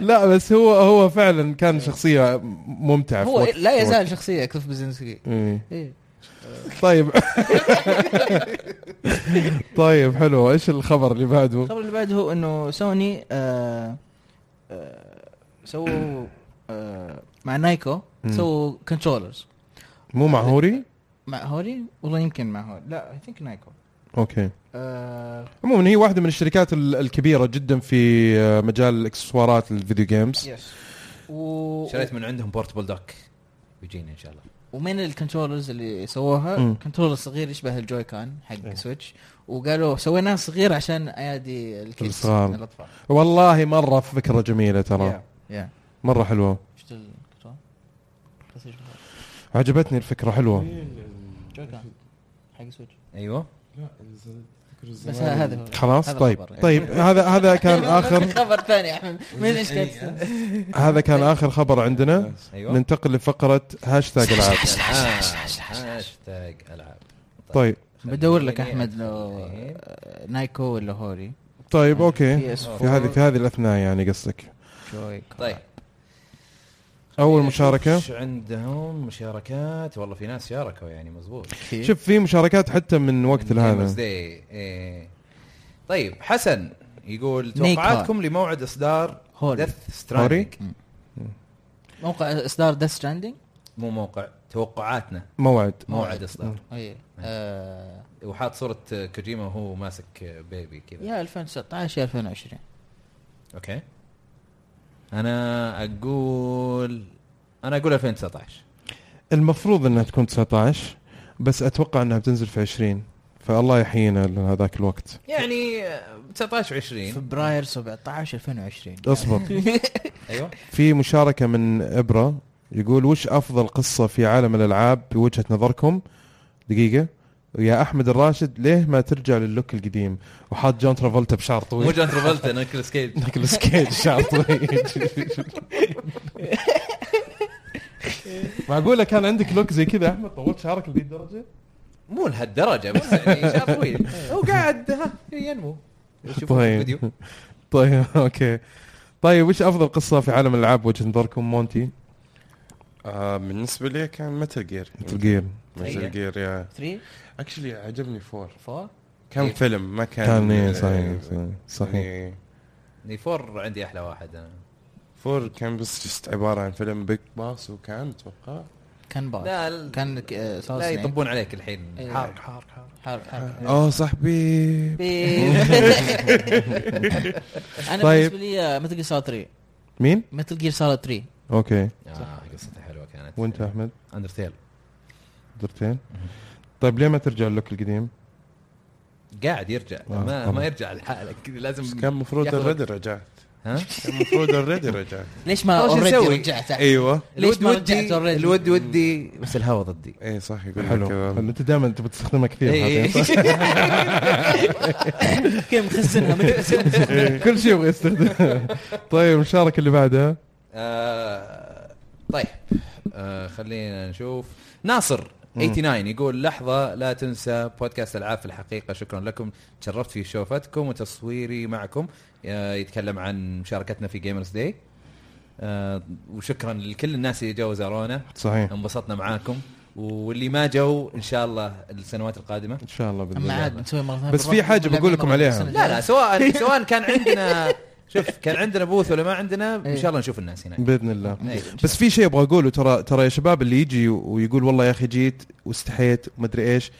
C: لا بس هو هو فعلا كان شخصيه ممتعه في
D: هو
C: وقت-
D: لا
C: في وقت.
D: يزال شخصيه كليف بزنسكي
C: إيه.
D: إيه.
C: طيب [LAUGHS] طيب حلو ايش الخبر اللي بعده؟
D: الخبر اللي بعده هو انه سوني آه آه سووا آه مع نايكو
C: مم.
D: سووا كنترولرز
C: مو مع هوري؟
D: مع هوري والله يمكن مع هوري لا اي ثينك نايكو
C: اوكي
D: آه
C: عموما هي واحده من الشركات ال- الكبيره جدا في آه، مجال الاكسسوارات الفيديو جيمز
D: يس و...
H: شريت من عندهم بورتبل دوك بيجيني ان شاء الله
D: ومن الكنترولرز اللي سووها
C: مم.
D: كنترولر صغير يشبه الجوي كان حق سويتش وقالوا سويناه صغير عشان ايادي الكيدز
C: الصغار.
D: الاطفال
C: والله مره فكره جميله ترى
D: يا
C: مره حلوه
D: شفت الكنترول؟ بس إيش بقى؟
C: عجبتني الفكره حلوه
D: جوي-كون حق سويتش
H: ايوه
D: بس هذا هو
C: خلاص
D: هذا
C: طيب
D: الخبر يعني.
C: طيب هذا هذا كان اخر
D: [LAUGHS] خبر إيه. ثاني يا احمد ما ادري ايش كان
C: هذا كان اخر خبر عندنا
H: ايوه
C: ننتقل لفقره هاشتاج العاب
H: العاب هاشتاج العاب
C: طيب
D: بدور لك
H: خليني
D: احمد
H: أدخل
D: لو
H: الحين.
D: آه، نايكو ولا هوري
C: طيب
D: بي
C: اوكي
D: اس
C: في هذه في هذه الاثناء يعني قصدك
D: جوي
H: طيب
C: اول
H: خلينا نشوف
C: مشاركه
H: ايش عندهم مشاركات والله في ناس شاركوا يعني مزبوط
C: شوف في مشاركات حتى من وقت
H: من Gamers
C: هذا
H: Day. إيه. طيب حسن يقول
D: نيكا.
H: توقعاتكم لموعد اصدار
D: هوري
H: دث ستراندنج
D: موقع اصدار ذا ستراندنج
H: مو موقع توقعاتنا
C: موعد
H: موعد اصدار
D: اي إيه. آه،
H: وحاط صوره آه، كوجيما وهو ماسك آه، بيبي كذا
D: يا 2019 يا 2020
H: اوكي انا اقول انا اقول 2019
C: المفروض انها تكون 19 بس اتوقع انها بتنزل في 20 فالله يحيينا لهذاك الوقت
H: يعني آه، 19
D: إيه.
H: 20
D: فبراير 17 2020
C: اصبر
H: ايوه
C: في مشاركه من ابره يقول وش افضل قصه في عالم الالعاب بوجهه نظركم دقيقه يا احمد الراشد ليه ما ترجع للوك القديم وحاط جون ترافولتا بشعر
H: مو
C: طويل
H: جون
D: [LAUGHS]
H: ترافولتا نيكولاس كيج
C: نيكولاس كيج شعر طويل معقوله كان عندك لوك زي كذا يا احمد طولت شعرك لذي الدرجه
H: مو لهالدرجه بس
D: [LAUGHS]
H: يعني شعر طويل هو قاعد ها ينمو شوفوا
C: طيب.
H: الفيديو
C: طيب [LAUGHS] اوكي طيب وش افضل قصه في عالم الالعاب بوجهه نظركم مونتي
E: آه بالنسبه لي كان متل جير
C: مثل جير
E: متل جير يا
D: 3
E: اكشلي عجبني فور
D: 4
E: كان فيلم ما كان
C: كان إيه،
E: آه،
C: صحيح صحيح, صحيح.
E: يعني
H: ني فور عندي احلى واحد انا
E: فور كان بس جست عباره عن فيلم بيج باس وكان اتوقع
D: كان باص
H: لا ال-
D: كان ك- آه، صار
H: لا
D: سنين.
H: يطبون عليك الحين
D: إيه.
H: حار حار حار
D: حرق حرق
C: آه.
D: [LAUGHS]
E: اه صاحبي
D: بيب. انا
C: طيب.
D: بالنسبه لي آه، مثل جير صار 3
C: مين؟
D: مثل جير صار 3
C: اوكي
H: آه قصته حلوه كانت
C: وانت احمد
H: اندرتيل
C: درتين طيب ليه ما ترجع اللوك القديم؟
H: قاعد يرجع ما
C: طبعا.
H: ما يرجع [LAUGHS] لحالك كذا
E: بس
H: لازم
E: كان المفروض
H: ياخذ وقت.
E: اوريدي رجعت
H: ها
E: كان المفروض اوريدي
H: [LAUGHS]
E: رجعت
D: ليش ما
H: أول شي
D: اوريدي
H: نسوي.
D: رجعت
C: إيه.
H: أيوة.
E: ايوه
D: ليش ما رجعت already؟
H: الود ودي بس الهوا ضدي
E: اي إيه، صح يقول آه،
C: حلو حلو،
E: حلو
C: انت دائما تبي تستخدمها كثير
H: إيه. [LAUGHS]
C: هذه، صح؟
D: كيف مخزنها
C: [LAUGHS]
D: متى
H: [LAUGHS]
C: كل شيء يبغى يستخدم طيب المشاركه اللي بعدها
H: آه، طيب آه، خلينا نشوف ناصر 89 يقول لحظة لا تنسى بودكاست ألعاب في الحقيقة شكرا لكم تشرفت في شوفتكم وتصويري معكم آه، يتكلم عن مشاركتنا في جيمرز داي وشكرا لكل الناس اللي جو زارونا
C: صحيح
H: انبسطنا معاكم واللي ما جو ان شاء الله السنوات القادمه
C: ان شاء الله باذن
D: اما
C: الله
D: عاد نسوي مره ثانيه
C: بس
D: بنروح
C: في حاجة
D: نلعب
C: بقول لكم
D: مرة
C: عليها.
D: السنة
H: لا
D: الجاية.
H: لا سواء سواء كان عندنا شوف كان عندنا بوث ولا ما عندنا ان شاء الله نشوف الناس هناك
C: باذن الله
H: إيه.
C: بس في شيء ابغى اقوله ترى ترى يا شباب اللي يجي ويقول والله يا اخي جيت واستحيت ومدري ايش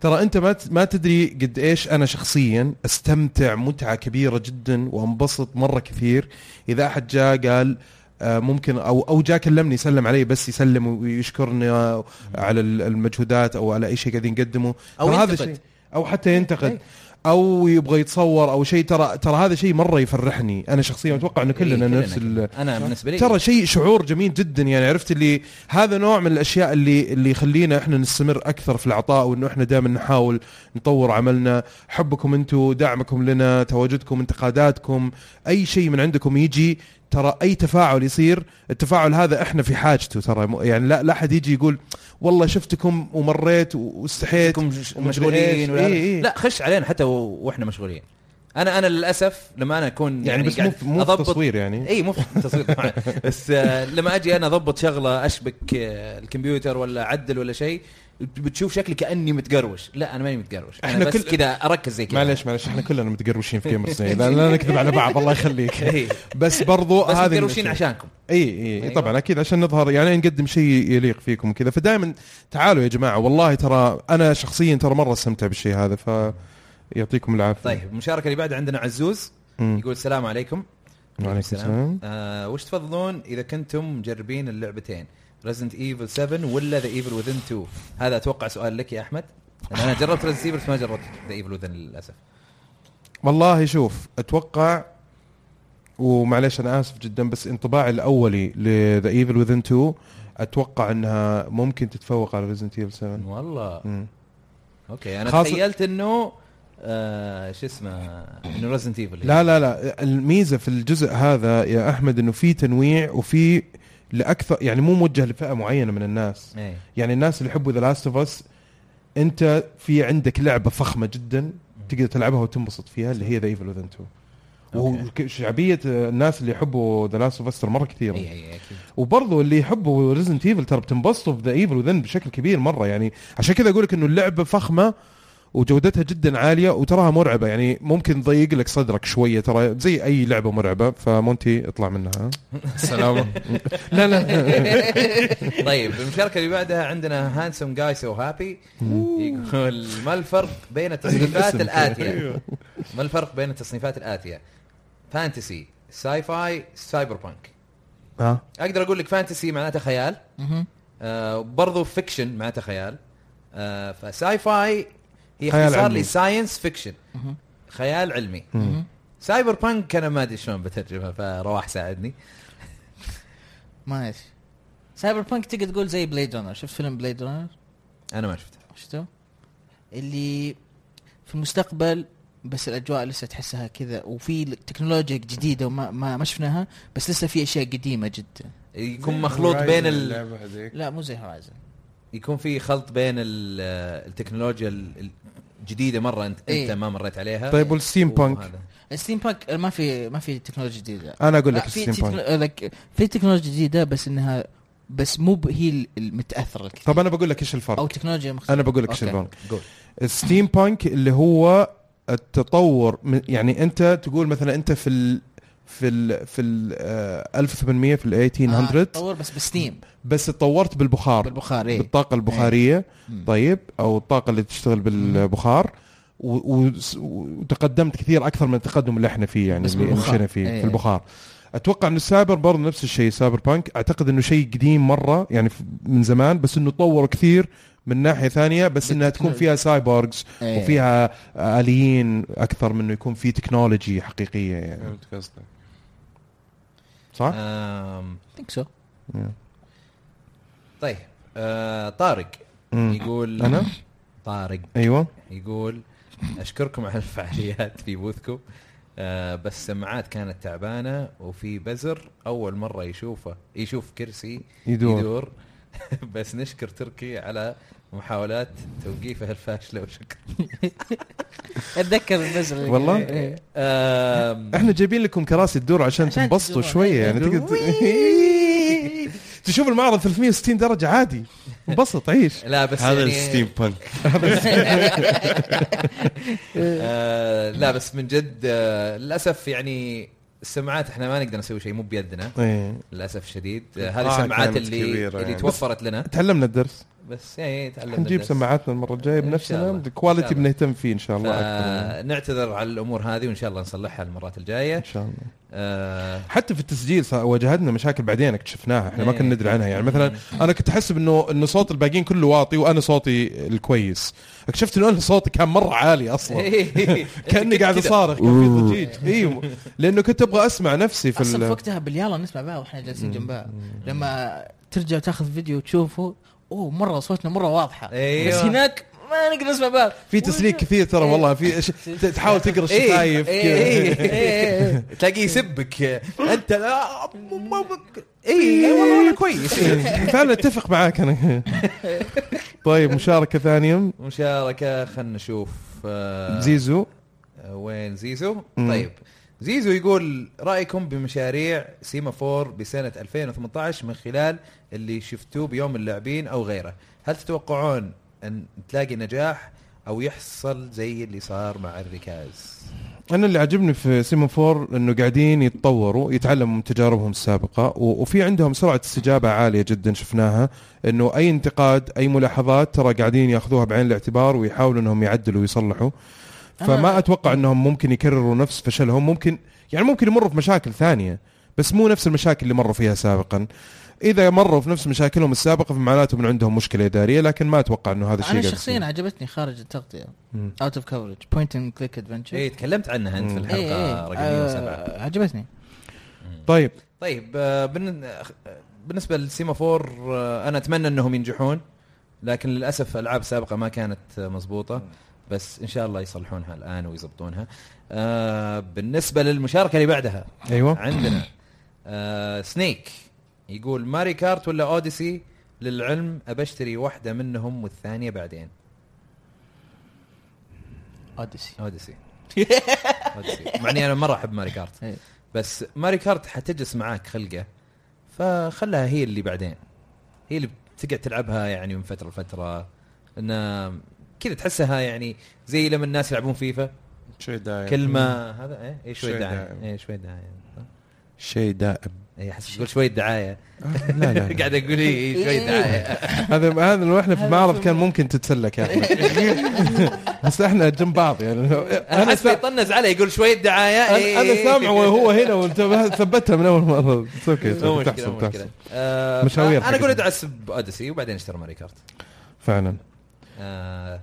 C: ترى انت ما ت- ما تدري قد ايش انا شخصيا استمتع متعه كبيره جدا وانبسط مره كثير اذا احد جاء قال آه، ممكن او او جاء كلمني يسلم علي بس يسلم ويشكرني آه، على ال- المجهودات او على اي شيء قاعدين نقدمه
H: أو طيب.
C: ترى
H: ينتقد.
C: الشيء- او حتى ينتقد او يبغى يتصور او شيء ترى ترى هذا شيء مره يفرحني انا شخصيا اتوقع انه إيه، كلنا إيه. نفس ال-
H: انا بالنسبه لي
C: ترى شيء شعور جميل جدا يعني عرفت اللي هذا نوع من الاشياء اللي اللي يخلينا احنا نستمر اكثر في العطاء وانه احنا دائما نحاول نطور عملنا حبكم انتم دعمكم لنا تواجدكم انتقاداتكم اي شيء من عندكم يجي ترى اي تفاعل يصير التفاعل هذا احنا في حاجته ترى مو- يعني لا لا احد يجي يقول والله شفتكم ومريت واستحيت
H: انكم
C: ومدري إيش.
H: مشغولين ولا
C: إيه إيه.
H: لا خش علينا حتى و- واحنا مشغولين انا انا للاسف لما انا اكون يعني,
C: يعني بس مو
H: قاعد إيه.
C: في- مو في
H: اضبط
C: تصوير يعني
H: اي مو في تصوير
C: [LAUGHS]
H: طبعا بس آه، لما اجي انا اضبط شغله اشبك آه، الكمبيوتر ولا اعدل ولا شيء بتشوف شكلي كاني متقروش لا انا ماني متقروش
C: إحنا
H: انا بس
C: كل-
H: كذا اركز زي كذا
C: معلش معلش احنا كلنا متقروشين في جيمرز لا لا نكذب على بعض الله
H: [LAUGHS]
C: يخليك [LAUGHS]
H: إيه.
C: بس برضو
H: بس
C: هذه
H: متقروشين
C: المشكلة.
H: عشانكم
C: اي اي أيوة.
H: أيوة.
C: طبعا اكيد عشان نظهر يعني نقدم شيء يليق فيكم وكذا فدائما تعالوا يا جماعه والله ترى انا شخصيا ترى مره استمتع بالشيء هذا ف يعطيكم العافيه
H: طيب المشاركه اللي بعدها عندنا عزوز
C: مم.
H: يقول السلام عليكم
C: وعليكم السلام
H: آه وش تفضلون اذا كنتم مجربين اللعبتين ريزنت ايفل 7 ولا ذا ايفل وذن 2 هذا اتوقع سؤال لك يا احمد لأن انا جربت ريزنت ايفل بس ما جربت ذا ايفل وذن للاسف
C: والله شوف اتوقع ومعليش انا اسف جدا بس انطباعي الاولي لذا ايفل وذن 2 اتوقع انها ممكن تتفوق على ريزنت ايفل 7
H: والله
C: مم.
H: اوكي انا
C: خاصة-
H: تخيلت انه آه شو اسمه انه ريزنت ايفل
C: لا لا لا الميزه في الجزء هذا يا احمد انه في تنويع وفي لاكثر يعني مو موجه لفئه معينه من الناس
H: ايه
C: يعني الناس اللي يحبوا ذا لاست اوف اس انت في عندك لعبه فخمه جدا تقدر تلعبها وتنبسط فيها اللي هي ذا ايفل وذن 2 وشعبيه الناس اللي يحبوا ذا لاست اوف اس مره كثيره
D: إيه.
H: اي اي اكيد
C: وبرضه اللي يحبوا ريزنت ايفل ترى بتنبسطوا في ذا ايفل وذن بشكل كبير مره يعني عشان كذا اقول لك انه اللعبه فخمه وجودتها جدا عاليه وتراها مرعبه يعني ممكن تضيق لك صدرك شويه ترى زي اي لعبه مرعبه فمونتي اطلع منها سلامه لا لا
H: [LAUGHS] طيب المشاركه اللي بعدها عندنا هانسوم جاي سو هابي يقول ما الفرق بين التصنيفات
C: [LAUGHS] الاسم
H: الاتيه [LAUGHS] ما الفرق بين التصنيفات الاتيه فانتسي ساي فاي سايبر بانك
C: ها
H: اقدر اقول لك فانتسي معناتها خيال
D: مهم.
H: آه برضو فيكشن معناتها خيال آه فساي فاي هي
C: خيال
H: اختصار
C: علمي.
H: لساينس فيكشن خيال علمي سايبر بانك انا ما ادري شلون بترجمها فرواح ساعدني
D: ماشي سايبر بانك تقدر تقول زي بليد رانر شفت فيلم بليد رانر
H: انا ما شفتها
D: شفته اللي في المستقبل بس الاجواء لسه تحسها كذا وفي تكنولوجيا جديده وما ما, ما شفناها بس لسه في اشياء قديمه جدا
H: يكون مخلوط بين ال...
E: اللعبه هذيك
D: لا مو زي هورايزن
H: يكون في خلط بين ال- التكنولوجيا ال- الجديده مره انت
D: إيه.
H: انت ما مريت عليها
C: طيب والستيم بانك
H: وهذا.
D: الستيم بانك آه، ما في ما في تكنولوجيا جديده
C: انا اقول لك
D: لا، في
C: الستيم بانك
D: تكنو- آه، لك- في تكنولوجيا جديده بس انها بس مو ب- هي المتاثره الكثير
C: طب انا بقول لك ايش الفرق
D: او تكنولوجيا مختلفه
C: انا بقول لك
D: أوكي.
C: ايش الفرق
H: قول.
C: الستيم بانك اللي هو التطور من- يعني انت تقول مثلا انت في ال في ال في ال آه، 1800 في ال 1800
D: آه، تطور بس بستيم
C: بس تطورت بالبخار
D: بالبخار ايه
C: بالطاقه البخاريه
D: مم.
C: طيب او الطاقه اللي تشتغل بالبخار و- و- وتقدمت كثير اكثر من التقدم اللي احنا فيه يعني
D: بس
C: اللي
D: بالبخار.
C: مشينا فيه
D: إيه.
C: في البخار اتوقع انه السايبر برضه نفس الشيء سايبر بانك اعتقد انه شيء قديم مره يعني ف- من زمان بس انه طوروا كثير من ناحيه ثانيه بس انها تكون فيها سايبورغز
D: إيه.
C: طيب. وفيها اليين اكثر من انه يكون في تكنولوجي حقيقيه يعني
D: إيه.
E: فهمت قصدك
C: صح؟
H: آم،
D: ثينك سو
H: طيب آه، طارق
D: إيه.
C: مم.
H: يقول
C: أنا؟
H: طارق
C: ايوه
H: يقول اشكركم على الفعاليات في بوثكم آه، بس السماعات كانت تعبانه وفي بزر اول مره يشوفه يشوف كرسي
C: يدور.
H: يدور [LAUGHS] بس نشكر تركي على محاولات توقيفه الفاشله وشكرا
D: اتذكر النزل
C: والله؟
D: إيه.
H: آم،
C: احنا جايبين لكم كراسي تدور عشان,
D: عشان
H: إيه.
C: تنبسطوا [LAUGHS]
D: تدور.
C: شويه يعني تقدر تشوف المعرض 360 درجه عادي انبسط عيش
H: لا بس
E: هذا
H: يعني-
E: الستيم بانك
H: آه، لا بس من جد آه، للاسف يعني السماعات احنا ما نقدر نسوي شيء مو بيدنا
C: إيه.
H: للاسف الشديد آه، هذه
E: آه،
H: السماعات
E: كانت
H: اللي
E: كبيرة
H: اللي
E: يعني.
H: توفرت لنا
C: تعلمنا الدرس
H: بس يعني تعلمنا
C: نجيب
H: الدرس.
C: سماعاتنا المره الجايه
H: إن شاء
C: بنفسنا
H: الله. إن شاء
C: الكواليتي
H: الله. آه.
C: بنهتم فيه ان شاء الله أكثر. يعني.
H: فنعتذر على الامور هذه وان شاء الله نصلحها المرات الجايه
C: ان شاء الله
H: آه،
C: حتى في التسجيل صار- واجهتنا مشاكل بعدين اكتشفناها احنا ما
H: إيه.
C: كنا ندري عنها يعني مثلا
H: [LAUGHS]
C: انا كنت احسب انه انه صوت الباقيين كله واطي وانا صوتي الكويس اكتشفت انه انا صوتي كان مره عالي
H: إيه.
C: اصلا
H: أيوه. [LAUGHS]
C: كاني قاعد اصارخ كان في ضجيج ايوه لانه كنت ابغى اسمع نفسي في
D: اصلا في
C: ال-
D: وقتها باليالا نسمع بها واحنا جالسين جنبها لما ترجع تاخذ فيديو وتشوفه اوه مره صوتنا مره واضحه
C: أيوه.
H: أيوة.
D: بس هناك ما نقدر نسمع بها
C: في تسليك كثير ترى والله في ش- ت- تحاول
H: إيه،
C: تقرا الشفايف كذا.
H: شايف إيه، تلاقيه يسبك انت لا
C: إيه،
H: اي إيه، والله كويس
C: فعلا اتفق إيه. معاك انا طيب مشاركه ثانيه
H: مشاركه خلنا نشوف آه،
C: زيزو
H: آه، وين زيزو طيب زيزو يقول رايكم بمشاريع سيما 4 بسنه 2018 من خلال اللي شفتوه بيوم اللاعبين او غيره هل تتوقعون ان تلاقي نجاح او يحصل زي اللي صار مع الركاز
C: انا اللي عجبني في سيمون فور انه قاعدين يتطوروا يتعلموا من تجاربهم السابقه و- وفي عندهم سرعه استجابه عاليه جدا شفناها انه اي انتقاد اي ملاحظات ترى قاعدين ياخذوها بعين الاعتبار ويحاولوا انهم يعدلوا ويصلحوا فما اتوقع انهم ممكن يكرروا نفس فشلهم ممكن يعني ممكن يمروا في مشاكل ثانيه بس مو نفس المشاكل اللي مروا فيها سابقا اذا مروا في نفس مشاكلهم السابقه فمعناته من عندهم مشكله اداريه لكن ما اتوقع انه هذا الشيء
D: انا
C: قاعد
D: شخصيا
C: يصير.
D: عجبتني خارج التغطيه
C: مم. إيه،
D: اوت اوف كفرج بوينت اند كليك ادفنتشر
H: اي إيه، تكلمت عنها انت في
C: مم.
H: الحلقه رقم 107
D: إيه، آه، عجبتني
C: طيب
H: طيب آه، بالن- آه، بالنسبه لسيمافور آه، انا اتمنى انهم ينجحون لكن للاسف العاب سابقه ما كانت آه، مزبوطه بس ان شاء الله يصلحونها الان ويضبطونها آه، بالنسبه للمشاركه اللي بعدها
C: ايوه
H: عندنا آه، سنيك يقول ماري كارت ولا اوديسي للعلم ابشتري واحده منهم والثانيه بعدين
D: اوديسي
C: [LAUGHS]
H: اوديسي اوديسي مع اني انا مره احب ماري كارت
D: إيه.
H: بس ماري كارت حتجلس معاك خلقه فخلها هي اللي بعدين هي اللي بتقعد تلعبها يعني من فتره لفتره انها كذا تحسها يعني زي لما الناس يلعبون فيفا
E: شيء دائم
H: كلمه هذا ايه إيه شوي
E: شوي
H: دعايه
E: داعم.
H: ايه شوي دعايه
E: شيء دائم
H: اي احس تقول شوي دعايه
C: لا لا
E: [LAUGHS]
H: [LAUGHS]
C: إيه.
H: قاعد اقول اي شوي دعايه
C: هذا هذا لو احنا في معرض كان ممكن تتسلك يا احمد [LAUGHS] بس احنا جنب بعض يعني
H: انا
C: انا
H: احس
C: سا...
H: بيطنز علي يقول شوي إيه. دعايه
C: أنا- انا
H: [LAUGHS]
C: سامعه وهو هنا وانت ثبتها من اول مره It's okay.
H: مو مشكله مو
C: تحصل
H: مشكله
C: تحصل
H: آه،
C: مشاوير
H: انا اقول
C: حقتنا.
H: ادعس باوديسي وبعدين اشتري ماري كارت
C: فعلا
H: آه،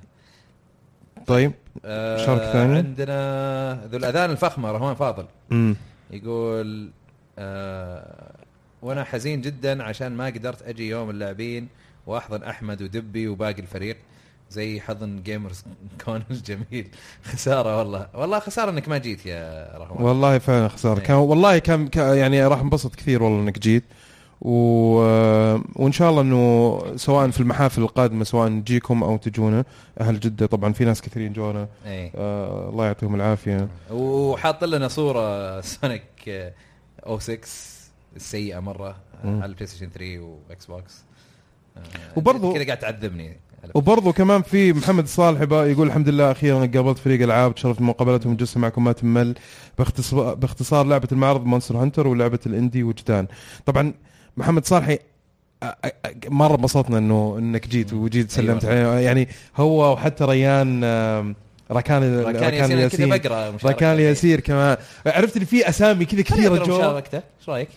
C: طيب
H: آه،
C: مشاركة ثانية؟
H: عندنا ذو الاذان الفخمه رهوان فاضل
C: امم
H: يقول آه، وانا حزين جدا عشان ما قدرت اجي يوم اللاعبين واحضن احمد ودبي وباقي الفريق زي حضن جيمرز [LAUGHS] كون الجميل خساره والله والله خساره انك ما جيت يا رهوان
C: والله فعلا خساره
H: إيه.
C: كان والله كان كان- يعني راح انبسط كثير والله انك جيت و... وان شاء الله انه سواء في المحافل القادمه سواء نجيكم او تجونا اهل جده طبعا في ناس كثيرين جونا
H: ايه
C: آه الله يعطيهم العافيه
H: وحاط لنا صوره سونيك آه، 06 السيئه مره آه،
C: مم.
H: على البلاي ستيشن 3 واكس بوكس آه،
C: وبرضو-
H: كذا قاعد تعذبني
C: وبرضه كمان في محمد صالح بقى يقول الحمد لله اخيرا قابلت فريق العاب تشرفت مقابلتهم جلسه معكم ما تمل باختصار, باختصار لعبه المعرض مونستر هانتر ولعبه الاندي وجدان طبعا محمد صالحي أ- أ- أ- مره انبسطنا انه انك جيت وجيت سلمت
H: أيوة.
C: عليه يعني هو وحتى ريان آم، ركان
H: ركان ياسين أنا كذا بقرا مشاركته.
C: ركان ياسير كمان عرفت اللي في اسامي
H: خليني
C: كذا كثيره
H: أقرأ
C: جو
H: مشاركته ايش رايك؟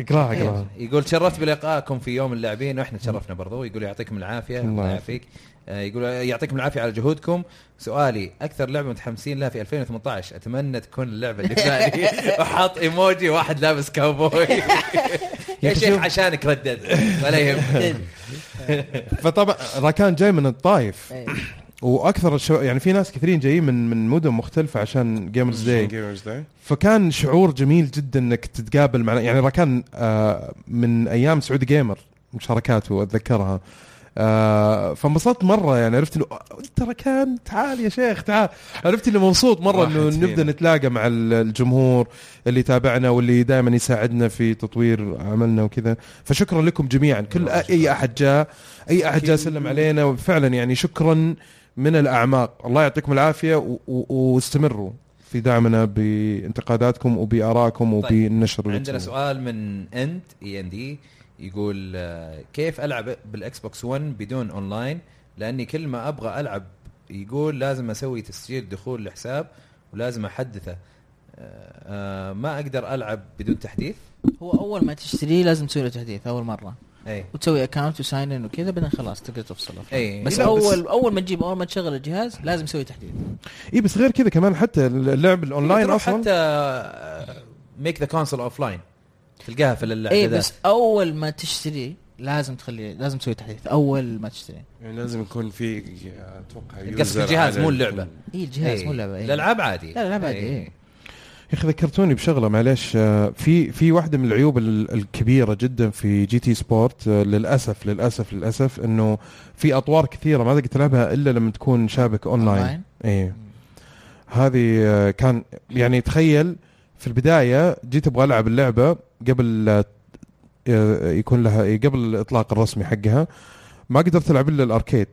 C: اقراها اقراها
H: يقول تشرفت بلقائكم في يوم اللاعبين واحنا تشرفنا برضو يقول يعطيكم العافيه
C: الله
H: الله
C: يعافيك.
H: يعافيك آه، يقول يعطيكم العافيه على جهودكم سؤالي اكثر لعبه متحمسين لها في 2018 اتمنى تكون اللعبه اللي بالي وحاط ايموجي واحد لابس كاوبوي يا شيخ عشانك ردد ولا يهمك أيوة.
C: فطبعا ركان جاي من الطائف
D: إيه.
C: واكثر الشباب يعني في ناس كثيرين جايين من من مدن مختلفه عشان جيمرز داي
E: جيمرز داي
C: فكان شعور جميل جدا انك تتقابل مع يعني ركان آه، من ايام سعود جيمر مشاركاته اتذكرها آه، آه فانبسطت مره يعني عرفت انه آه، ترى كان تعال يا شيخ تعال عرفت انه مبسوط مره
E: راحت
C: انه
E: فينا.
C: نبدا نتلاقى مع ال- الجمهور اللي تابعنا واللي دائما يساعدنا في تطوير عملنا وكذا فشكرا لكم جميعا كل اي احد جاء اي احد جاء سلم علينا وفعلا يعني شكرا من الاعماق الله يعطيكم العافيه و- و- واستمروا في دعمنا بانتقاداتكم وبارائكم وبالنشر
H: عندنا
C: الوتيرة.
H: سؤال من انت اي ان دي يقول آه، كيف العب بالاكس بوكس 1 بدون اونلاين لاني كل ما ابغى العب يقول لازم اسوي تسجيل دخول لحساب ولازم احدثه آه، آه، ما اقدر العب بدون تحديث
D: هو اول ما تشتريه لازم تسوي له تحديث اول مره
H: اي
D: وتسوي اكونت وساين ان وكذا بعدين خلاص تقدر تفصله
C: إيه.
H: اي
D: بس
H: لا،
D: اول اول ما تجيب اول ما تشغل الجهاز لازم تسوي تحديث
C: اي بس غير كذا كمان حتى اللعب الاونلاين
H: تروح آه،
C: اصلا
H: حتى ميك ذا كونسل اوف لاين تلقاها في
D: اي
H: الاعدادات
D: إيه، بس اول ما تشتريه لازم تخليه لازم تسوي تحديث اول ما تشتريه
E: يعني لازم يكون في اتوقع
H: قصدك الجهاز مو اللعبه
D: اي إيه، الجهاز
H: إي.
D: مو لعبه إي.
H: الالعاب عادي
D: لا، الألعاب إيه. عادي،
H: إي.
D: إي.
C: يا اخي ذكرتوني بشغله معلش آه، في في واحده من العيوب ال- الكبيره جدا في جي تي سبورت آه، للاسف للاسف للاسف انه في اطوار كثيره ما تقدر تلعبها الا لما تكون شابك اونلاين
D: أونلاين؟
C: اي إيه. هذه آه، كان يعني تخيل في البدايه جيت ابغى العب اللعبه قبل آه، آه، يكون لها قبل الاطلاق الرسمي حقها ما قدرت العب الا الاركيد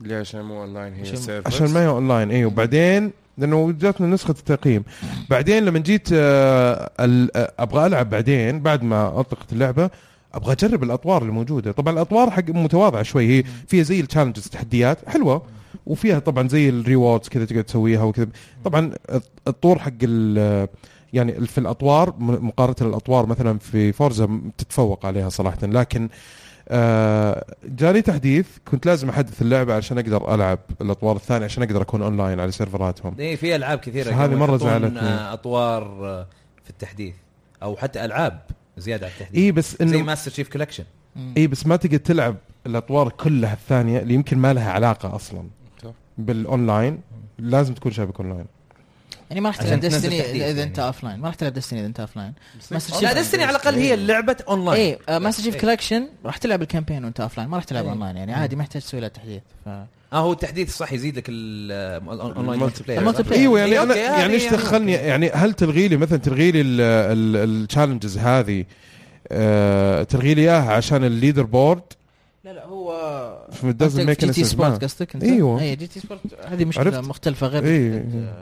E: ليه عشان مو اونلاين هي
D: عشان-
E: سيرفر
C: عشان ما هي اونلاين اي وبعدين لانه جاتنا نسخه التقييم بعدين لما جيت آه، ال- آه، ابغى العب بعدين بعد ما اطلقت اللعبه ابغى اجرب الاطوار اللي موجوده طبعا الاطوار حق متواضعه شوي هي فيها زي التشالنجز تحديات حلوه وفيها طبعا زي الريوردز كذا تقدر تسويها وكذا طبعا الطور حق ال يعني في الاطوار م- مقارنه الاطوار مثلا في فورزا م- تتفوق عليها صراحه لكن آه، جاني تحديث كنت لازم احدث اللعبه عشان اقدر العب الاطوار الثانيه عشان اقدر اكون اونلاين على سيرفراتهم
H: اي إيه، في العاب كثيره
C: فهذه
H: كانوا
C: مرة
H: يحطون،
C: زعلتني.
H: آه، اطوار آه، في التحديث او حتى العاب زياده على التحديث
C: اي بس
H: زي
C: انه
H: ماستر شيف كولكشن
C: اي بس ما تقدر تلعب الاطوار كلها الثانيه اللي يمكن ما لها علاقه اصلا
E: صح.
C: بالاونلاين لازم تكون شابك اونلاين
D: يعني ما راح
H: عشان
D: تلعب
H: تنزل
D: ديستني
H: تحديث
D: اذا
H: يعني.
D: انت اوف لاين ما راح تلعب ديستني اذا انت اوف لاين ماستر
H: لا دستني على الاقل هي لعبه اونلاين
D: اي ماستر شيف
H: إيه.
D: كولكشن راح تلعب الكامبين وانت اوف لاين ما راح تلعب
H: إيه.
D: اونلاين يعني عادي ما يحتاج تسوي له تحديث ف...
H: اه هو التحديث صح يزيد لك آه، الاونلاين مالتي بلاير
D: المالتي بلاير.
C: ايوه يعني
H: إيه،
C: انا
H: أوكي، هذه
C: يعني ايش
H: يعني
C: دخلني يعني هل تلغي لي مثلا تلغي لي التشالنجز هذه آه، تلغي لي اياها عشان الليدر بورد
D: لا لا هو
C: doesn't make
D: جي
C: any
D: تي
C: sense ما.
D: سبورت قصدك إيه، انت
C: أيوة.
H: إيوه.
D: اي جي تي سبورت هذه مشكله
C: عرفت؟
D: مختلفه غير
C: إيه.
D: مشكلة،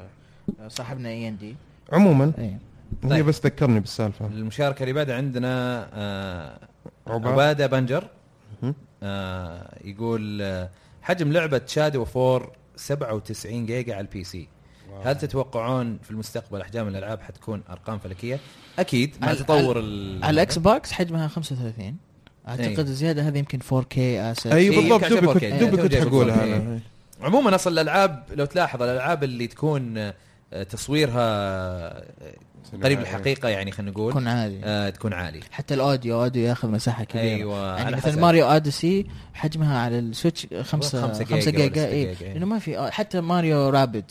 D: آه، صاحبنا اي ان دي
C: عموما
D: اي
C: هي
H: طيب.
C: بس ذكرني بالسالفه
H: المشاركه اللي بعدها عندنا آه،
C: عقبال.
H: عباده بنجر
C: مهم.
H: آه، يقول آه، حجم لعبه شادو 4 97 جيجا على البي سي هل تتوقعون في المستقبل احجام الالعاب حتكون ارقام فلكيه؟ اكيد مع
D: على-
H: تطور
D: على الاكس بوكس حجمها 35 اعتقد
H: إيه. أيوة
D: الزياده هذه يمكن آه، 4K اسف
C: اي أيوه، بالضبط
H: يمكن عشان
C: دوبي كنت
H: 4K.
C: دوبي
H: يعني
C: كنت
H: توجه
C: حقولها
H: 4K.
C: انا
H: عموما اصلا الالعاب لو تلاحظ الالعاب اللي تكون آه، تصويرها آه، قريب الحقيقه يعني خلينا نقول
D: تكون عادي
H: آه، تكون عالي
D: حتى الاوديو اوديو ياخذ مساحه كبيره
H: ايوه
D: يعني
H: على
D: مثلا
H: حسب.
D: ماريو اوديسي حجمها على السويتش 5
H: خمسة
D: 5
H: جيجا
D: جيجا,
H: ولا
D: جيجا
H: ستة
D: اي
H: جيجا، إيه.
D: لانه ما في آه، حتى ماريو رابد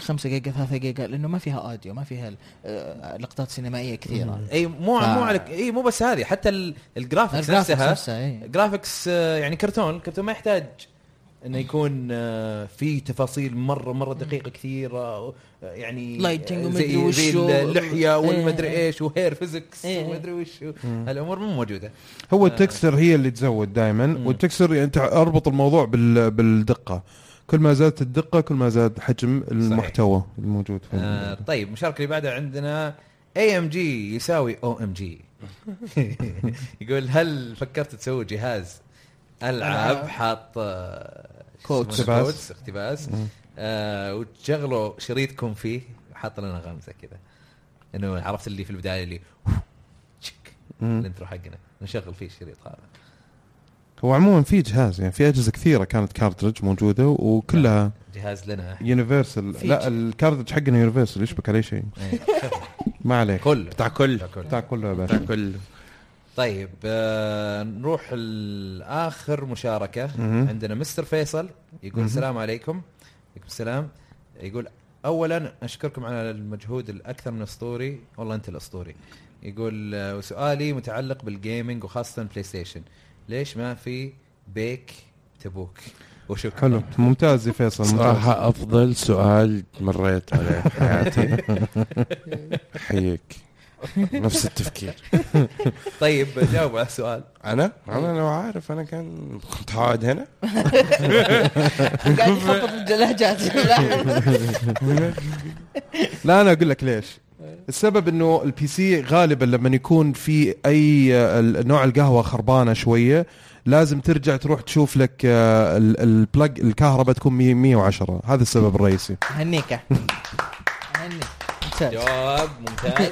D: 5 جيجا 3 جيجا لانه ما فيها اوديو ما فيها آه، لقطات سينمائيه كثيره
H: اي مو
D: ف-
H: مو على اي مو بس هذه حتى ال- الجرافيكس
D: الجرافيكس
H: نفسها
D: نفسها إيه.
H: جرافيكس آه، يعني كرتون الكرتون ما يحتاج انه يكون آه، في تفاصيل مره مره دقيقه كثيره آه، يعني
D: Lighting ومدري
H: زي
D: وش
H: زي
D: و-
H: اللحيه والمدري
D: إيه.
H: ايش وهير فيزكس
D: إيه.
H: ومدري وش الامور مو موجوده
C: هو التكسر هي اللي تزود دائما والتكسر يعني انت اربط الموضوع بال بالدقه كل ما زادت الدقه كل ما زاد حجم المحتوى الموجود في
H: آه، طيب المشاركه اللي بعدها عندنا اي ام جي يساوي او ام جي [LAUGHS] يقول هل فكرت تسوي جهاز العاب حاط آه، شو
D: كودز.
H: يسمونه؟
C: اقتباس.
H: كودز، اقتباس آه وتشغلوا شريطكم فيه حاط لنا غمزه كذا انه عرفت اللي في البدايه اللي تشك الانترو حقنا نشغل فيه الشريط هذا
C: هو عموما في جهاز يعني في اجهزه كثيره كانت كارترج موجوده وكلها
H: جهاز
C: [LAUGHS]
H: لنا
C: يونيفرسال
D: في
C: لا
D: ج-
C: الكارترج حقنا يونيفرسال يشبك عليه شيء
H: إيه.
C: ما عليك
H: كله
E: بتاع كل
C: بتاع كله يا
E: بتاع
C: باشا
E: كل
H: طيب آه نروح لاخر مشاركه
C: مهم.
H: عندنا مستر فيصل يقول السلام عليكم عليكم السلام يقول اولا اشكركم على المجهود الاكثر من اسطوري والله انت الاسطوري يقول آه، وسؤالي متعلق بالجيمنج وخاصه بلاي ستيشن ليش ما في بيك تبوك وشكرا
C: حلو ممتاز يا فيصل ممتاز.
E: صراحة أفضل سؤال مريت عليه في حياتي حيك نفس التفكير
H: طيب جاوب على السؤال
E: أنا؟ أنا لو عارف أنا كان كنت حاقعد هنا
D: قاعد يخطط
H: [LAUGHS]
D: الجلاجات
C: لا انا اقول لك ليش السبب انه البي سي غالبا لما يكون في اي آه، ال- نوع القهوه خربانه شويه لازم ترجع تروح تشوف لك آه، ال- البلج الكهرباء تكون 100 110 هذا السبب الرئيسي
D: هنيك هنيك
H: [LAUGHS]
D: ممتاز.
H: جواب
C: [LAUGHS]
H: ممتاز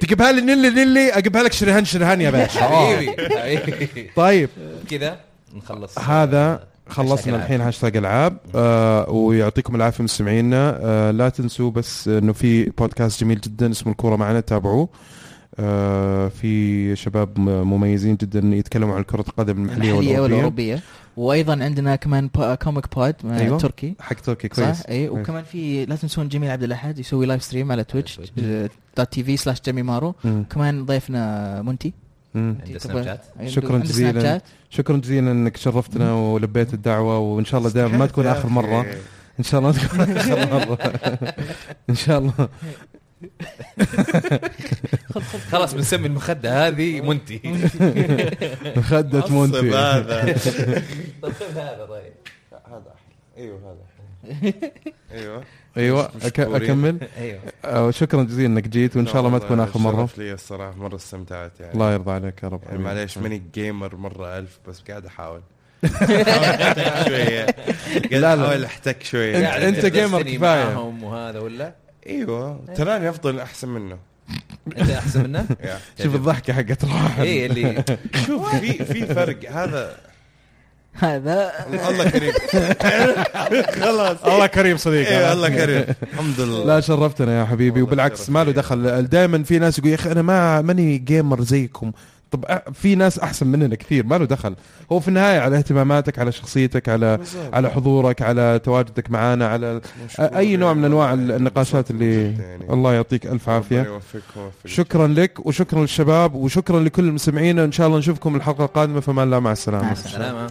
C: تجيبها لي نلي نلي اجيبها لك شرهن شرهن يا باشا آه.
H: حبيبي حبيبي
C: طيب
H: كذا نخلص
C: هذا خلصنا
H: ألعاب.
C: الحين هاشتاج العاب آه ويعطيكم العافيه مستمعينا آه لا تنسوا بس انه في بودكاست جميل جدا اسمه الكوره معنا تابعوه آه في شباب م- مميزين جدا يتكلموا عن كره القدم المحليه
D: المحلية
C: والاوروبيه
D: والأوروبية وأيضا عندنا كمان با- كوميك بود مع
C: أيوة.
D: تركي
C: حق تركي كويس أيوة.
D: صح إيه. اي وكمان في لا تنسون جميل عبد الاحد يسوي لايف ستريم على آه، تويتش دوت تي في سلاش جيمي مارو
C: مم.
D: كمان ضيفنا منتي
C: مم.
H: عند سناب شات
D: عنده-
C: شكراً
D: عنده سناب
C: جزيلاً.
D: شات.
C: شكرا جزيلا انك شرفتنا ولبيت الدعوه وان شاء الله دائما ما تكون اخر مره
D: إيه.
E: إيه.
C: ان شاء الله ما تكون اخر
D: [LAUGHS]
C: مره ان شاء الله
H: خلاص بنسمي المخده هذه منتي
C: خدت مونتي
E: [LAUGHS]
H: طب خذ هذا طيب
E: هذا أيوه هذا
H: [LAUGHS]
E: أيوه
C: ايوه أك- آه، اكمل
H: ايوه
C: أو شكرا جزيلا انك جيت وان شاء الله ما تكون اخر مره
E: الشرف لي الصراحة مرة استمتعت يعني
C: الله يرضى عليك يا رب
E: يعني
C: حبيبي.
E: معليش ماني جيمر مرة ألف بس
C: [LAUGHS]
E: قاعد أحاول شوية قاعد
C: لا.
E: أحاول أحتك شوية
H: يعني
E: يعني
C: أنت- أنت جيمر
H: Destiny
C: كفاية.
H: معاهم وهذا ولا
E: ايوه تراني افضل احسن منه
H: انت احسن منه
E: يا.
C: شوف الضحكه حقت راحت
E: إيه.
H: اي اللي
E: شوف في في فرق هذا
D: [LAUGHS] هذا
C: [LAUGHS]
E: الله كريم خلاص
C: الله كريم صديقي
E: ايوه الله كريم الحمد لله
C: لا شرفتنا يا حبيبي
E: والله
C: وبالعكس
E: شرف
C: ما له
E: لي.
C: دخل دائما في ناس يقول يا اخي انا ما ماني جيمر زيكم طب أ- في ناس احسن مننا كثير ما له دخل هو في النهايه على اهتماماتك على شخصيتك على
E: بالظبط.
C: على حضورك على تواجدك معنا على
E: مشكور
C: اي نوع من انواع
E: يعني.
C: النقاشات اللي
E: يعني.
C: الله يعطيك الف عافيه
E: ربنا يوفقك ويوفقك.
C: شكرا لك وشكرا للشباب وشكرا لكل المستمعين ان شاء الله نشوفكم الحلقه القادمه فما الله مع السلامه
H: سلامه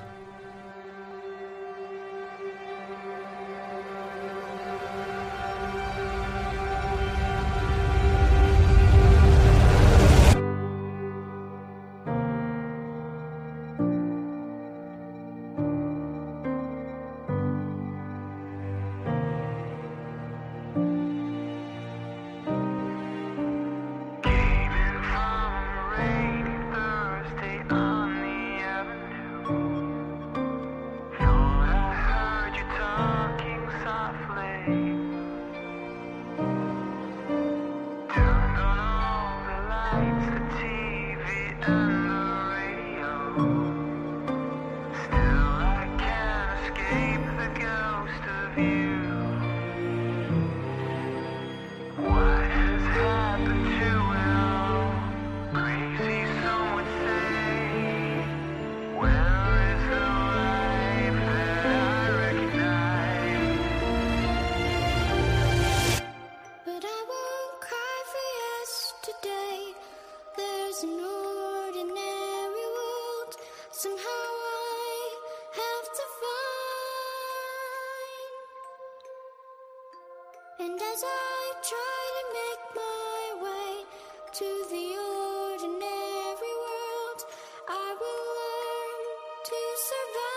I: But I won't cry for yesterday. There's an ordinary world. Somehow I have to find. And as I try to make my way to the ordinary world, I will learn to survive.